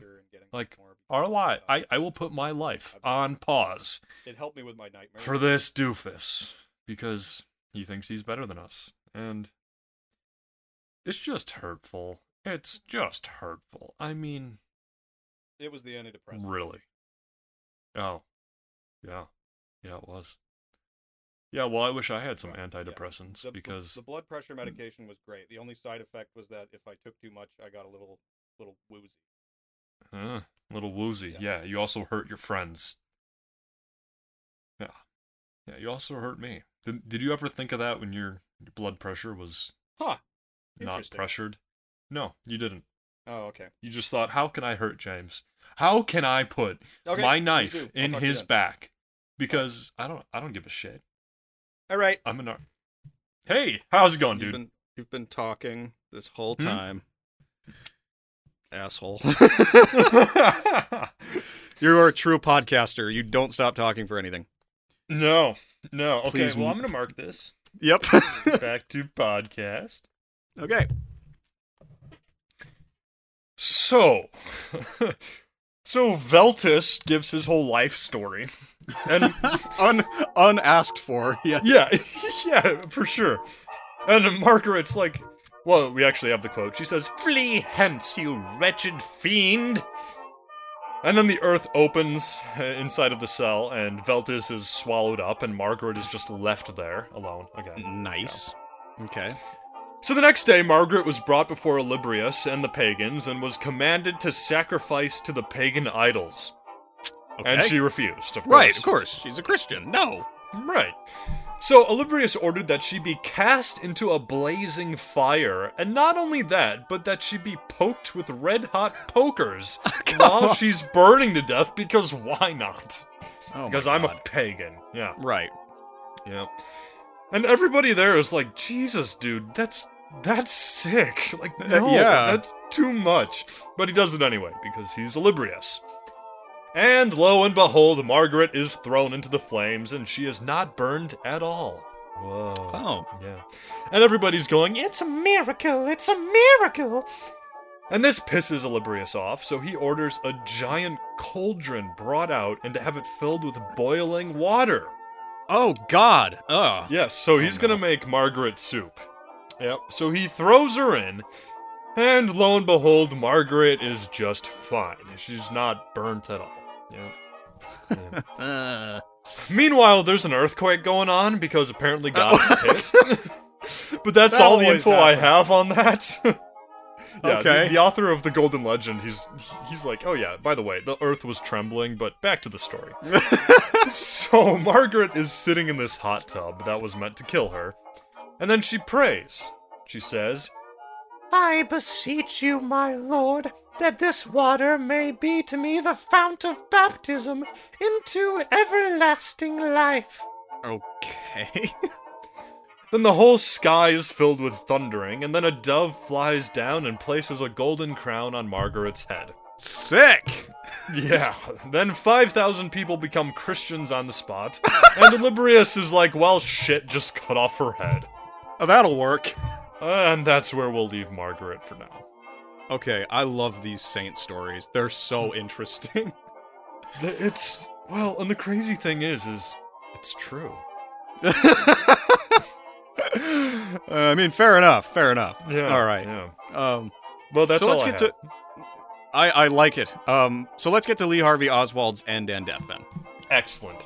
Like, Our life, I, I will put my life on pause uh, It helped me with my nightmare. for this doofus because he thinks he's better than us. And it's just hurtful. It's just hurtful. I mean, It was the antidepressant. Really? Oh. Yeah. Yeah, it was. Yeah, well, I wish I had some Right, yeah. antidepressants The bl- because the blood pressure medication was great. The only side effect was that if I took too much, I got a little little woozy. uh, little woozy. Yeah. Yeah. you also hurt your friends. Yeah. Yeah, you also hurt me. Did, did you ever think of that when your, your blood pressure was Huh. not Interesting. pressured? No, you didn't. Oh, okay. You just thought, how can I hurt James? How can I put Okay, my please do. knife I'll in talk to you his then. back? Because I don't, I don't give a shit. All right, I'm an art. Hey, how's it going, dude? You've been, you've been talking this whole Hmm? time, asshole. you are a true podcaster. You don't stop talking for anything. no, no. Okay, Please well, m- I'm gonna mark this Yep. back to podcast. okay. So, so Veltus gives his whole life story, and Un unasked for. Yeah. yeah, yeah, for sure. And Margaret's like, well, we actually have the quote. She says, "Flee hence, you wretched fiend." And then the earth opens uh, inside of the cell, and Veltus is swallowed up, and Margaret is just left there alone again. Nice. Okay. So the next day, Margaret was brought before Olybrius and the pagans and was commanded to sacrifice to the pagan idols. And Okay. she refused, of Right, course. of course. She's a Christian. No. Right. So Olybrius ordered that she be cast into a blazing fire, and not only that, but that she be poked with red hot pokers while she's burning to death, because why not? Oh because I'm a pagan. Yeah. Right. Yeah. And everybody there is like, Jesus, dude, that's that's sick. Like, no, yeah. that's too much. But he does it anyway because he's Olybrius. And lo and behold, Margaret is thrown into the flames, and she is not burned at all. Whoa. Oh. Yeah. And everybody's going, It's it's a miracle! It's a miracle! and this pisses Olybrius off, so he orders a giant cauldron brought out and to have it filled with boiling water. Oh God. Ugh. Yes, so he's gonna make Margaret soup. Yep, so he throws her in, and lo and behold, Margaret is just fine. She's not burnt at all. Yep. Yeah. uh, Meanwhile, there's an earthquake going on because apparently God's pissed. but that's That all the always info I have on that. yeah, the- Okay. the, author of the Golden Legend, he's he's like, oh yeah, by the way, the earth was trembling, but back to the story. so Margaret is sitting in this hot tub that was meant to kill her, and then she prays. She says, I beseech you, my lord, that this water may be to me the fount of baptism into everlasting life. Okay. Then the whole sky is filled with thundering, and then a dove flies down and places a golden crown on Margaret's head. Sick. Yeah. then 5,000 people become Christians on the spot, and Olybrius is like, well, shit, just cut off her head. Oh, that'll work. And that's where we'll leave Margaret for now. Okay, I love these saint stories. They're so interesting. Th- It's, well, and the crazy thing is, is it's true. Uh, I mean, fair enough. Fair enough. Yeah. All right. Yeah. Um. Well, that's so let's all I get had. to. I I like it. Um. So let's get to Lee Harvey Oswald's end and death then. Excellent.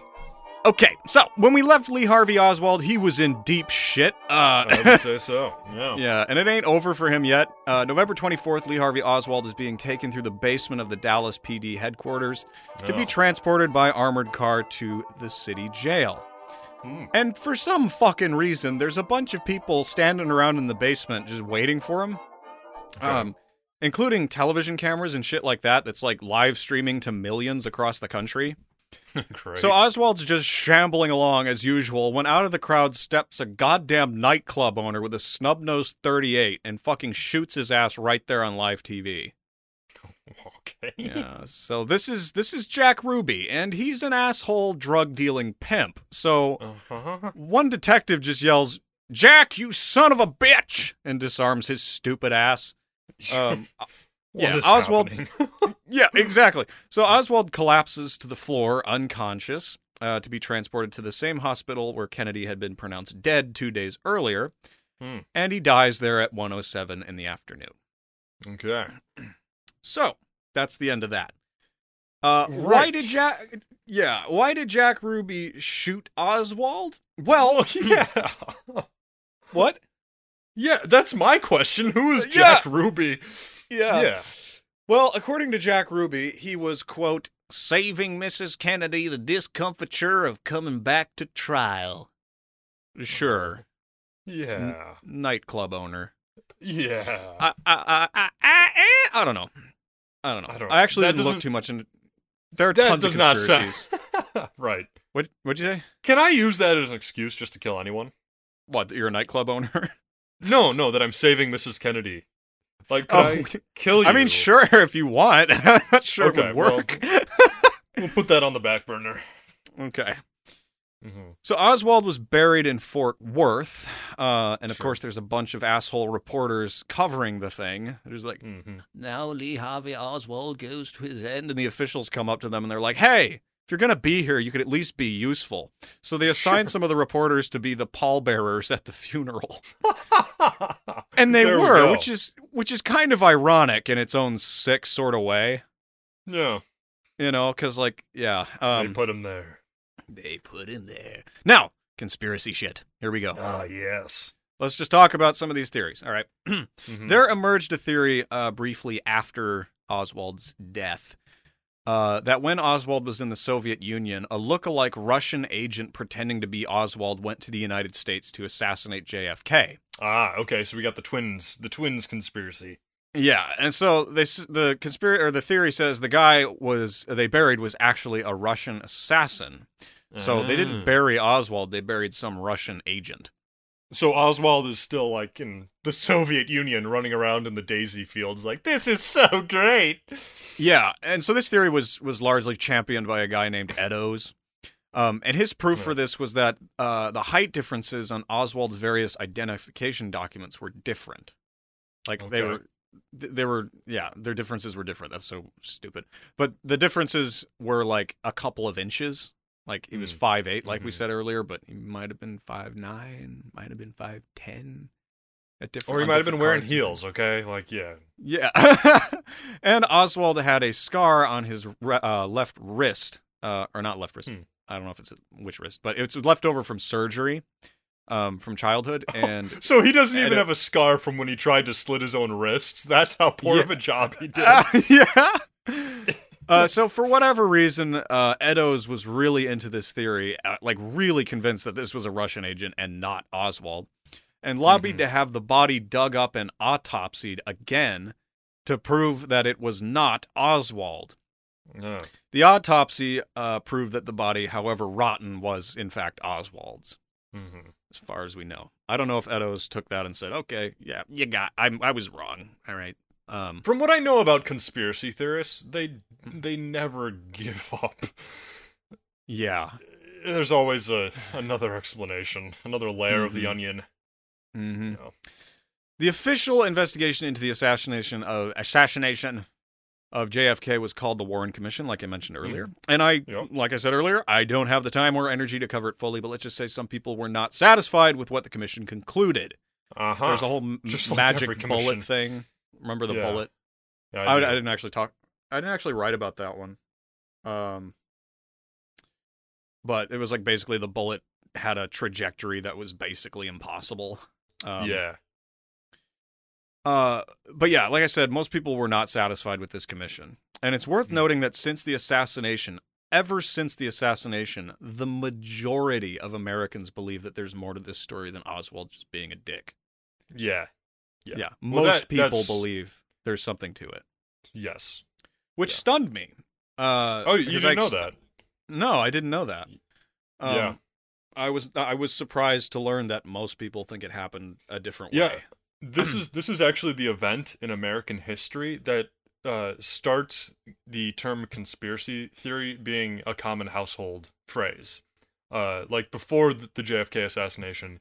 Okay. So when we left Lee Harvey Oswald, he was in deep shit. Uh. I would say so. Yeah. Yeah, and it ain't over for him yet. Uh, November 24th, Lee Harvey Oswald is being taken through the basement of the Dallas PD headquarters to Oh. be transported by armored car to the city jail. And for some fucking reason, there's a bunch of people standing around in the basement just waiting for him, um, including television cameras and shit like that. That's like live streaming to millions across the country. Great. So Oswald's just shambling along as usual when out of the crowd steps a goddamn nightclub owner with a snub nosed 38 and fucking shoots his ass right there on live TV. okay. Yeah. so this is this is Jack Ruby and he's an asshole drug dealing pimp. So Uh-huh. one detective just yells, "Jack, you son of a bitch!" and disarms his stupid ass. Um, What Yeah, is Oswald- happening? yeah, exactly. So Oswald collapses to the floor, unconscious, uh, to be transported to the same hospital where Kennedy had been pronounced dead two days earlier, Hmm. and he dies there at 1:07 in the afternoon. Okay. So that's the end of that. Uh, Why Right. did Jack? Yeah, why did Jack Ruby shoot Oswald? Well, Yeah. what? Yeah, that's my question. Who is Yeah. Jack Ruby? yeah. Well, according to Jack Ruby, he was, quote, saving Mrs. Kennedy the discomfiture of coming back to trial. Sure. Mm. Yeah. Nightclub owner. Yeah. I, I, I, I, I, I don't know. I don't know. I, I don't- actually that didn't look doesn't- too much into There are that tons does of not conspiracies. sound right. What, what'd you say? Can I use that as an excuse just to kill anyone? What, that you're a nightclub owner? No, no, that I'm saving Mrs. Kennedy. Like, could Oh, I kill you? I mean, sure, if you want. I'm not sure Okay, it would well- work. We'll put that on the back burner. okay. Mm-hmm, So Oswald was buried in Fort Worth, uh, and of course, there's a bunch of asshole reporters covering the thing. There's like, mm-hmm. now Lee Harvey Oswald goes to his end, and the officials come up to them and they're like, "Hey, if you're gonna be here, you could at least be useful." So they assign some of the reporters to be the pallbearers at the funeral, and they There we were, go. which is which is kind of ironic in its own sick sort of way, Yeah, you know, because like, yeah, they um, put him there. they put him there. Now conspiracy shit. Here we go. Ah, yes. Let's just talk about some of these theories. All right. Mhm. There emerged a theory uh, briefly after Oswald's death uh, that when Oswald was in the Soviet Union, a look-alike Russian agent pretending to be Oswald went to the United States to assassinate JFK. Ah, okay. So we got the twins, the twins conspiracy. Yeah, and so they s- the conspiracy or the theory says the guy was they buried was actually a Russian assassin. So they Ah. didn't bury Oswald; they buried some Russian agent. So Oswald is still like in the Soviet Union, running around in the daisy fields, like this is so great. Yeah, and so this theory was was largely championed by a guy named Eddowes. Um, and his proof for this was that uh, the height differences on Oswald's various identification documents were different. Like Okay. they were, th- they were, yeah, their differences were different. That's so stupid. But the differences were like a couple of inches. Like he was Hmm. five eight, like we Mhm. said earlier, but he might have been five nine, might have been five ten. At different, Or he on might have been different wearing cards. heels. Okay, like yeah. Yeah. and Oswald had a scar on his re- uh, left wrist, uh, or not left wrist. Hmm. I don't know if it's which wrist, but it's left over from surgery um, from childhood. And So he doesn't I even don't- have a scar from when he tried to slit his own wrists. That's how poor Yeah. of a job he did. Uh, yeah. Uh, so for whatever reason, uh, Eddowes was really into this theory, uh, like really convinced that this was a Russian agent and not Oswald, and lobbied Mhm. to have the body dug up and autopsied again to prove that it was not Oswald. Yeah. The autopsy uh, proved that the body, however rotten, was in fact Oswald's, Mhm. as far as we know. I don't know if Eddowes took that and said, "Okay, yeah, you got, I, I was wrong. All right." Um, From what I know about conspiracy theorists, they they never give up. yeah. There's always a another explanation, another layer of the Mhm. onion. Mm-hmm. Yeah. The official investigation into the assassination of assassination of JFK was called the Warren Commission, like I mentioned earlier. And I, Mm-hmm. Yep. like I said earlier, I don't have the time or energy to cover it fully. But let's just say some people were not satisfied with what the commission concluded. Uh huh. There's a whole m- Just like magic every commission. bullet thing. Remember the Yeah. bullet? Yeah, I, do. I didn't actually talk. I didn't actually write about that one. Um, but it was like basically the bullet had a trajectory that was basically impossible. Um, yeah. uh, but yeah, like I said, most people were not satisfied with this commission. And it's worth Mhm. noting that since the assassination, ever since the assassination, the majority of Americans believe that there's more to this story than Oswald just being a dick. Yeah. Yeah. Yeah. Most Well, that- people that's- believe there's something to it, Yes. which Yeah. stunned me. Uh, Oh, you because didn't I know ex- that. No, I didn't know that. Um, Yeah. I was I was surprised to learn that most people think it happened a different Yeah. way. This is this is actually the event in American history that uh, starts the term conspiracy theory being a common household phrase. Uh, like before th- the JFK assassination,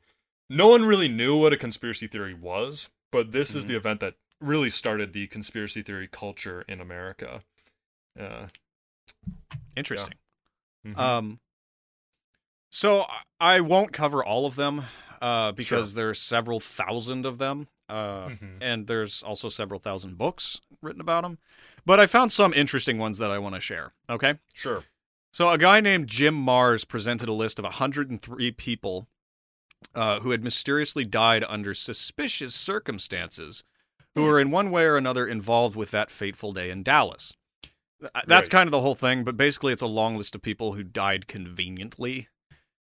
no one really knew what a conspiracy theory was, but this is Mhm. the event that really started the conspiracy theory culture in America. Uh, Interesting. mhm. Um, so I- I won't cover all of them uh, because there's several thousand of them, uh, Mhm. and there's also several thousand books written about them. But I found some interesting ones that I want to share. Okay. Sure. So a guy named Jim Mars presented a list of 103 people uh, who had mysteriously died under suspicious circumstances, who were in one way or another involved with that fateful day in Dallas. Th- That's Right. kind of the whole thing, but basically it's a long list of people who died conveniently,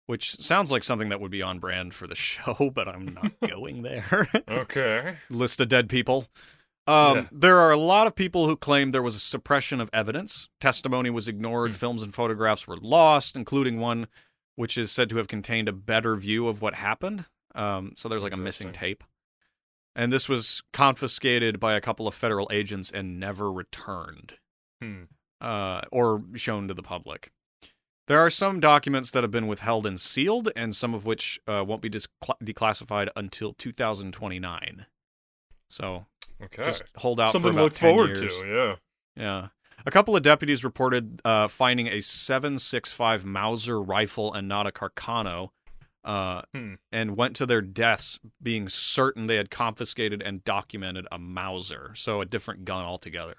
which sounds like something that would be on brand for the show, but I'm not going there. Okay. list of dead people. Um, Yeah. There are a lot of people who claim there was a suppression of evidence. Testimony was ignored. Films and photographs were lost, including one which is said to have contained a better view of what happened. Um, so there's like a missing tape. And this was confiscated by a couple of federal agents and never returned Hmm. uh, or shown to the public. There are some documents that have been withheld and sealed, and some of which uh, won't be dis- cla- declassified until 2029. So Okay. just hold out Something for to about look 10 forward years. to, yeah. Yeah. A couple of deputies reported uh, finding a 7.65 Mauser rifle and not a Carcano, uh, Hmm. and went to their deaths being certain they had confiscated and documented a Mauser, so a different gun altogether.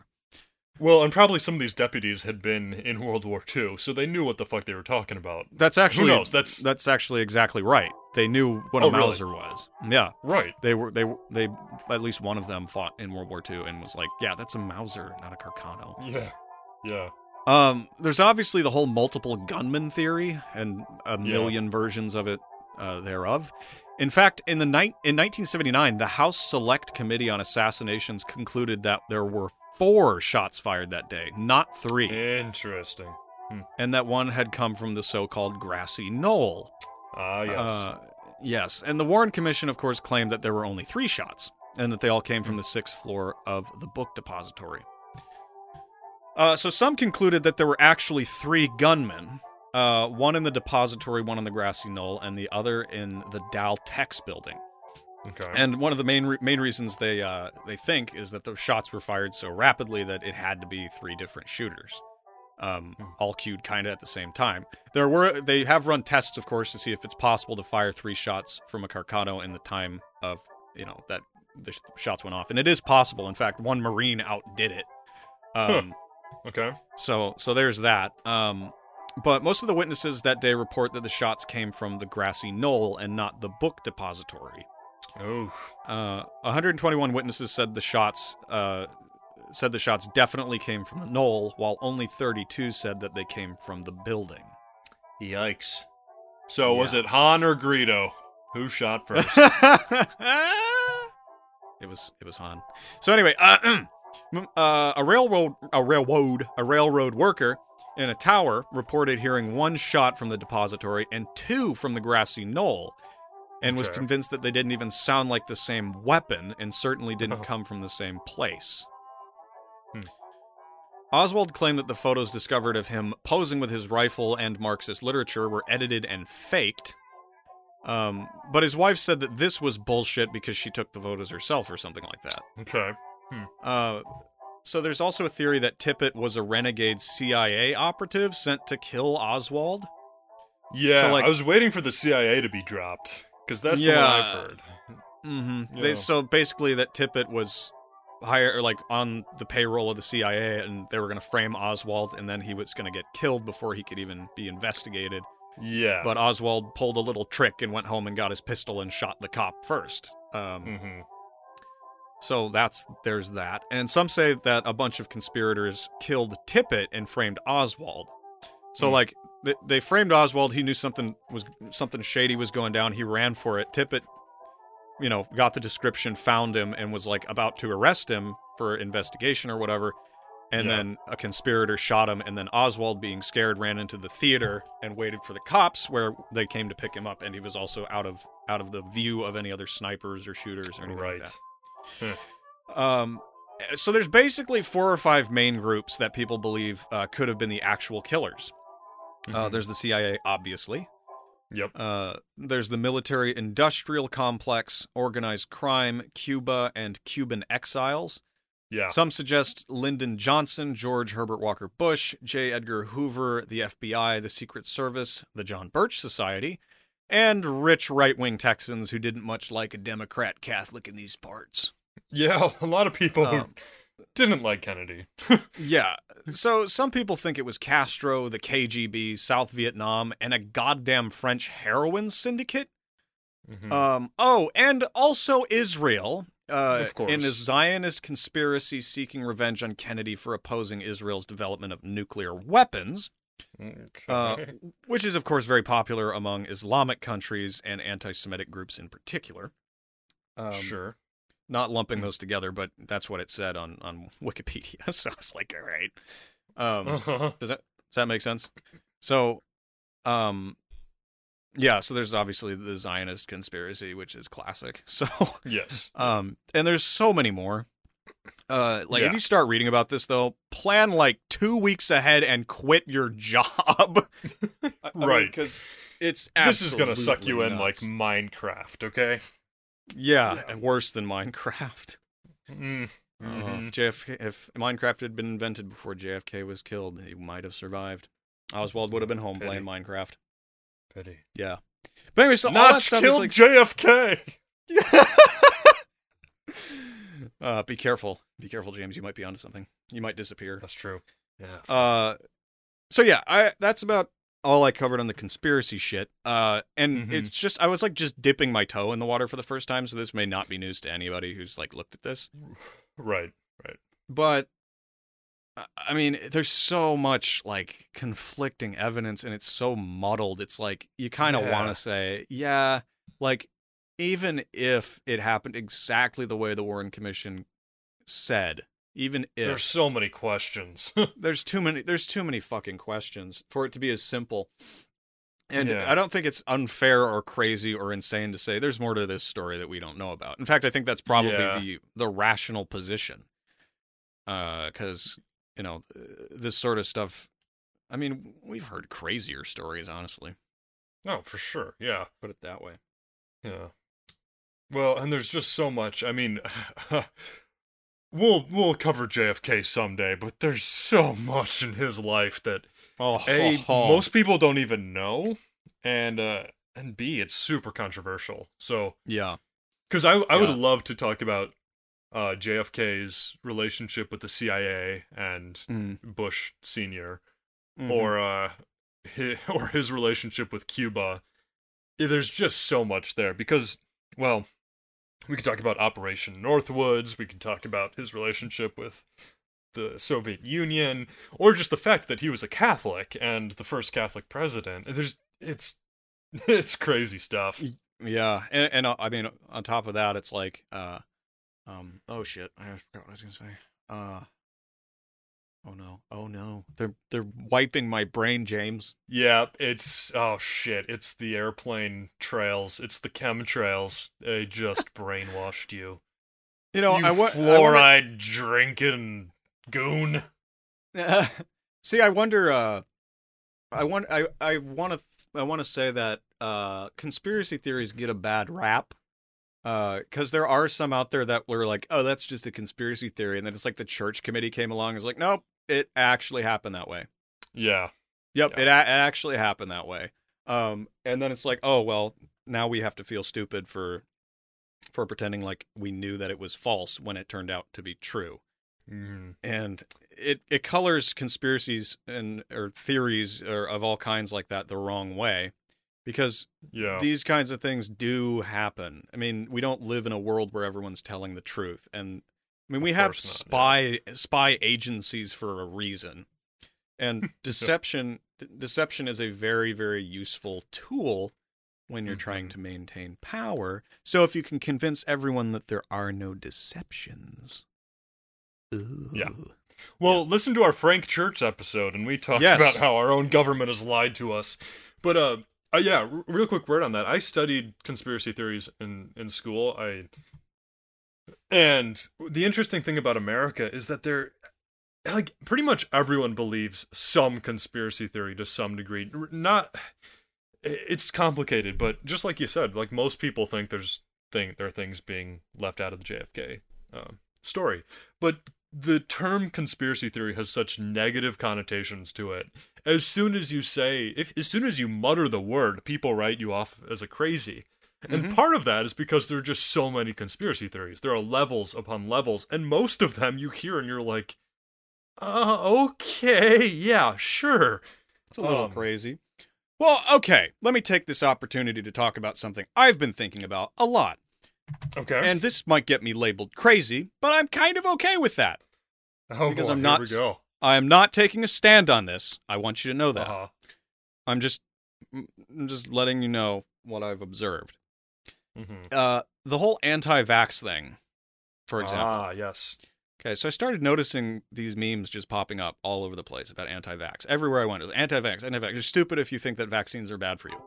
Well, and probably some of these deputies had been in World War II, so they knew what the fuck they were talking about. That's actually knows? That's- that's actually exactly right. They knew what Oh, a really? Mauser was. Yeah, Right. they were they were they at least one of them fought in World War II and was like, yeah, that's a Mauser, not a Carcano. Yeah. Yeah. Um, there's obviously the whole multiple gunman theory and Yeah. a million versions of it uh, thereof. In fact, in the night in 1979, the House Select Committee on Assassinations concluded that there were four shots fired that day, not three, Interesting. and that one had come from the so-called grassy knoll. Ah, yes. Uh, yes, and the Warren Commission, of course, claimed that there were only three shots and that they all Hmm. came from the sixth floor of the book depository. Uh, so some concluded that there were actually three gunmen uh, one in the depository, one on the grassy knoll, and the other in the Dal Tex building. okay. And one of the main re- main reasons they uh, they think is that the shots were fired so rapidly that it had to be three different shooters, um, all cued kind of at the same time. There were they have run tests, of course, to see if it's possible to fire three shots from a Carcano in the time of you know that the sh- shots went off, and it is possible. In fact, one Marine outdid it. Um, okay. so so there's that. Um, but most of the witnesses that day report that the shots came from the grassy knoll and not the book depository. Oh. Uh, 121 witnesses said the shots uh, said the shots definitely came from the knoll, while only 32 said that they came from the building. Yikes. So was Yeah. it Han or Greedo? Who shot first? it was it was Han. So anyway, uh, uh, a railroad a railroad a railroad worker in a tower reported hearing one shot from the depository and two from the grassy knoll, and was Okay. convinced that they didn't even sound like the same weapon and certainly didn't Oh. come from the same place. Hmm. Oswald claimed that the photos discovered of him posing with his rifle and Marxist literature were edited and faked. Um, but his wife said that this was bullshit because she took the photos herself or something like that. okay. Uh, so there's also a theory that Tippett was a renegade CIA operative sent to kill Oswald. Yeah, So, like- I was waiting for the CIA to be dropped because that's the one Yeah. I've heard. Mm-hmm. Yeah. They, so basically, that Tippett was higher, or like on the payroll of the CIA, and they were going to frame Oswald, and then he was going to get killed before he could even be investigated. Yeah. But Oswald pulled a little trick and went home and got his pistol and shot the cop first. Um, hmm So that's there's that. And some say that a bunch of conspirators killed Tippett and framed Oswald. So Hmm. like they, they framed Oswald, he knew something was something shady was going down. He ran for it. Tippett you know, got the description, found him and was like about to arrest him for investigation or whatever. And Yeah. then a conspirator shot him and then Oswald being scared ran into the theater and waited for the cops where they came to pick him up and he was also out of out of the view of any other snipers or shooters or anything like Right. that. Um, so there's basically four or five main groups that people believe uh, could have been the actual killers. Uh, Mhm. there's the CIA, obviously. Yep. Uh, there's the military industrial complex, organized crime, Cuba, and Cuban exiles. yeah. Some suggest Lyndon Johnson, George Herbert Walker Bush, J. Edgar Hoover, the FBI, the Secret Service, the John Birch Society, and rich right wing Texans who didn't much like a Democrat Catholic in these parts. yeah. A lot of people who Um, didn't like Kennedy. Yeah. So some people think it was Castro, the KGB, South Vietnam, and a goddamn French heroin syndicate. Mhm. Um, oh, and also Israel. Uh, Of course. In a Zionist conspiracy seeking revenge on Kennedy for opposing Israel's development of nuclear weapons, Okay. uh, which is, of course, very popular among Islamic countries and anti Semitic groups in particular. Um, sure. not Hmm. lumping those together, but that's what it said on, on Wikipedia. So I was like, all right. Um, Uh-huh. does that does that make sense? So, um, yeah. So there's obviously the Zionist conspiracy, which is classic. So, Yes. um, and there's so many more. Uh, like if Yeah. you start reading about this though, plan like two weeks ahead and quit your job. Right. because it's This is gonna suck you in like absolutely nuts. Minecraft, okay? yeah, worse than Minecraft. Oh, Mm. I don't know, Mhm. If JFK, if Minecraft had been invented before JFK was killed, he might have survived. Oswald would have been home Pity. playing Minecraft. Pity. Yeah. But anyway, so all that Notch stuff killed is JFK. like. uh, be careful, be careful, James. You might be onto something. You might disappear. That's true. Yeah. Uh, so yeah, I that's about all I covered on the conspiracy shit. Uh, and Mhm. it's just I was like just dipping my toe in the water for the first time, so this may not be news to anybody who's like looked at this. Right. But I- I mean, there's so much like conflicting evidence, and it's so muddled. It's like you kind of Yeah. want to say, yeah, like even if it happened exactly the way the Warren Commission said, even if There's so many questions. there's too many there's too many fucking questions for it to be as simple and Yeah. i don't think it's unfair or crazy or insane to say there's more to this story that we don't know about in fact i think that's probably Yeah. the the rational position because you know uh, this sort of stuff i mean we've heard crazier stories honestly no, Oh, for sure. Yeah. put it that way Yeah. Well, and there's just so much. I mean, we'll we'll cover JFK someday, but there's so much in his life that oh a most people don't even know, and uh, and b it's super controversial. So yeah because I I would Yeah. love to talk about uh, JFK's relationship with the CIA and Bush Senior Mm. Mm-hmm. or uh his, or his relationship with Cuba. Yeah, There's just so much there because well, we could talk about Operation Northwoods, we could talk about his relationship with the Soviet Union or just the fact that he was a Catholic and the first Catholic president. There's it's it's crazy stuff. Yeah, and, and uh, I mean, on top of that, it's like, uh, um, oh shit, I forgot what I was gonna say. Uh, oh no, oh no, they're they're wiping my brain, James. Yeah, it's oh shit, it's the airplane trails, it's the chemtrails. They just brainwashed you. You know, you I wa- I wonder- fluoride drinking goon. See, I wonder. Uh, I want. I I want to. I want to say that uh, conspiracy theories get a bad rap. Because there are some out there that were like, "Oh, that's just a conspiracy theory," and then it's like the church committee came along and was like, "Nope, it actually happened that way." Yeah. Yep, Yeah. it, a- it actually happened that way. Um, and then it's like, oh well, now we have to feel stupid for for pretending like we knew that it was false when it turned out to be true. Mm. And it it colors conspiracies and or theories or of all kinds like that the wrong way because Yeah. these kinds of things do happen. I mean, we don't live in a world where everyone's telling the truth, and I mean, we Of have course not, spy spy agencies for a reason, and deception d- deception is a very very useful tool when you're trying Mm-hmm. to maintain power. So if you can convince everyone that there are no deceptions, Yeah. well, listen to our Frank Church episode, and we talked Yes. about how our own government has lied to us. But uh, uh yeah, r- real quick word on that. I studied conspiracy theories in in school. I and the interesting thing about America is that they're like pretty much everyone believes some conspiracy theory to some degree. R- Not it's complicated, but just like you said, like most people think there's thing there are things being left out of the JFK um, story, but the term conspiracy theory has such negative connotations to it. As soon as you say, if as soon as you mutter the word, people write you off as a crazy. And part of that is because there are just so many conspiracy theories. There are levels upon levels, and most of them you hear and you're like, uh, okay, yeah, sure. It's a little Um, crazy. Well, okay, let me take this opportunity to talk about something I've been thinking about a lot. Okay. And this might get me labeled crazy, but I'm kind of okay with that. oh, because boy, I'm here not we go. I am not taking a stand on this. I want you to know that. Uh-huh. I'm just I'm just letting you know what I've observed. Mhm. Uh the whole anti-vax thing, for example. Ah, yes. Okay, so I started noticing these memes just popping up all over the place about anti-vax. Everywhere I went, it was anti-vax, anti-vax. You're stupid if you think that vaccines are bad for you.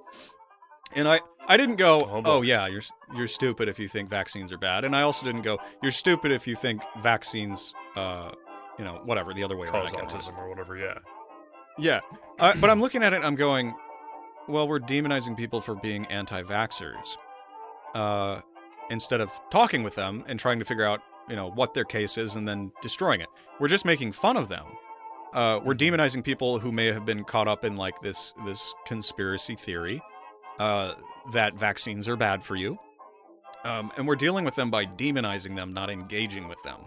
And I, I didn't go, Oh, oh, boy. yeah, you're s- you're stupid if you think vaccines are bad. And I also didn't go, you're stupid if you think vaccines, uh, you know, whatever, the other way Cause around. I can't remember. autism or whatever, yeah. Yeah. I, but I'm looking at it, I'm going, well, we're demonizing people for being anti vaxxers uh, instead of talking with them and trying to figure out, you know, what their case is and then destroying it. We're just making fun of them. Uh, we're demonizing people who may have been caught up in like this this conspiracy theory uh, that vaccines are bad for you, um, and we're dealing with them by demonizing them, not engaging with them.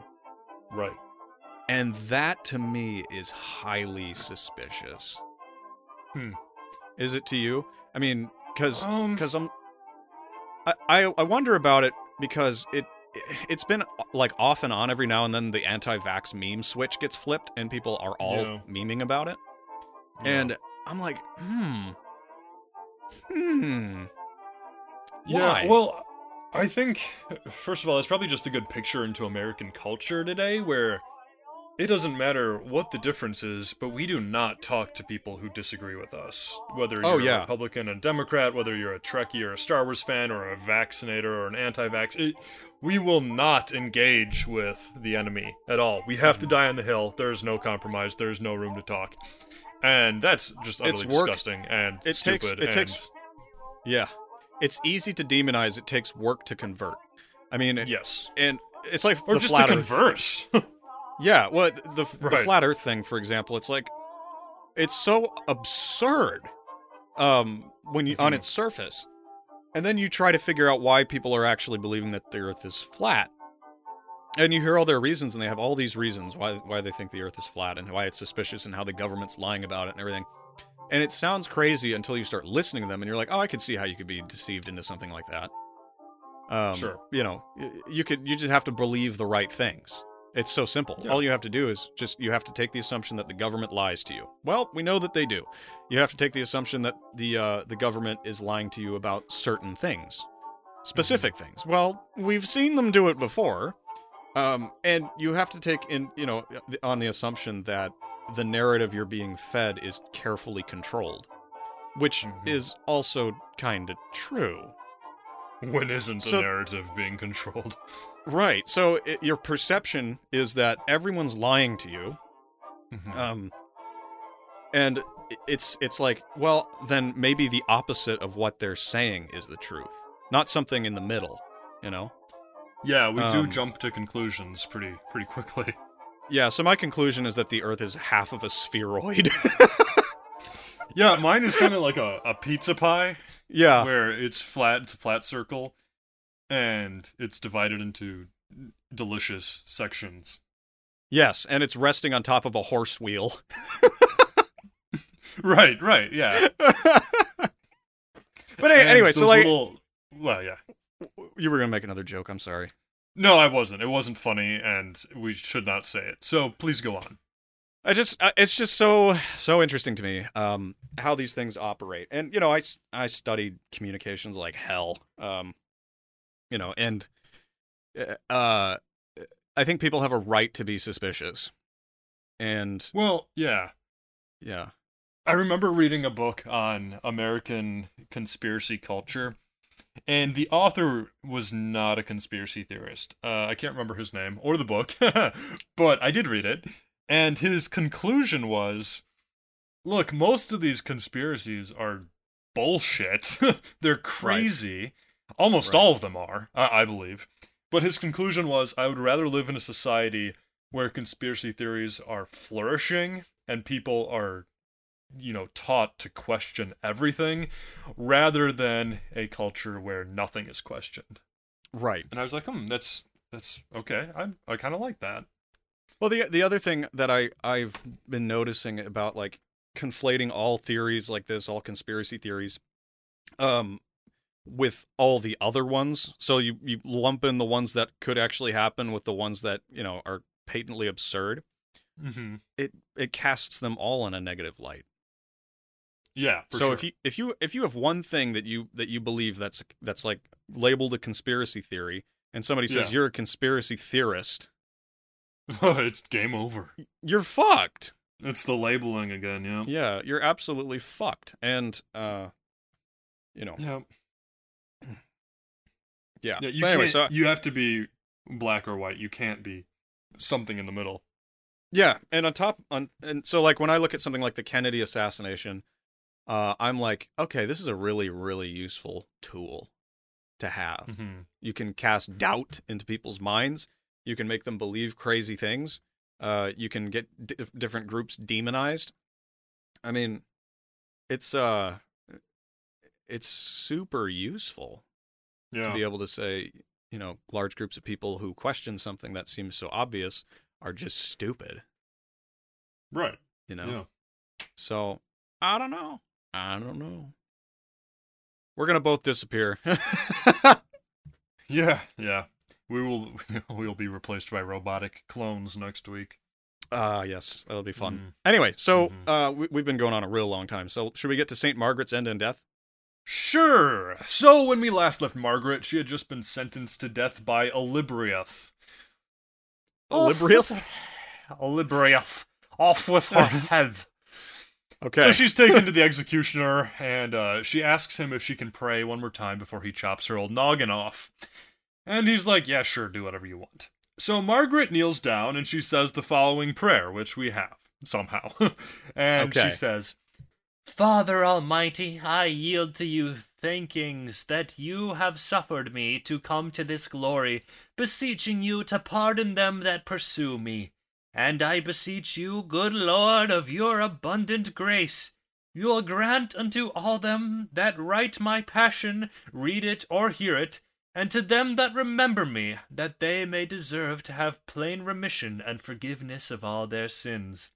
Right. And that to me is highly suspicious. Hmm. Is it to you? I mean, because Um, because I'm I, I I wonder about it because it it's been like off and on every now and then the anti-vax meme switch gets flipped and people are all Yeah. memeing about it. And I'm like, hmm. Hmm. Yeah, Why? well, I think first of all, it's probably just a good picture into American culture today where it doesn't matter what the difference is, but we do not talk to people who disagree with us. Whether you're Oh, yeah. a Republican and Democrat, whether you're a Trekkie or a Star Wars fan or a vaccinator or an anti-vax, it, we will not engage with the enemy at all. We have Mm-hmm. to die on the hill. There's no compromise. There's no room to talk. And that's just utterly It's work- disgusting and it stupid. takes it and takes Yeah. It's easy to demonize, it takes work to convert. I mean, it- yes, and it's like or the just to flat Earth. converse. Yeah, well, th- the, f the Right. flat Earth thing, for example, it's like it's so absurd um, when you on its surface, and then you try to figure out why people are actually believing that the Earth is flat, and you hear all their reasons, and they have all these reasons why why they think the Earth is flat and why it's suspicious and how the government's lying about it and everything. And it sounds crazy until you start listening to them, and you're like, "Oh, I could see how you could be deceived into something like that." Um, Sure. You know, y- you could. You just have to believe the right things. It's so simple. Yeah. All you have to do is just you have to take the assumption that the government lies to you. Well, we know that they do. You have to take the assumption that the uh, the government is lying to you about certain things, specific things. Well, we've seen them do it before, um, and you have to take in you know on the assumption that the narrative you're being fed is carefully controlled, which Mhm. is also kind of true. When isn't the So- narrative being controlled? Right. So i your perception is that everyone's lying to you. Um, and i- it's it's like, well, then maybe the opposite of what they're saying is the truth, not something in the middle. You know. Yeah, we do um, jump to conclusions pretty pretty quickly. Yeah. So my conclusion is that the Earth is half of a spheroid. Yeah, mine is kind of like a, a pizza pie yeah. where it's flat, it's a flat circle, and it's divided into delicious sections. Yes, and it's resting on top of a horse wheel. Right, right, yeah. But a- And anyway, so those like little- well, yeah. you were gonna make another joke. I'm sorry. No, I wasn't. It wasn't funny, and we should not say it. So please go on. I just I- it's just so so interesting to me um how these things operate. And you know, I s- I studied communications like hell. Um you know, and uh I think people have a right to be suspicious. And Well, yeah. yeah. I remember reading a book on American conspiracy culture, and the author was not a conspiracy theorist. Uh, I can't remember his name or the book, but I did read it. And his conclusion was look, most of these conspiracies are bullshit, they're crazy. Almost Right. all of them are, I-, I believe. But his conclusion was I would rather live in a society where conspiracy theories are flourishing and people are you know taught to question everything rather than a culture where nothing is questioned Right. and i was like hmm that's that's okay i i kind of like that Well, the the other thing that I I've been noticing about like conflating all theories like this, all conspiracy theories, um, with all the other ones. So you you lump in the ones that could actually happen with the ones that you know are patently absurd. mm-hmm. It it casts them all in a negative light. yeah for So sure. if you if you if you have one thing that you that you believe that's that's like labeled a conspiracy theory, and somebody says Yeah. you're a conspiracy theorist, it's game over you're fucked. it's the labeling again yeah yeah you're absolutely fucked and uh you know yeah Yeah. Yeah, you but anyway, can't- so you have to be black or white. You can't be something in the middle. Yeah, and on top on and so like when I look at something like the Kennedy assassination, uh, I'm like, okay, this is a really really useful tool to have. Mm-hmm. You can cast doubt into people's minds. You can make them believe crazy things. Uh, you can get di different groups demonized. I mean, it's uh, it's super useful Yeah. to be able to say, you know, large groups of people who question something that seems so obvious are just stupid. right. You know. Yeah. So I don't know. I don't know. We're gonna both disappear. Yeah. Yeah. We will. We'll be replaced by robotic clones next week. Ah, yes, that'll be fun. Mhm. Anyway, so Mhm. uh, we, we've been going on a real long time. So should we get to Saint Margaret's End and Death? Sure. So when we last left Margaret, she had just been sentenced to death by Olibriath. Oh, Olibriath. Olibriath. Off with her head. Okay. So she's taken to the executioner, and uh, she asks him if she can pray one more time before he chops her old noggin off. And he's like, Yeah, sure, do whatever you want. So Margaret kneels down and she says the following prayer, which we have somehow. and Okay. she says, Father Almighty, I yield to you thankings that you have suffered me to come to this glory, beseeching you to pardon them that pursue me. And I beseech you, good Lord, of your abundant grace, you will grant unto all them that write my passion, read it or hear it, and to them that remember me, that they may deserve to have plain remission and forgiveness of all their sins.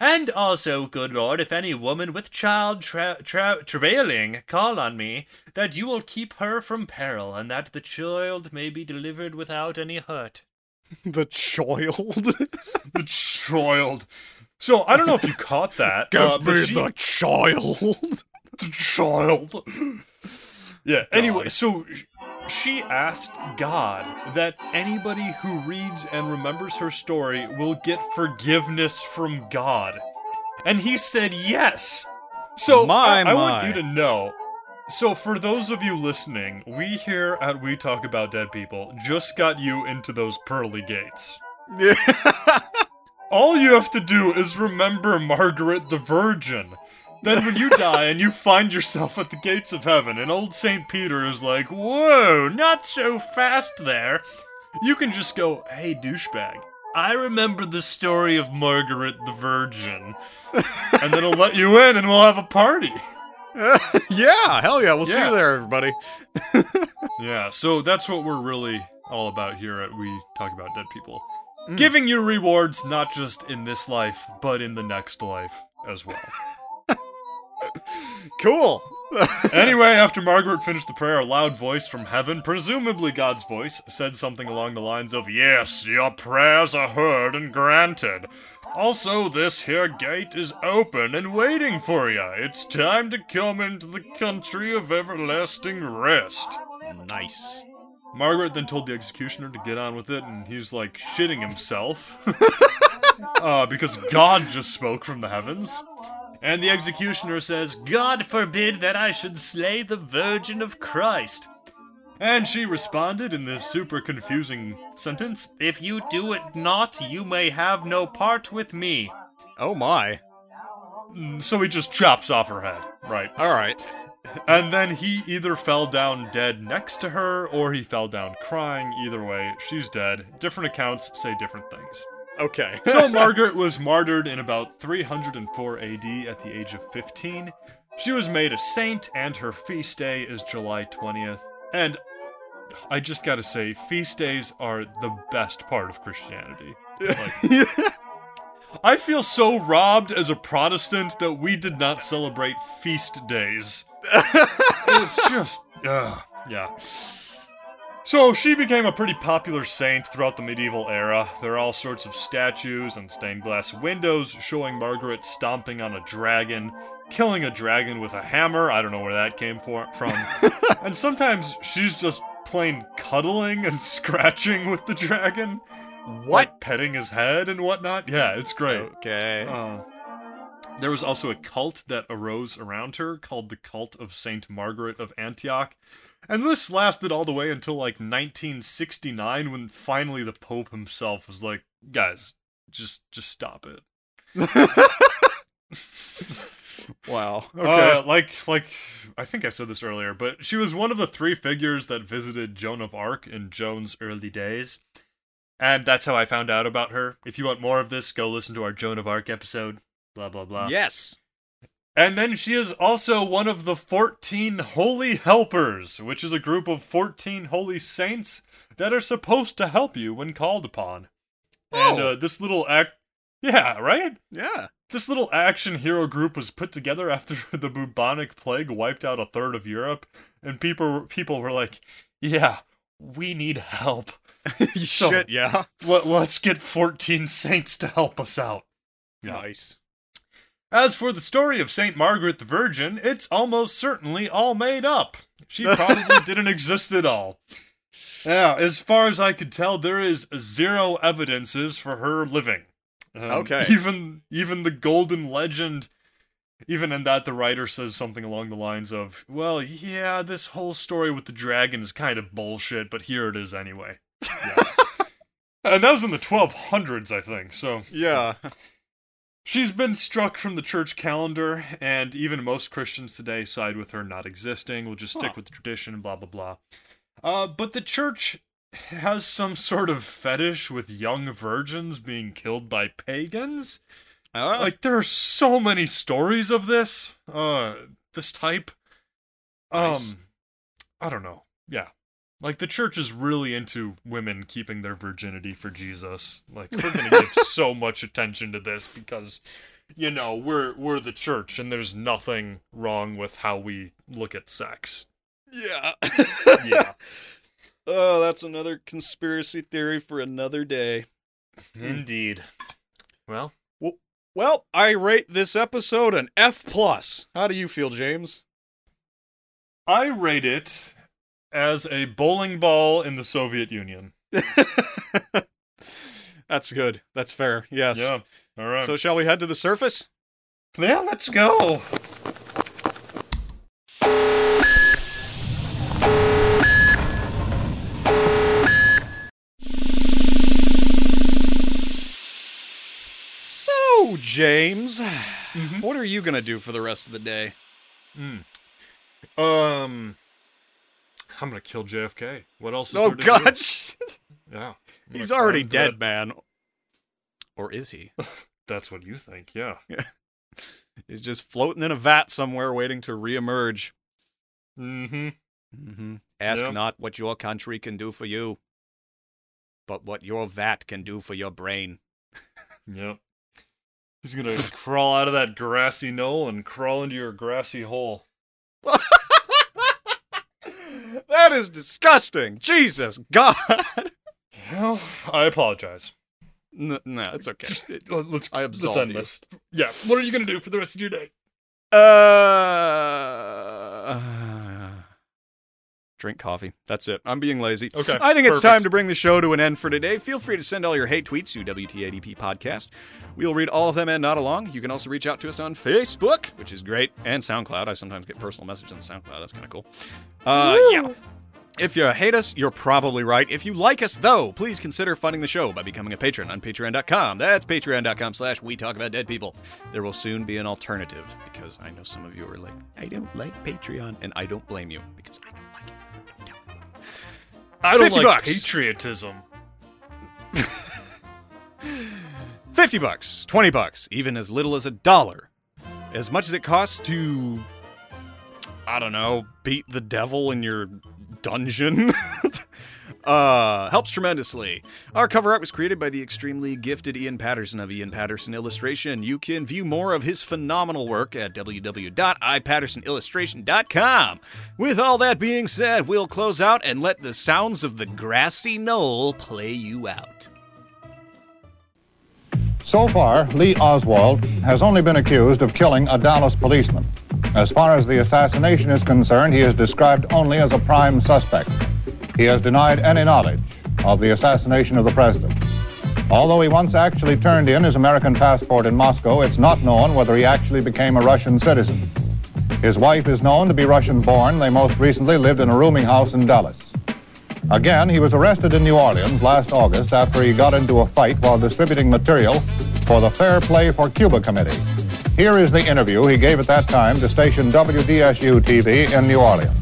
And also, good Lord, if any woman with child tra- tra- travailing call on me, that you will keep her from peril, and that the child may be delivered without any hurt. the child. The child. So I don't know if you caught that. uh, but she- child. the child. Yeah. Anyway, so sh- she asked God that anybody who reads and remembers her story will get forgiveness from God, and He said yes. So My, I, I want my. you to know. So for those of you listening, we here at We Talk About Dead People just got you into those pearly gates. Yeah. All you have to do is remember Margaret the Virgin. Then when you die and you find yourself at the gates of heaven, and old St. Peter is like, Whoa, not so fast there. You can just go, Hey, douchebag, I remember the story of Margaret the Virgin. and then he'll let you in and we'll have a party. yeah. Hell yeah. We'll see Yeah. you there, everybody. Yeah, so that's what we're really all about here at We Talk About Dead People. Giving you rewards not just in this life, but in the next life as well. Cool. Anyway, after Margaret finished the prayer, a loud voice from heaven, presumably God's voice, said something along the lines of, Yes, your prayers are heard and granted. Also, this here gate is open and waiting for you. It's time to come into the country of everlasting rest. nice. Margaret then told the executioner to get on with it, and he's like shitting himself uh, because God just spoke from the heavens. And the executioner says, God forbid that I should slay the Virgin of Christ. And she responded in this super confusing sentence If you do it not, you may have no part with me. Oh my. Mm, So he just chops off her head, right? All right. And then he either fell down dead next to her or he fell down crying. Either way, she's dead. Different accounts say different things. Okay. So Margaret was martyred in about 304 AD at the age of 15. She was made a saint and her feast day is July 20th. And I just gotta say, feast days are the best part of Christianity. Like, I feel so robbed as a Protestant that we did not celebrate feast days. it's just, ugh, yeah. So she became a pretty popular saint throughout the medieval era. There are all sorts of statues and stained glass windows showing Margaret stomping on a dragon, killing a dragon with a hammer. I don't know where that came for- from. and sometimes she's just plain cuddling and scratching with the dragon. Like petting his head and whatnot. Yeah, it's great. Okay. Uh, there was also a cult that arose around her called the Cult of Saint Margaret of Antioch, And this lasted all the way until like 1969 when finally the Pope himself was like, guys, just just stop it. Wow. Uh, like like I think I said this earlier, but she was one of the three figures that visited Joan of Arc in Joan's early days. And that's how I found out about her. If you want more of this, go listen to our Joan of Arc episode. Blah blah blah. yes. And then she is also one of the 14 Holy Helpers, which is a group of 14 holy saints that are supposed to help you when called upon. And Oh. uh, this little act. Yeah, right? Yeah. This little action hero group was put together after the bubonic plague wiped out a third of Europe, and people people were like, "Yeah, we need help. So- Shit. Yeah. Let, let's get 14 saints to help us out." Yeah. Nice. As for the story of Saint Margaret the Virgin, it's almost certainly all made up. She probably didn't exist at all. Yeah, as far as I could tell, there is zero evidences for her living. Um, Okay. Even even the golden legend, even in that, the writer says something along the lines of, "Well, yeah, this whole story with the dragon is kind of bullshit, but here it is anyway." Yeah. and that was in the 1200s, I think. So Yeah. Uh, She's been struck from the church calendar, and even most Christians today side with her not existing. We'll just stick with tradition, blah, blah, blah. Uh, but the church has some sort of fetish with young virgins being killed by pagans. Uh, Like, there are so many stories of this, uh, this type. Nice. Um, I don't know. Yeah. Like, the church is really into women keeping their virginity for Jesus. Like, we're going to give so much attention to this because you know, we're we're the church and there's nothing wrong with how we look at sex. yeah. Yeah. oh, that's another conspiracy theory for another day. Hmm. Indeed. Well, Well, I rate this episode an F plus. How do you feel, James? I rate it as a bowling ball in the Soviet Union. that's good. That's fair. Yes. Yeah. All right. So shall we head to the surface? yeah, let's go. So, James, Mm-hmm. what are you gonna do for the rest of the day? Um I'm going to kill JFK. What else is oh there to God, do? Yeah. I'm he's gonna already climb dead, that- man. Or is he? That's what you think. Yeah. he's just floating in a vat somewhere, waiting to reemerge. Mhm. Mm-hmm. Ask Yep. not what your country can do for you, but what your vat can do for your brain. Yep. He's going to crawl out of that grassy knoll and crawl into your grassy hole. That is disgusting. Jesus God. Well, I apologize. no, no, it's okay. It- Uh, Let's I absolve let's end you. this. Yeah. What are you gonna do for the rest of your day? Uh, drink coffee. That's it. I'm being lazy. Okay, I think it's perfect. time to bring the show to an end for today. Feel free to send all your hate tweets to WTADP Podcast. We'll read all of them and not along. You can also reach out to us on Facebook, which is great, and SoundCloud. I sometimes get personal messages on SoundCloud. That's kind of cool. Uh, yeah. If you hate us, you're probably right. If you like us, though, please consider funding the show by becoming a patron on patreon.com. That's patreon.com slash we talk about dead people. There will soon be an alternative because I know some of you are like, I don't like Patreon, and I don't blame you because I don't like it. Don't. I don't 50 like bucks. patriotism. 50 bucks, 20 bucks, even as little as a dollar. As much as it costs to, I don't know, beat the devil in your dungeon. uh, helps tremendously. Our cover art was created by the extremely gifted Ian Patterson of Ian Patterson Illustration. You can view more of his phenomenal work at www.ipattersonillustration.com. With all that being said, we'll close out and let the sounds of the grassy knoll play you out. So far, Lee Oswald has only been accused of killing a Dallas policeman. As far as the assassination is concerned, he is described only as a prime suspect. He has denied any knowledge of the assassination of the president. Although he once actually turned in his American passport in Moscow, it's not known whether he actually became a Russian citizen. His wife is known to be Russian born. They most recently lived in a rooming house in Dallas. Again, he was arrested in New Orleans last August after he got into a fight while distributing material for the Fair Play for Cuba Committee. Here is the interview he gave at that time to station WDSU TV in New Orleans.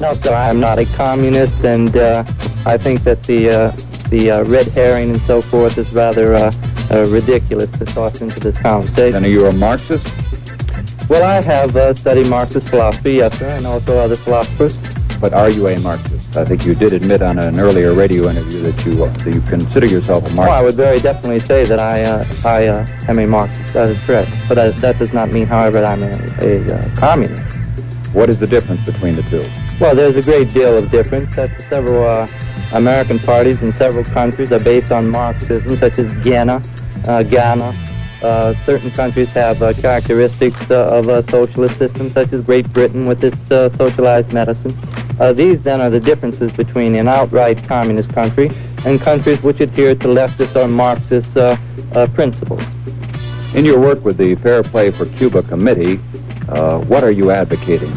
No, sir, I'm not a communist, and uh, I think that the uh, the uh, red herring and so forth is rather uh, uh, ridiculous to toss into this conversation. And are you a Marxist? Well, I have uh, studied Marxist philosophy, yes, sir, and also other philosophers. But are you a Marxist? I think you did admit on an earlier radio interview that you uh, that you consider yourself a Oh, I Marxist. would very definitely say that I uh, I uh, am a Marxist. That is correct. But that, that does not mean, however, that I'm a, a uh, communist. What is the difference between the two? Well, there's a great deal of difference. Such several uh, American parties in several countries are based on Marxism, such as Ghana. Uh, Ghana. Uh, certain countries have uh, characteristics uh, of a socialist system, such as Great Britain with its uh, socialized medicine. Uh, these then are the differences between an outright communist country and countries which adhere to leftist or Marxist uh, uh, principles. In your work with the Fair Play for Cuba Committee, uh, what are you advocating?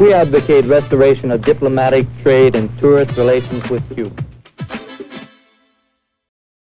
We advocate restoration of diplomatic, trade, and tourist relations with Cuba.